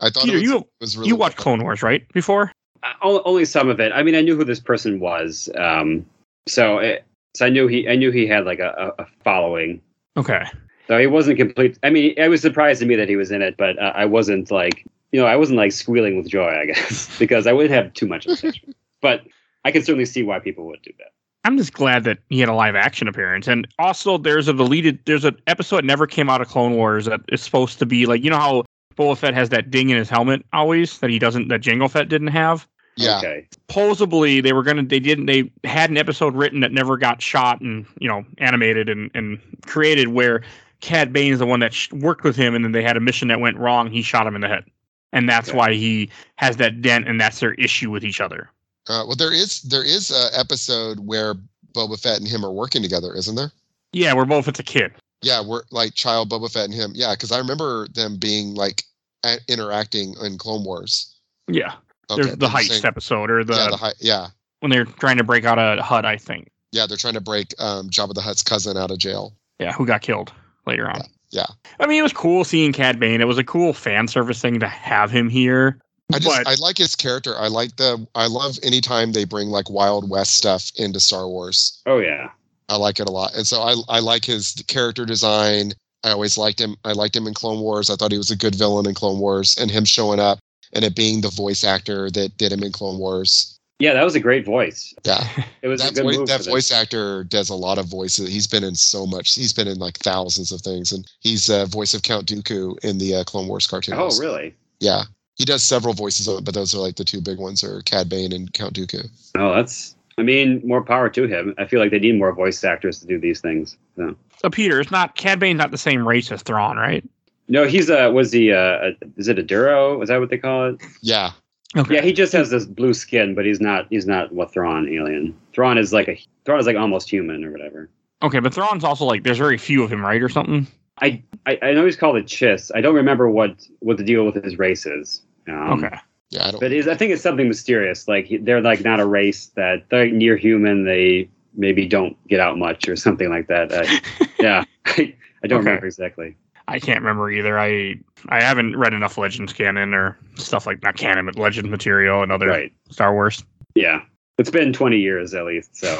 Speaker 4: I thought
Speaker 2: Peter,
Speaker 4: it was,
Speaker 2: you
Speaker 4: it was really
Speaker 2: you watched Clone Wars, right? Before?
Speaker 3: I- o- only some of it. I mean, I knew who this person was. Um, so, it, so I knew he. I knew he had like a, a, a following.
Speaker 2: Okay.
Speaker 3: So he wasn't complete. I mean, it was surprised to me that he was in it, but uh, I wasn't like, you know, I wasn't like squealing with joy, I guess, because I wouldn't have too much attention. but I can certainly see why people would do that.
Speaker 2: I'm just glad that he had a live action appearance. And also there's a deleted there's an episode that never came out of Clone Wars that is supposed to be like you know how Boba Fett has that ding in his helmet always that he doesn't that Jango Fett didn't have?
Speaker 4: Yeah.
Speaker 3: Okay.
Speaker 2: Supposedly they were gonna they didn't they had an episode written that never got shot and you know animated and and created where Cad Bane is the one that sh- worked with him and then they had a mission that went wrong. He shot him in the head, and that's
Speaker 3: Okay.
Speaker 2: why he has that dent and that's their issue with each other.
Speaker 4: Uh, well, there is there is a episode where Boba Fett and him are working together, isn't there?
Speaker 2: Yeah, we're both it's a kid.
Speaker 4: Yeah, we're like child Boba Fett and him. Yeah, because I remember them being like a- interacting in Clone Wars.
Speaker 2: Yeah,
Speaker 4: Okay,
Speaker 2: there's the
Speaker 4: I'm
Speaker 2: heist
Speaker 4: saying-
Speaker 2: episode or the,
Speaker 4: yeah, the hei- yeah,
Speaker 2: when they're trying to break out a hut, I think.
Speaker 4: yeah. They're trying to break um, Jabba the Hutt's cousin out of jail.
Speaker 2: Yeah, who got killed later on.
Speaker 4: Yeah.
Speaker 2: I mean, it was cool seeing Cad Bane. It was a cool fan service thing to have him here.
Speaker 4: I just
Speaker 2: but
Speaker 4: I like his character. I like the I love anytime they bring like Wild West stuff into Star Wars.
Speaker 3: Oh yeah.
Speaker 4: I like it a lot. And so I I like his character design. I always liked him. I liked him in Clone Wars. I thought he was a good villain in Clone Wars and him showing up and it being the voice actor that did him in Clone Wars.
Speaker 3: Yeah, that was a great voice.
Speaker 4: Yeah.
Speaker 3: It was a
Speaker 4: That,
Speaker 3: good
Speaker 4: voice,
Speaker 3: move.
Speaker 4: that
Speaker 3: for them.
Speaker 4: voice actor does a lot of voices. He's been in so much. He's been in like thousands of things and he's a uh, voice of Count Dooku in the uh, Clone Wars cartoon.
Speaker 3: Oh really?
Speaker 4: Yeah. He does several voices of it, but those are like the two big ones are Cad Bane and Count Dooku.
Speaker 3: No, Oh, that's. I mean, more power to him. I feel like they need more voice actors to do these things. So.
Speaker 2: So Peter, it's not Cad Bane's not the same race as Thrawn, right?
Speaker 3: No, he's a. Was he? uh, A, a, is it a Duro? Is that what they call it?
Speaker 4: Yeah.
Speaker 2: Okay.
Speaker 3: Yeah, he just has this blue skin, but he's not. He's not what Thrawn alien. Thrawn is like a. Thrawn is like almost human or whatever.
Speaker 2: Okay, but Thrawn's also like there's very few of him, right, or something.
Speaker 3: I, I know he's called a Chiss. I don't remember what what the deal with his race is. Um,
Speaker 2: okay.
Speaker 4: Yeah. I don't
Speaker 3: But is, I think it's something mysterious. Like he- they're like not a race that they're near human. They maybe don't get out much or something like that. I, yeah, I, I don't
Speaker 2: Okay.
Speaker 3: remember exactly.
Speaker 2: I can't remember either. I I haven't read enough Legends canon or stuff like not canon, but Legend material and other
Speaker 3: Right.
Speaker 2: Star Wars.
Speaker 3: Yeah, it's been 20 years at least. So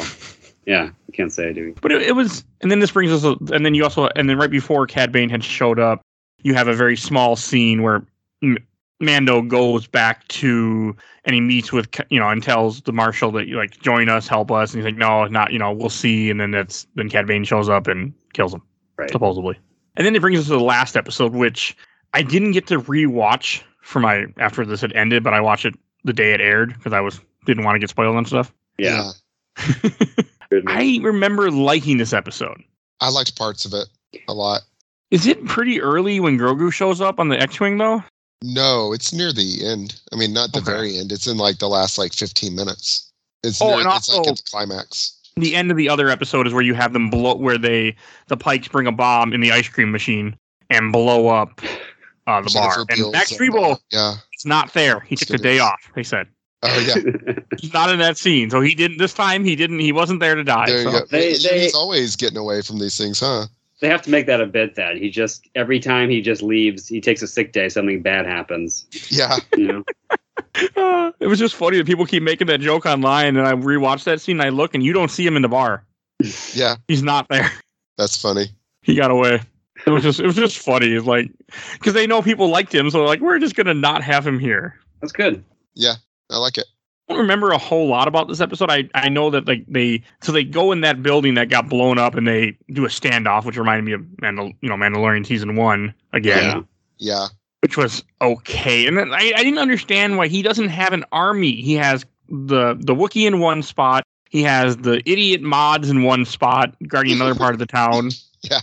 Speaker 3: yeah, I can't say I do.
Speaker 2: But it, it was, and then this brings us, and then you also, and then right before Cad Bane had showed up, you have a very small scene where M- Mando goes back to, and he meets with, Ca- you know, and tells the marshal that you like join us, help us, and he's like, no, not, you know, we'll see, and then that's then Cad Bane shows up and kills him
Speaker 3: Right.
Speaker 2: supposedly, and then it brings us to the last episode, which I didn't get to rewatch for my after this had ended, but I watched it the day it aired because I was didn't want to get spoiled and stuff.
Speaker 3: Yeah. good move.
Speaker 2: I remember liking this episode.
Speaker 4: I liked parts of it a lot.
Speaker 2: Is it pretty early when Grogu shows up on the X-wing though?
Speaker 4: No, it's near the end. I mean, not the
Speaker 2: Okay.
Speaker 4: very end. It's in like the last like 15 minutes. It's,
Speaker 2: Oh,
Speaker 4: near,
Speaker 2: and
Speaker 4: it's like
Speaker 2: also-
Speaker 4: at the climax.
Speaker 2: The end of the other episode is where you have them blow, where they the Pikes bring a bomb in the ice cream machine and blow up uh, the bar.
Speaker 4: Jennifer
Speaker 2: And
Speaker 4: Beals
Speaker 2: Max Rebo
Speaker 4: uh, Yeah.
Speaker 2: is not there. He took the day off. They said
Speaker 4: Oh yeah.
Speaker 2: he's not in that scene, so he didn't. This time he didn't. He wasn't there to die.
Speaker 4: There you
Speaker 2: so.
Speaker 4: go.
Speaker 3: They-
Speaker 4: he's
Speaker 3: they-
Speaker 4: always getting away from these things, huh?
Speaker 3: they have to make that a bit that he just every time he just leaves, he takes a sick day, something bad happens.
Speaker 4: Yeah.
Speaker 3: You know?
Speaker 2: Uh, it was just funny that people keep making that joke online, and I rewatched that scene. And I look, and you don't see him in the bar.
Speaker 4: Yeah.
Speaker 2: He's not there.
Speaker 4: That's funny.
Speaker 2: he got away. It was just it was just funny, it's like because they know people liked him, so they're like we're just gonna not have him here.
Speaker 3: That's good.
Speaker 4: I like it.
Speaker 2: I don't remember a whole lot about this episode. I I know that like they so they go in that building that got blown up and they do a standoff, which reminded me of Mandal- you know Mandalorian season one again,
Speaker 3: Yeah.
Speaker 4: Yeah.
Speaker 2: which was okay. And then I I didn't understand why he doesn't have an army. He has the the Wookiee in one spot. He has the idiot mods in one spot, guarding another part of the town.
Speaker 4: Yeah.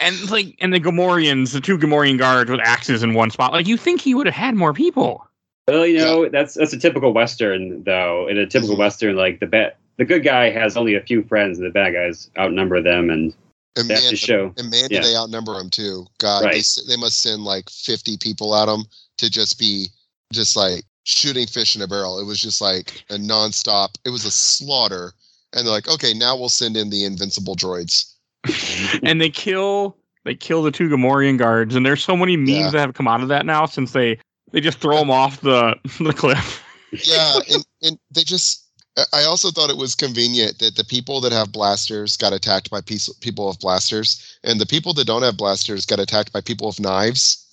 Speaker 2: And it's like, and the Gamorreans, the two Gamorrean guards with axes in one spot. Like, you think he would have had more people?
Speaker 3: Well, you know, that's that's a typical Western though. In a typical
Speaker 4: Mhm.
Speaker 3: Western, like the bad the good guy has only a few friends and the bad guys outnumber them and
Speaker 4: And
Speaker 3: they have
Speaker 4: man,
Speaker 3: to show
Speaker 4: and man,
Speaker 3: yeah.
Speaker 4: do they outnumber him too? God,
Speaker 3: Right.
Speaker 4: they s they must send like 50 people at him to just be just like shooting fish in a barrel. It was just like a nonstop. It was a slaughter. And they're like, okay, now we'll send in the invincible droids.
Speaker 2: and they kill, they kill the two Gamorrean guards. And there's so many memes
Speaker 4: Yeah.
Speaker 2: that have come out of that now since they they just throw them off the the cliff.
Speaker 4: Yeah, and, and they just. I- I also thought it was convenient that the people that have blasters got attacked by piece, people with blasters, and the people that don't have blasters got attacked by people with knives.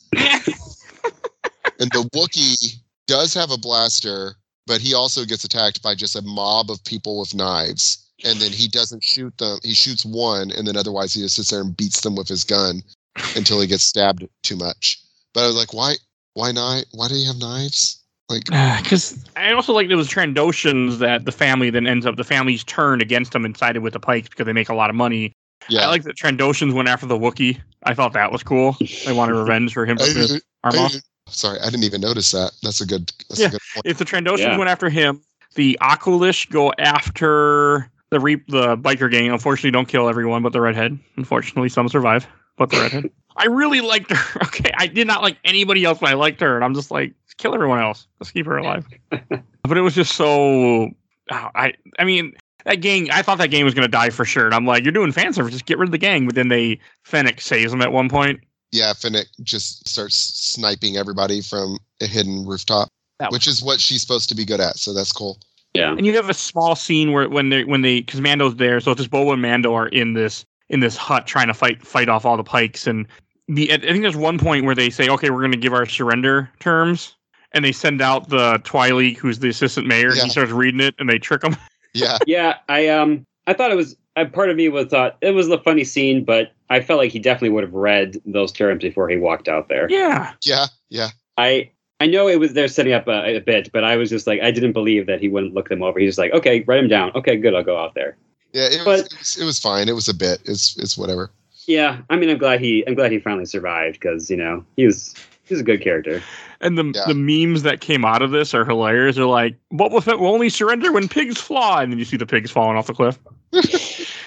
Speaker 4: And the Wookiee does have a blaster, but he also gets attacked by just a mob of people with knives. And then he doesn't shoot them. He shoots one, and then otherwise he just sits there and beats them with his gun until he gets stabbed too much. But I was like, why? Why not? Why do you have knives? Like,
Speaker 2: Because I also like those Trandoshans that the family then ends up the family's turned against them and sided with the Pikes because they make a lot of money. I
Speaker 4: yeah,
Speaker 2: like that Trandoshans went after the Wookiee. I thought that was cool. They wanted revenge for him
Speaker 4: I
Speaker 2: ripping his
Speaker 4: didn't- I
Speaker 2: arm off.
Speaker 4: didn't- sorry, I didn't even notice that. That's a good. That's
Speaker 2: Yeah.
Speaker 4: a good point.
Speaker 2: If the Trandoshans
Speaker 3: Yeah.
Speaker 2: went after him, the Aqualish go after the re- the biker gang. Unfortunately, don't kill everyone but the redhead. Unfortunately, some survive, but the redhead. I really liked her. Okay, I did not like anybody else, but I liked her, and I'm just like, kill everyone else. Let's keep her alive. but it was just so. ah, I I mean. That gang, I thought that gang was gonna die for sure, and I'm like, "You're doing fan service. Just get rid of the gang." But then they Fennec saves them at one point.
Speaker 4: Yeah, Finnick just starts sniping everybody from a hidden rooftop,
Speaker 2: That was-
Speaker 4: which is what she's supposed to be good at. So that's cool.
Speaker 3: Yeah.
Speaker 2: And you have a small scene where when they when they because Mando's there, so it's just Boba and Mando are in this in this hut trying to fight fight off all the pikes. And the I think there's one point where they say, okay, we're going to give our surrender terms, and they send out the Twi'lek, who's the assistant mayor. and
Speaker 4: Yeah.
Speaker 2: He starts reading it, and they trick him.
Speaker 4: Yeah,
Speaker 3: yeah, I um I thought it was a part of me was thought it was a funny scene, but I felt like he definitely would have read those terms before he walked out there.
Speaker 2: yeah,
Speaker 4: yeah, yeah.
Speaker 3: I I know it was they're setting up a, a bit, but I was just like I didn't believe that he wouldn't look them over. He's just like, okay, write them down. Okay, good, I'll go out there.
Speaker 4: Yeah, it was,
Speaker 3: But-
Speaker 4: it was it was fine. It was a bit. It's it's whatever.
Speaker 3: Yeah, I mean, I'm glad he I'm glad he finally survived because you know he was he's a good character.
Speaker 2: and the
Speaker 4: Yeah.
Speaker 2: the memes that came out of this are hilarious. They're like, Boba Fett will only surrender when pigs fly, and then you see the pigs falling off the cliff.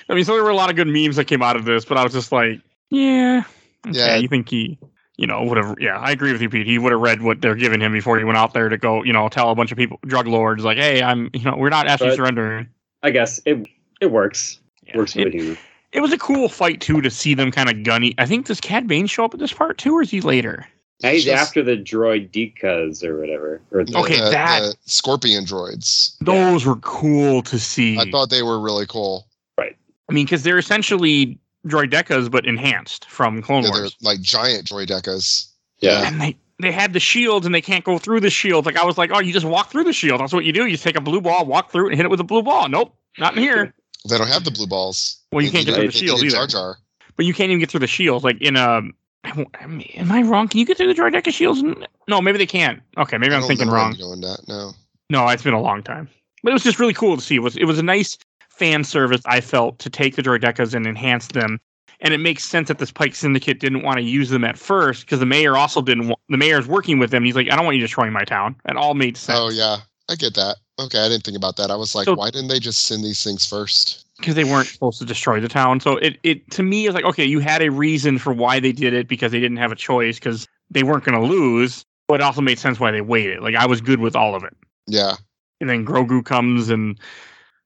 Speaker 2: I mean, so there were a lot of good memes that came out of this, but I was just like, yeah, okay,
Speaker 4: Yeah.
Speaker 2: You think he, you know, would have? Yeah, I agree with you, Pete. He would have read what they're giving him before he went out there to go, you know, tell a bunch of people, drug lords, like, hey, I'm, you know, we're not actually
Speaker 3: But-
Speaker 2: surrendering.
Speaker 3: I guess it it works.
Speaker 2: Yeah.
Speaker 3: Works for the
Speaker 2: It,
Speaker 3: humor.
Speaker 2: it was a cool fight too to see them kind of gunny. I think does Cad Bane show up at this part too, or is he later?
Speaker 3: Now he's
Speaker 4: Just-
Speaker 3: after the droid Dicas or whatever. Or the,
Speaker 2: Okay, that-
Speaker 4: the scorpion droids.
Speaker 2: Those were cool to see.
Speaker 4: I thought they were really cool.
Speaker 2: I mean, because they're essentially droidecas, but enhanced from Clone
Speaker 4: Yeah, they're
Speaker 2: Wars.
Speaker 4: like giant droidecas.
Speaker 3: yeah.
Speaker 2: And they, they had the shields and they can't go through the shield. Like, I was like, oh, you just walk through the shield. That's what you do. You take a blue ball, walk through it, and hit it with a blue ball. Nope, not in here.
Speaker 4: They don't have the blue balls.
Speaker 2: Well, you
Speaker 4: They
Speaker 2: can't get
Speaker 4: need-
Speaker 2: through the
Speaker 4: they
Speaker 2: shield
Speaker 4: need Jar
Speaker 2: either.
Speaker 4: Jar.
Speaker 2: But you can't even get through the shield. Like, in a. I won't- I mean, Am I wrong? Can you get through the droideca shields? No, maybe they can't. Okay, maybe
Speaker 4: I
Speaker 2: I'm
Speaker 4: don't
Speaker 2: thinking
Speaker 4: know where I'm
Speaker 2: wrong.
Speaker 4: Doing that now.
Speaker 2: No, it's been a long time. But it was just really cool to see. It was it was a nice fan service I felt to take the droidecas and enhance them. And it makes sense that this Pike Syndicate didn't want to use them at first because the mayor also didn't. Want, the mayor's working with them. He's like, I don't want you destroying my town. It all made sense
Speaker 4: Oh yeah, I get that. Okay, I didn't think about that. I was like,
Speaker 2: So-
Speaker 4: why didn't they just send these things first?
Speaker 2: because they weren't supposed to destroy the town. So it it to me is like, okay, you had a reason for why they did it because they didn't have a choice because they weren't going to lose. But it also made sense why they waited. Like I was good with all of it.
Speaker 4: Yeah,
Speaker 2: and then Grogu comes and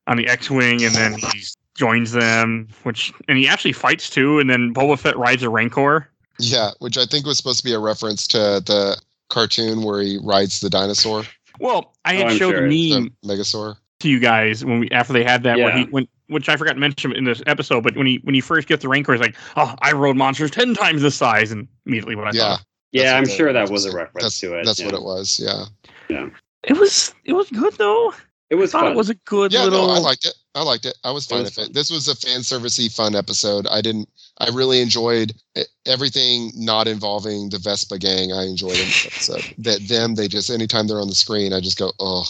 Speaker 2: on the X-wing, and then he joins them, which and he actually fights too. And then Boba Fett rides a Rancor.
Speaker 4: yeah. Which I think was supposed to be a reference to the cartoon where he rides the dinosaur,
Speaker 2: Well, I
Speaker 3: Oh,
Speaker 2: had
Speaker 3: I'm
Speaker 2: showed
Speaker 3: sure.
Speaker 2: the meme
Speaker 4: the Megasaur.
Speaker 2: to you guys when we after they had that where
Speaker 3: Yeah.
Speaker 2: he when which I forgot to mention in this episode, but when he when he first gets the Rancor, he's like, "Oh, I rode monsters ten times this size," and immediately what I
Speaker 4: Yeah,
Speaker 2: thought.
Speaker 3: Yeah,
Speaker 4: That's
Speaker 3: I'm
Speaker 4: what
Speaker 3: sure
Speaker 4: they-
Speaker 3: that was a
Speaker 4: that's-
Speaker 3: reference
Speaker 4: that's,
Speaker 3: to it.
Speaker 4: That's
Speaker 3: yeah.
Speaker 4: what it was. Yeah,
Speaker 2: It was it was good though.
Speaker 3: It
Speaker 2: I
Speaker 3: was
Speaker 2: thought
Speaker 3: fun.
Speaker 2: it was a good
Speaker 4: yeah.
Speaker 2: little.
Speaker 4: No, I liked it. I liked it. I was fine
Speaker 3: was
Speaker 4: with
Speaker 3: fun.
Speaker 4: it. This was a fan servicey fun episode. I didn't. I really enjoyed e- everything not involving the Vespa gang. I enjoyed in this episode. that them, they just anytime they're on the screen, I just go ugh,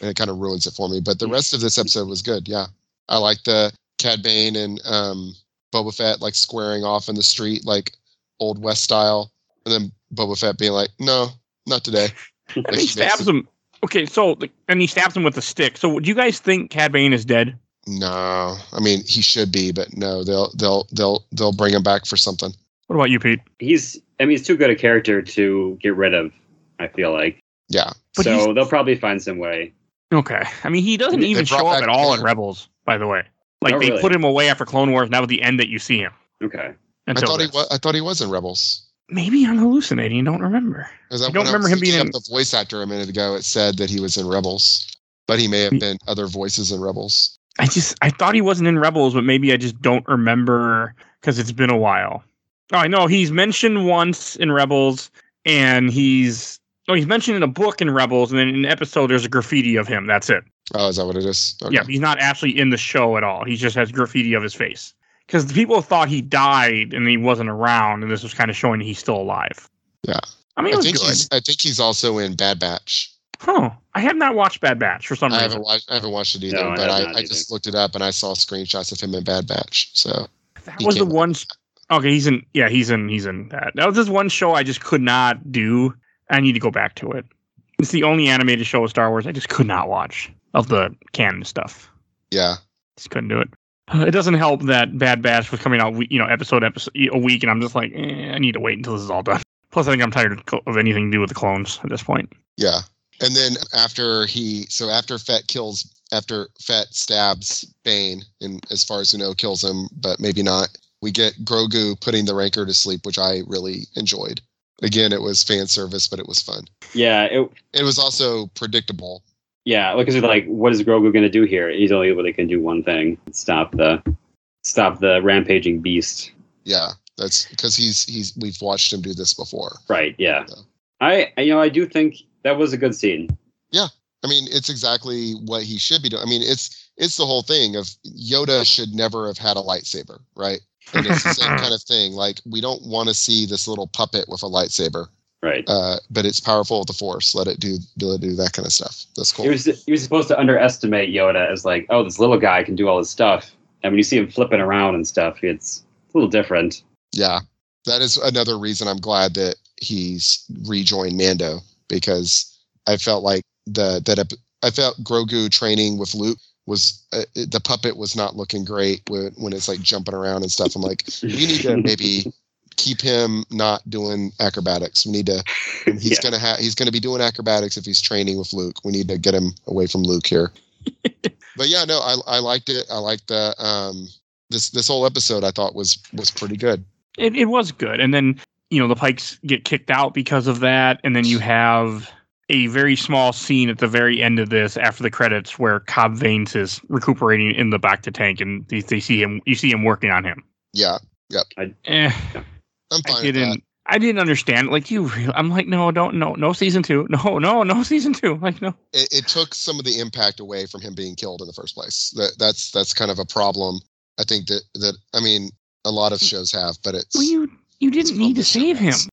Speaker 4: and it kind of ruins it for me. But the rest of this episode was good. Yeah, I like the Cad Bane and um, Boba Fett like squaring off in the street like old West style, and then Boba Fett being like, "No, not today."
Speaker 2: and
Speaker 4: Like,
Speaker 2: he
Speaker 4: she makes
Speaker 2: stabs him. Okay, so like, and he stabs him with a stick. So do you guys think Cad Bane is dead?
Speaker 4: No, I mean he should be, but no, they'll they'll they'll they'll bring him back for something.
Speaker 2: What about you, Pete?
Speaker 3: he's I mean he's too good a character to get rid of. I feel like
Speaker 4: Yeah,
Speaker 2: But
Speaker 3: so they'll probably find some way.
Speaker 2: Okay. I mean, he doesn't
Speaker 4: They
Speaker 2: even
Speaker 4: brought
Speaker 2: show up
Speaker 4: back
Speaker 2: at all in
Speaker 4: Khan.
Speaker 2: Rebels, by the way. Like
Speaker 3: Oh,
Speaker 2: they
Speaker 3: really?
Speaker 2: put him away after Clone Wars. and That was the end that you see him.
Speaker 3: Okay,
Speaker 4: I
Speaker 2: Until
Speaker 4: thought he
Speaker 2: this.
Speaker 4: was. I thought he was in Rebels.
Speaker 2: Maybe I'm hallucinating. and Don't remember.
Speaker 4: Is that
Speaker 2: I don't
Speaker 4: when
Speaker 2: remember
Speaker 4: was
Speaker 2: him being
Speaker 4: looking
Speaker 2: in-
Speaker 4: up the voice actor a minute ago. It said that he was in Rebels, but he may have
Speaker 2: He-
Speaker 4: been other voices in Rebels.
Speaker 2: I just I thought he wasn't in Rebels, but maybe I just don't remember because it's been a while. Oh, I know he's mentioned once in Rebels, and he's no, he's mentioned in a book in Rebels, and then in an episode there's a graffiti of him. That's it.
Speaker 4: Oh, is that what it is? Okay.
Speaker 2: Yeah, he's not actually in the show at all. He just has graffiti of his face because the people thought he died and he wasn't around, and this was kind of showing he's still alive.
Speaker 4: Yeah.
Speaker 2: I mean, it
Speaker 4: I
Speaker 2: was
Speaker 4: think
Speaker 2: good.
Speaker 4: he's. I think he's also in Bad Batch.
Speaker 2: huh, I have not watched Bad Batch for some
Speaker 4: I
Speaker 2: reason.
Speaker 4: haven't watched. I haven't watched it either,
Speaker 3: No, I have
Speaker 4: but I,
Speaker 3: not
Speaker 4: I
Speaker 3: either.
Speaker 4: just looked it up and I saw screenshots of him in Bad Batch. So
Speaker 2: That
Speaker 4: He
Speaker 2: was the
Speaker 4: came out.
Speaker 2: one. s- Okay, he's in. Yeah, he's in. He's in that. That was this one show I just could not do. I need to go back to it. It's the only animated show of Star Wars I just could not watch of the canon stuff.
Speaker 4: yeah,
Speaker 2: Just couldn't do it. Uh, It doesn't help that Bad Batch was coming out, we- you know, episode episode a week, and I'm just like, eh, I need to wait until this is all done. Plus, I think I'm tired of co- of anything to do with the clones at this point.
Speaker 4: yeah. And then after he, so after Fett kills, after Fett stabs Bane, and as far as we know, kills him, but maybe not. We get Grogu putting the Rancor to sleep, which I really enjoyed. Again, it was fan service, but it was fun.
Speaker 3: Yeah, it,
Speaker 4: It was also predictable.
Speaker 3: yeah. Because it's like, what is Grogu going to do here? He's only really can do one thing: stop the stop the rampaging beast.
Speaker 4: Yeah, that's because he's he's we've watched him do this before.
Speaker 3: Right. Yeah.
Speaker 4: So.
Speaker 3: I you know I do think that was a good scene.
Speaker 4: I mean, it's exactly what he should be doing. I mean, it's it's the whole thing of Yoda should never have had a lightsaber, right? And it's the same kind of thing. Like we don't want to see this little puppet with a lightsaber,
Speaker 3: Right.
Speaker 4: uh, but it's powerful with the Force. Let it do do, do that kind of stuff. That's cool.
Speaker 3: He was he was supposed to underestimate Yoda as like, oh, this little guy can do all this stuff. And when you see him flipping around and stuff, it's a little different.
Speaker 4: yeah, that is another reason I'm glad that he's rejoined Mando because I felt like the that ep- I felt Grogu training with Luke was uh, the puppet was not looking great when, when it's like jumping around and stuff. I'm like. we need to maybe keep him not doing acrobatics. We need to. He's
Speaker 3: Yeah.
Speaker 4: gonna have. He's gonna be doing acrobatics if he's training with Luke. We need to get him away from Luke here. but yeah, no, I I liked it. I liked the um this this whole episode. I thought was was pretty good.
Speaker 2: it, it was good. And then, you know, the Pikes get kicked out because of that. And then you have a very small scene at the very end of this after the credits where Cobb Vannes is recuperating in the back to tank and they, they see him, you see him working on him.
Speaker 4: Yeah,
Speaker 2: Eh,
Speaker 4: I'm fine.
Speaker 2: I
Speaker 4: with that.
Speaker 2: didn't. I didn't understand. Like you, real- I'm like, no, don't, no, no, season two, no, no, no, season two. Like, no,
Speaker 4: it, it took some of the impact away from him being killed in the first place. That that's that's kind of a problem. I think that that I mean a lot of shows have, but it's.
Speaker 2: well, you, you
Speaker 4: It's
Speaker 2: didn't need to
Speaker 4: published
Speaker 2: save him.
Speaker 4: events.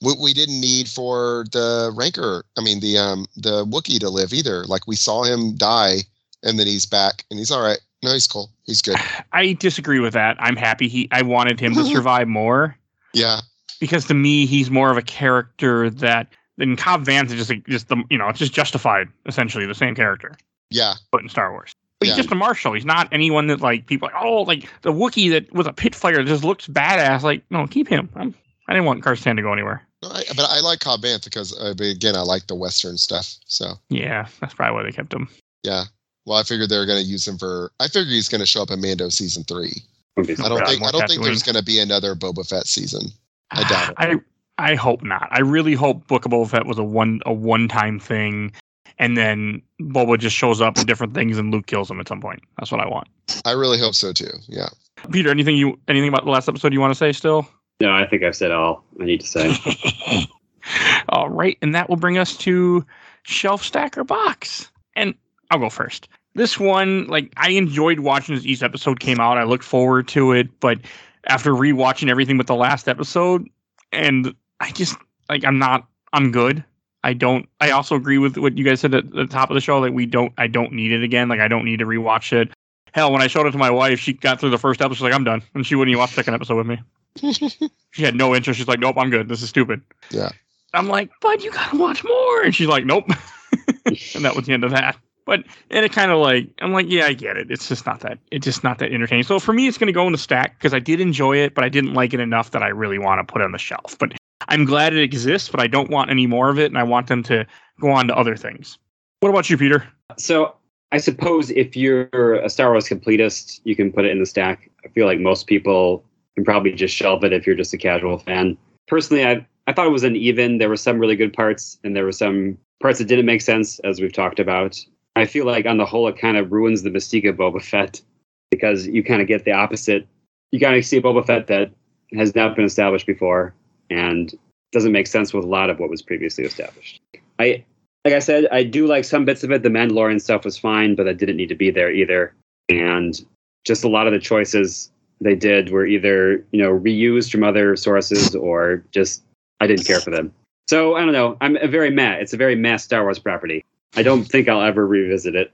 Speaker 4: what we didn't need for the rancor i mean the um the wookiee to live either like we saw him die and then he's back and he's all right no he's cool he's good
Speaker 2: I disagree with that. I'm happy he. I wanted him to survive more.
Speaker 4: yeah
Speaker 2: because to me he's more of a character that then Cobb Vanth is just like just the you know it's just justified essentially the same character
Speaker 4: yeah
Speaker 2: but in Star Wars. But
Speaker 4: Yeah.
Speaker 2: he's just a marshal. He's not anyone that like people like, oh like the Wookiee that was a pit flyer that just looks badass. Like no, keep him. I'm, I didn't want Karstan to go anywhere.
Speaker 4: No, I, but i like cobb vanth because uh, but again i like the western stuff so
Speaker 2: Yeah, that's probably why they kept him.
Speaker 4: yeah well i figured they were going to use him for i figure he's going to show up in mando season three
Speaker 3: Movies.
Speaker 4: i don't
Speaker 2: God,
Speaker 4: think
Speaker 2: more
Speaker 4: i don't think
Speaker 2: Tatooine.
Speaker 4: there's going to be another boba fett season I doubt it.
Speaker 2: I I hope not. I really hope Book of Boba Fett was a one a one time thing, and then Boba just shows up in different things and Luke kills him at some point. That's what I want.
Speaker 4: i really hope so too yeah
Speaker 2: Peter, anything you anything about the last episode you want to say still?
Speaker 3: No, I think I've said all I need to say.
Speaker 2: All right, and that will bring us to shelf stacker box. And I'll go first. This one, like I enjoyed watching as each episode came out. I looked forward to it, but after rewatching everything but the last episode, and I just like I'm not I'm good. I don't I also agree with what you guys said at the top of the show, like we don't I don't need it again. Like I don't need to rewatch it. Hell, when I showed it to my wife, she got through the first episode like I'm done. And she wouldn't even watch the second episode with me. she had no interest. She's like, Nope, I'm good. This is stupid.
Speaker 4: Yeah.
Speaker 2: I'm like, Bud, you gotta watch more. And she's like, Nope. and that was the end of that. But and it kind of like I'm like, yeah, I get it. It's just not that it's just not that entertaining. So for me, it's gonna go in the stack because I did enjoy it, but I didn't like it enough that I really want to put it on the shelf. But I'm glad it exists, but I don't want any more of it, and I want them to go on to other things. What about you, Peter?
Speaker 3: So I suppose if you're a Star Wars completist, you can put it in the stack. I feel like most people can probably just shelve it if you're just a casual fan. Personally, I I thought it was uneven. There were some really good parts, and there were some parts that didn't make sense, as we've talked about. I feel like on the whole, it kind of ruins the mystique of Boba Fett because you kind of get the opposite. You kind of see a Boba Fett that has not been established before and doesn't make sense with a lot of what was previously established. I like I said, I do like some bits of it. The Mandalorian stuff was fine, but that didn't need to be there either. And just a lot of the choices they did were either, you know, reused from other sources or just I didn't care for them. So I don't know. I'm a very mad. It's a very mad Star Wars property. I don't think I'll ever revisit it.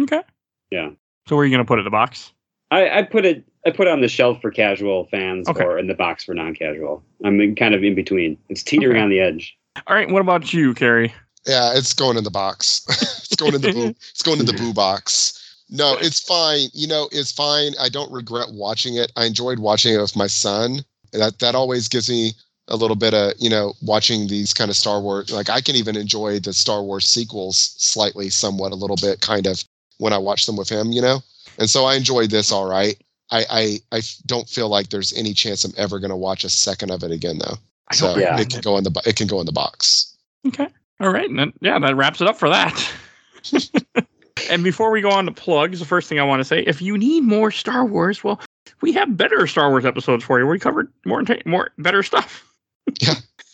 Speaker 2: Okay.
Speaker 3: Yeah.
Speaker 2: So where are you going to put it? The box?
Speaker 3: I, I put it. I put it on the shelf for casual fans,
Speaker 2: Okay.
Speaker 3: or in the box for non-casual. I'm in- kind of in between. It's teetering
Speaker 2: Okay.
Speaker 3: on the edge.
Speaker 2: All right. What about you, Carrie?
Speaker 4: Yeah, it's going in the box. it's going in the boo. It's going in the boo box. No, it's fine. You know, it's fine. I don't regret watching it. I enjoyed watching it with my son. That that always gives me a little bit of you know watching these kind of Star Wars. Like I can even enjoy the Star Wars sequels slightly, somewhat, a little bit, kind of when I watch them with him. You know, and so I enjoyed this. All right. I I, I f- don't feel like there's any chance I'm ever going to watch a second of it again though.
Speaker 2: I
Speaker 4: So
Speaker 2: don't
Speaker 3: Yeah.
Speaker 4: it can go in the bo- it can go in the box.
Speaker 2: Okay. All right. and Then, yeah, that wraps it up for that. and before we go on to plugs, the first thing I want to say if you need more Star Wars, well, we have better Star Wars episodes for you. We covered more, enta- more better stuff.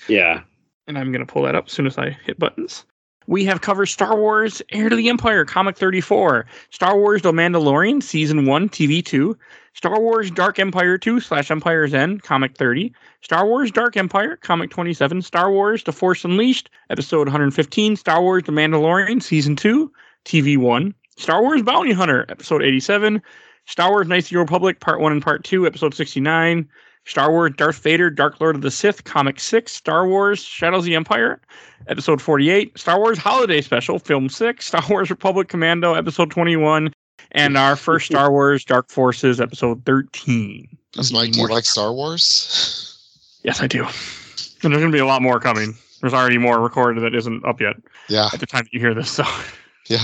Speaker 3: Yeah.
Speaker 2: And I'm going to pull that up as soon as I hit buttons. We have covered Star Wars Heir to the Empire, Comic 34, Star Wars The Mandalorian, Season 1, TV 2, Star Wars Dark Empire 2 slash Empire's End, Comic 30, Star Wars Dark Empire, Comic 27, Star Wars The Force Unleashed, Episode 115, Star Wars The Mandalorian, Season 2, TV 1, Star Wars Bounty Hunter, Episode 87, Star Wars Knights of the Old Republic, Part 1 and Part 2, Episode 69, Star Wars Darth Vader, Dark Lord of the Sith, Comic 6, Star Wars Shadows of the Empire, Episode 48, Star Wars Holiday Special, Film 6, Star Wars Republic Commando, Episode 21, and our first Star Wars Dark Forces, Episode 13.
Speaker 4: Does Mike, do you like Star Wars?
Speaker 2: Yes, I do. And there's going to be a lot more coming. There's already more recorded that isn't up yet
Speaker 4: Yeah.
Speaker 2: at the time that you hear this. So
Speaker 4: Yeah.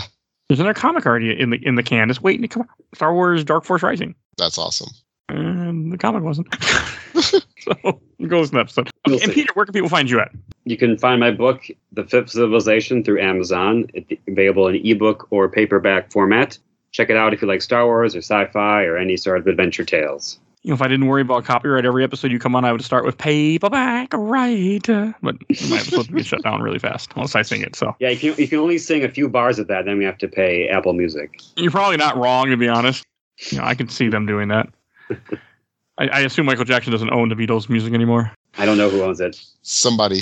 Speaker 2: there's another comic already in the in the can, just waiting to come out. Star Wars Dark Force Rising.
Speaker 4: That's awesome.
Speaker 2: And the comic wasn't. so goes an episode.
Speaker 3: We'll
Speaker 2: and
Speaker 3: see.
Speaker 2: Peter, where can people find you at?
Speaker 3: You can find my book, The Fifth Civilization, through Amazon. It's available in ebook or paperback format. Check it out if you like Star Wars or sci-fi or any sort of adventure tales.
Speaker 2: You know, if I didn't worry about copyright every episode you come on, I would start with paperback right. But my episodes get shut down really fast unless I sing it. So
Speaker 3: Yeah, you can you can only sing a few bars of that, then we have to pay Apple Music.
Speaker 2: you're probably not wrong to be honest. You know, I can see them doing that. I, I assume Michael Jackson doesn't own the Beatles music anymore.
Speaker 3: I don't know who owns it.
Speaker 4: Somebody,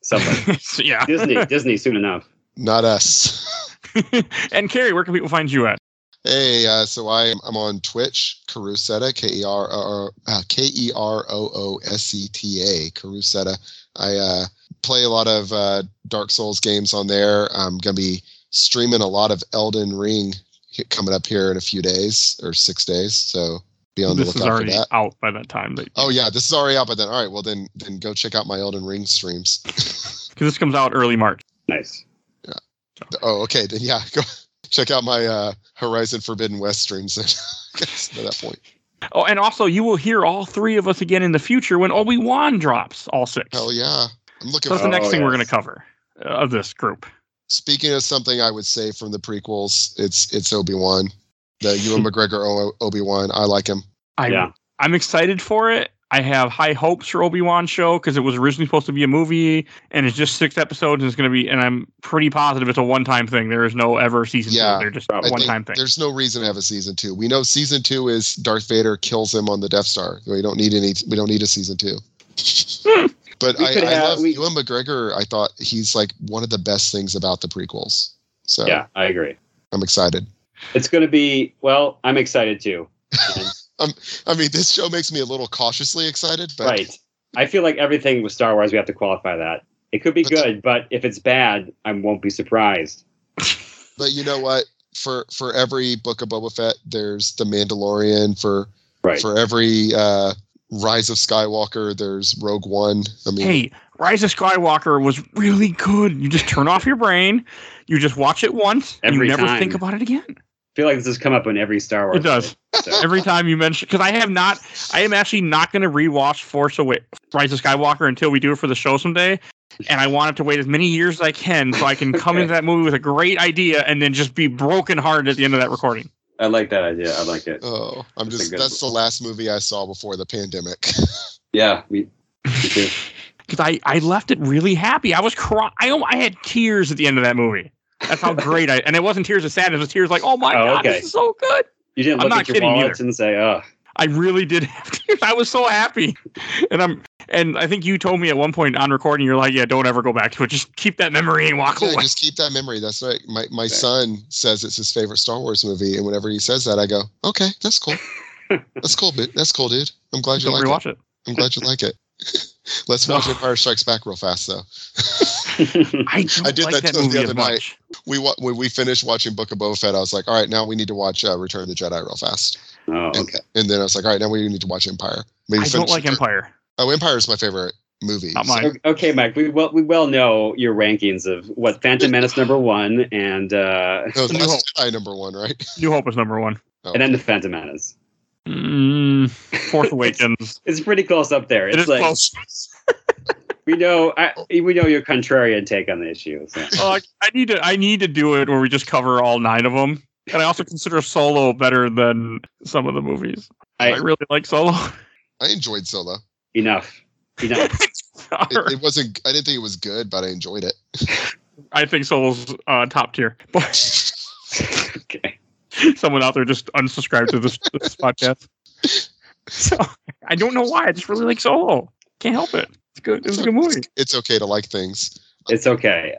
Speaker 3: Somebody.
Speaker 2: So, yeah.
Speaker 3: Disney, Disney soon enough.
Speaker 4: not us.
Speaker 2: and Carrie, where can people find you at?
Speaker 4: Hey, uh, so I am, I'm on Twitch, Carusetta, K E R O K E R O O S E T A, Carusetta. I uh, play a lot of uh, Dark Souls games on there. I'm gonna be streaming a lot of Elden Ring he- coming up here in a few days or six days. So be on the
Speaker 2: This is
Speaker 4: lookout for
Speaker 2: already
Speaker 4: that.
Speaker 2: out by that time. Because
Speaker 4: Oh yeah, this is already out, but then all right, well then then go check out my Elden Ring streams.
Speaker 2: this comes out early March.
Speaker 3: Nice.
Speaker 4: Oh, okay. Then yeah, go check out my uh, Horizon Forbidden West streams. Then I guess at that point,
Speaker 2: Oh, and also you will hear all three of us again in the future when Obi Wan drops all six.
Speaker 4: hell yeah,
Speaker 2: So
Speaker 4: I'm looking.
Speaker 2: that's
Speaker 4: for
Speaker 2: the next
Speaker 3: Oh,
Speaker 2: thing we're going
Speaker 3: yes.
Speaker 2: to cover uh, of this group.
Speaker 4: Speaking of something, I would say from the prequels, it's it's Obi Wan, the Ewan McGregor Obi Wan. I like him.
Speaker 2: I,
Speaker 3: Yeah.
Speaker 2: I'm excited for it. I have high hopes for Obi Wan show because it was originally supposed to be a movie and it's just six episodes and it's going to be. And I'm pretty positive it's a one time thing. There is no ever season. two.
Speaker 4: Yeah.
Speaker 2: they're just
Speaker 3: I
Speaker 4: I
Speaker 2: a
Speaker 3: think
Speaker 2: one time thing.
Speaker 4: There's no reason to have a season two. We know season two is Darth Vader kills him on the Death Star. We don't need any. We don't need a season two. but
Speaker 3: We
Speaker 4: I,
Speaker 3: could
Speaker 4: I
Speaker 3: have-
Speaker 4: love
Speaker 3: we-
Speaker 4: Ewan McGregor. I thought he's like one of the best things about the prequels. So
Speaker 3: Yeah, I agree.
Speaker 4: I'm excited.
Speaker 3: It's going to be well. I'm excited too. And-
Speaker 4: I mean, this show makes me a little cautiously excited, but
Speaker 3: right. I feel like everything with Star Wars, we have to qualify that. It could be
Speaker 4: But-
Speaker 3: good, but if it's bad, I won't be surprised.
Speaker 4: but you know what? For for every book of Boba Fett, there's the Mandalorian. For
Speaker 3: Right.
Speaker 4: for every uh, Rise of Skywalker, there's Rogue One. I mean,
Speaker 2: Hey, Rise of Skywalker was really good. You just turn off your brain, you just watch it once, and you
Speaker 3: Every
Speaker 2: never
Speaker 3: time.
Speaker 2: think about it again.
Speaker 3: I feel like this has come up in every Star Wars.
Speaker 2: It does.
Speaker 3: movie, so-
Speaker 2: every time you mention because I have not I am actually not going to rewatch Force Away Rise of Skywalker until we do it for the show someday and I want it to wait as many years as I can so I can come
Speaker 3: Okay.
Speaker 2: into that movie with a great idea and then just be broken hearted at the end of that recording.
Speaker 3: I like that idea. I like it.
Speaker 4: oh, I'm
Speaker 3: That's a
Speaker 4: just
Speaker 3: good
Speaker 4: that's the last movie I saw before the pandemic.
Speaker 3: Yeah. We, we do.
Speaker 2: Cuz I I left it really happy. I was crying. I al- I had tears at the end of that movie. That's how great I and it wasn't tears of sadness, it was tears like, "Oh my
Speaker 3: Oh,
Speaker 2: god,
Speaker 3: okay.
Speaker 2: this is so good."
Speaker 3: You didn't
Speaker 2: I'm
Speaker 3: look
Speaker 2: not
Speaker 3: at your
Speaker 2: kidding
Speaker 3: wallets
Speaker 2: either.
Speaker 3: and say, "Oh,
Speaker 2: I really did have tears. I was so happy. And I'm And I think you told me at one point on recording, you're like, "Yeah, don't ever go back to it. Just keep that memory and walk
Speaker 4: Yeah,
Speaker 2: away."
Speaker 4: just keep that memory. That's right. My my
Speaker 3: Right.
Speaker 4: son says it's his favorite Star Wars movie, and whenever he says that, I go, "Okay, that's cool. that's cool, but that's cool, dude. I'm glad you
Speaker 2: Don't
Speaker 4: like
Speaker 2: rewatch it.
Speaker 4: it. I'm glad you like it. Let's
Speaker 2: No.
Speaker 4: watch Empire Strikes Back real fast, though.
Speaker 2: I, don't
Speaker 4: I did
Speaker 2: like
Speaker 4: that
Speaker 2: that,
Speaker 4: to him the
Speaker 2: movie
Speaker 4: other
Speaker 2: as
Speaker 4: night.
Speaker 2: much.
Speaker 4: We wa- when we finished watching Book of Boba Fett, I was like, "All right, now we need to watch uh, Return of the Jedi real fast."
Speaker 3: oh,
Speaker 4: And,
Speaker 3: okay.
Speaker 4: and then I was like, "All right, now we need to watch Empire." Maybe
Speaker 2: I don't
Speaker 4: finish-
Speaker 2: like Empire.
Speaker 4: Oh, Empire is my favorite movie.
Speaker 2: Not
Speaker 4: so-
Speaker 2: mine.
Speaker 3: O- Okay, Mike. We well we well know your rankings of what Phantom Menace number one and uh,
Speaker 4: No,
Speaker 2: New Hope.
Speaker 4: Last Jedi number one, right?
Speaker 2: New Hope is number one.
Speaker 4: Oh,
Speaker 3: and then the Phantom Menace.
Speaker 2: Mm, Force Awakens.
Speaker 3: It's pretty close up there.
Speaker 2: It
Speaker 3: It's
Speaker 2: is
Speaker 3: like
Speaker 2: close.
Speaker 3: we know I, we know your contrarian take on the issue. So.
Speaker 2: Oh, I, I need to. I need to do it where we just cover all nine of them. And I also consider Solo better than some of the movies. I,
Speaker 3: I-
Speaker 2: really like Solo.
Speaker 4: I enjoyed Solo.
Speaker 3: Enough. Enough.
Speaker 4: It, it wasn't. I didn't think it was good, but I enjoyed it.
Speaker 2: I think Solo's uh, top tier. But
Speaker 3: okay.
Speaker 2: someone out there just unsubscribed to this, this podcast. So I don't know why. I just really like Solo. Can't help it. It's good. It's a good movie.
Speaker 4: It's okay to like things.
Speaker 3: It's okay.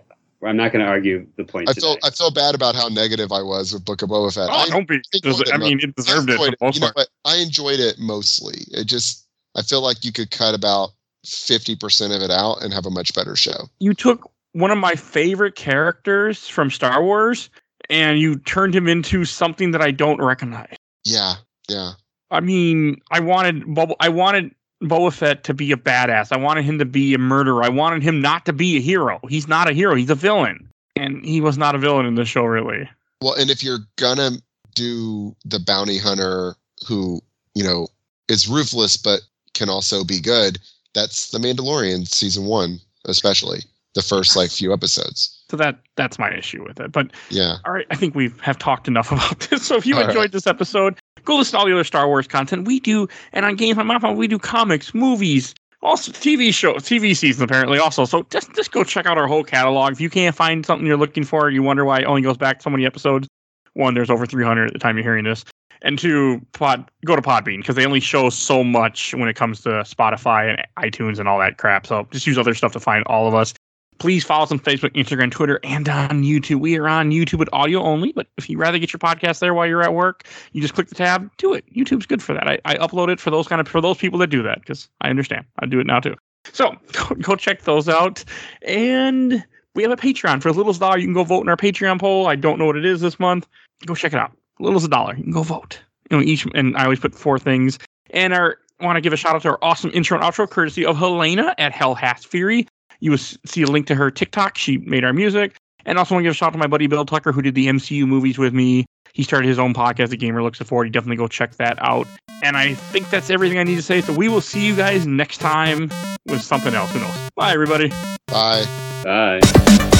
Speaker 3: I'm not going to argue the point.
Speaker 4: I
Speaker 3: today.
Speaker 4: feel I feel bad about how negative I was with Book of Boba Fett.
Speaker 2: Oh,
Speaker 4: I,
Speaker 2: don't be.
Speaker 4: think
Speaker 2: des-
Speaker 4: more than
Speaker 2: I mean, it
Speaker 4: I
Speaker 2: deserved it for
Speaker 4: enjoyed
Speaker 2: the most
Speaker 4: You know
Speaker 2: part.
Speaker 4: what? I enjoyed it mostly. It just I feel like you could cut about fifty percent of it out and have a much better show.
Speaker 2: You took one of my favorite characters from Star Wars and you turned him into something that I don't recognize.
Speaker 4: Yeah, yeah.
Speaker 2: I mean, I wanted Boba, I wanted Boba Fett to be a badass. I wanted him to be a murderer. I wanted him not to be a hero. He's not a hero. He's a villain, and he was not a villain in the show. Really,
Speaker 4: Well, and if you're gonna do the bounty hunter who you know is ruthless but can also be good, that's the Mandalorian season one, especially the first like few episodes.
Speaker 2: so that that's my issue with it. But
Speaker 4: Yeah,
Speaker 2: all right, I think we have talked enough about this. So if you
Speaker 4: All right.
Speaker 2: enjoyed this episode, go listen to all the other Star Wars content we do, and on Games My Mom Phone, we do comics, movies. Also, TV shows, TV seasons apparently also. So just just go check out our whole catalog. If you can't find something you're looking for, you wonder why it only goes back so many episodes. One, there's over 300 at the time you're hearing this, and two, pod go to Podbean because they only show so much when it comes to Spotify and iTunes and all that crap. So just use other stuff to find all of us. Please follow us on Facebook, Instagram, Twitter, and on YouTube. We are on YouTube with audio only, but if you'd rather get your podcast there while you're at work, you just click the tab, do it. YouTube's good for that. I, I upload it for those kind of for those people that do that because I understand. I do it now too. So go, go check those out. And we have a Patreon for as little as a dollar. You can go vote in our Patreon poll. I don't know what it is this month. Go check it out. Little as a dollar. You can go vote. You know, each and I always put four things. And our want to give a shout out to our awesome intro and outro courtesy of Helena at Hell Hath Fury you will s- see a link to her TikTok. She made our music. And also want to give a shout out to my buddy Bill Tucker, who did the MCU movies with me. He started his own podcast, The Gamer Looks at 40. Definitely go check that out. And I think that's everything I need to say. So we will see you guys next time with something else. Who knows? Bye, everybody.
Speaker 4: bye.
Speaker 3: Bye.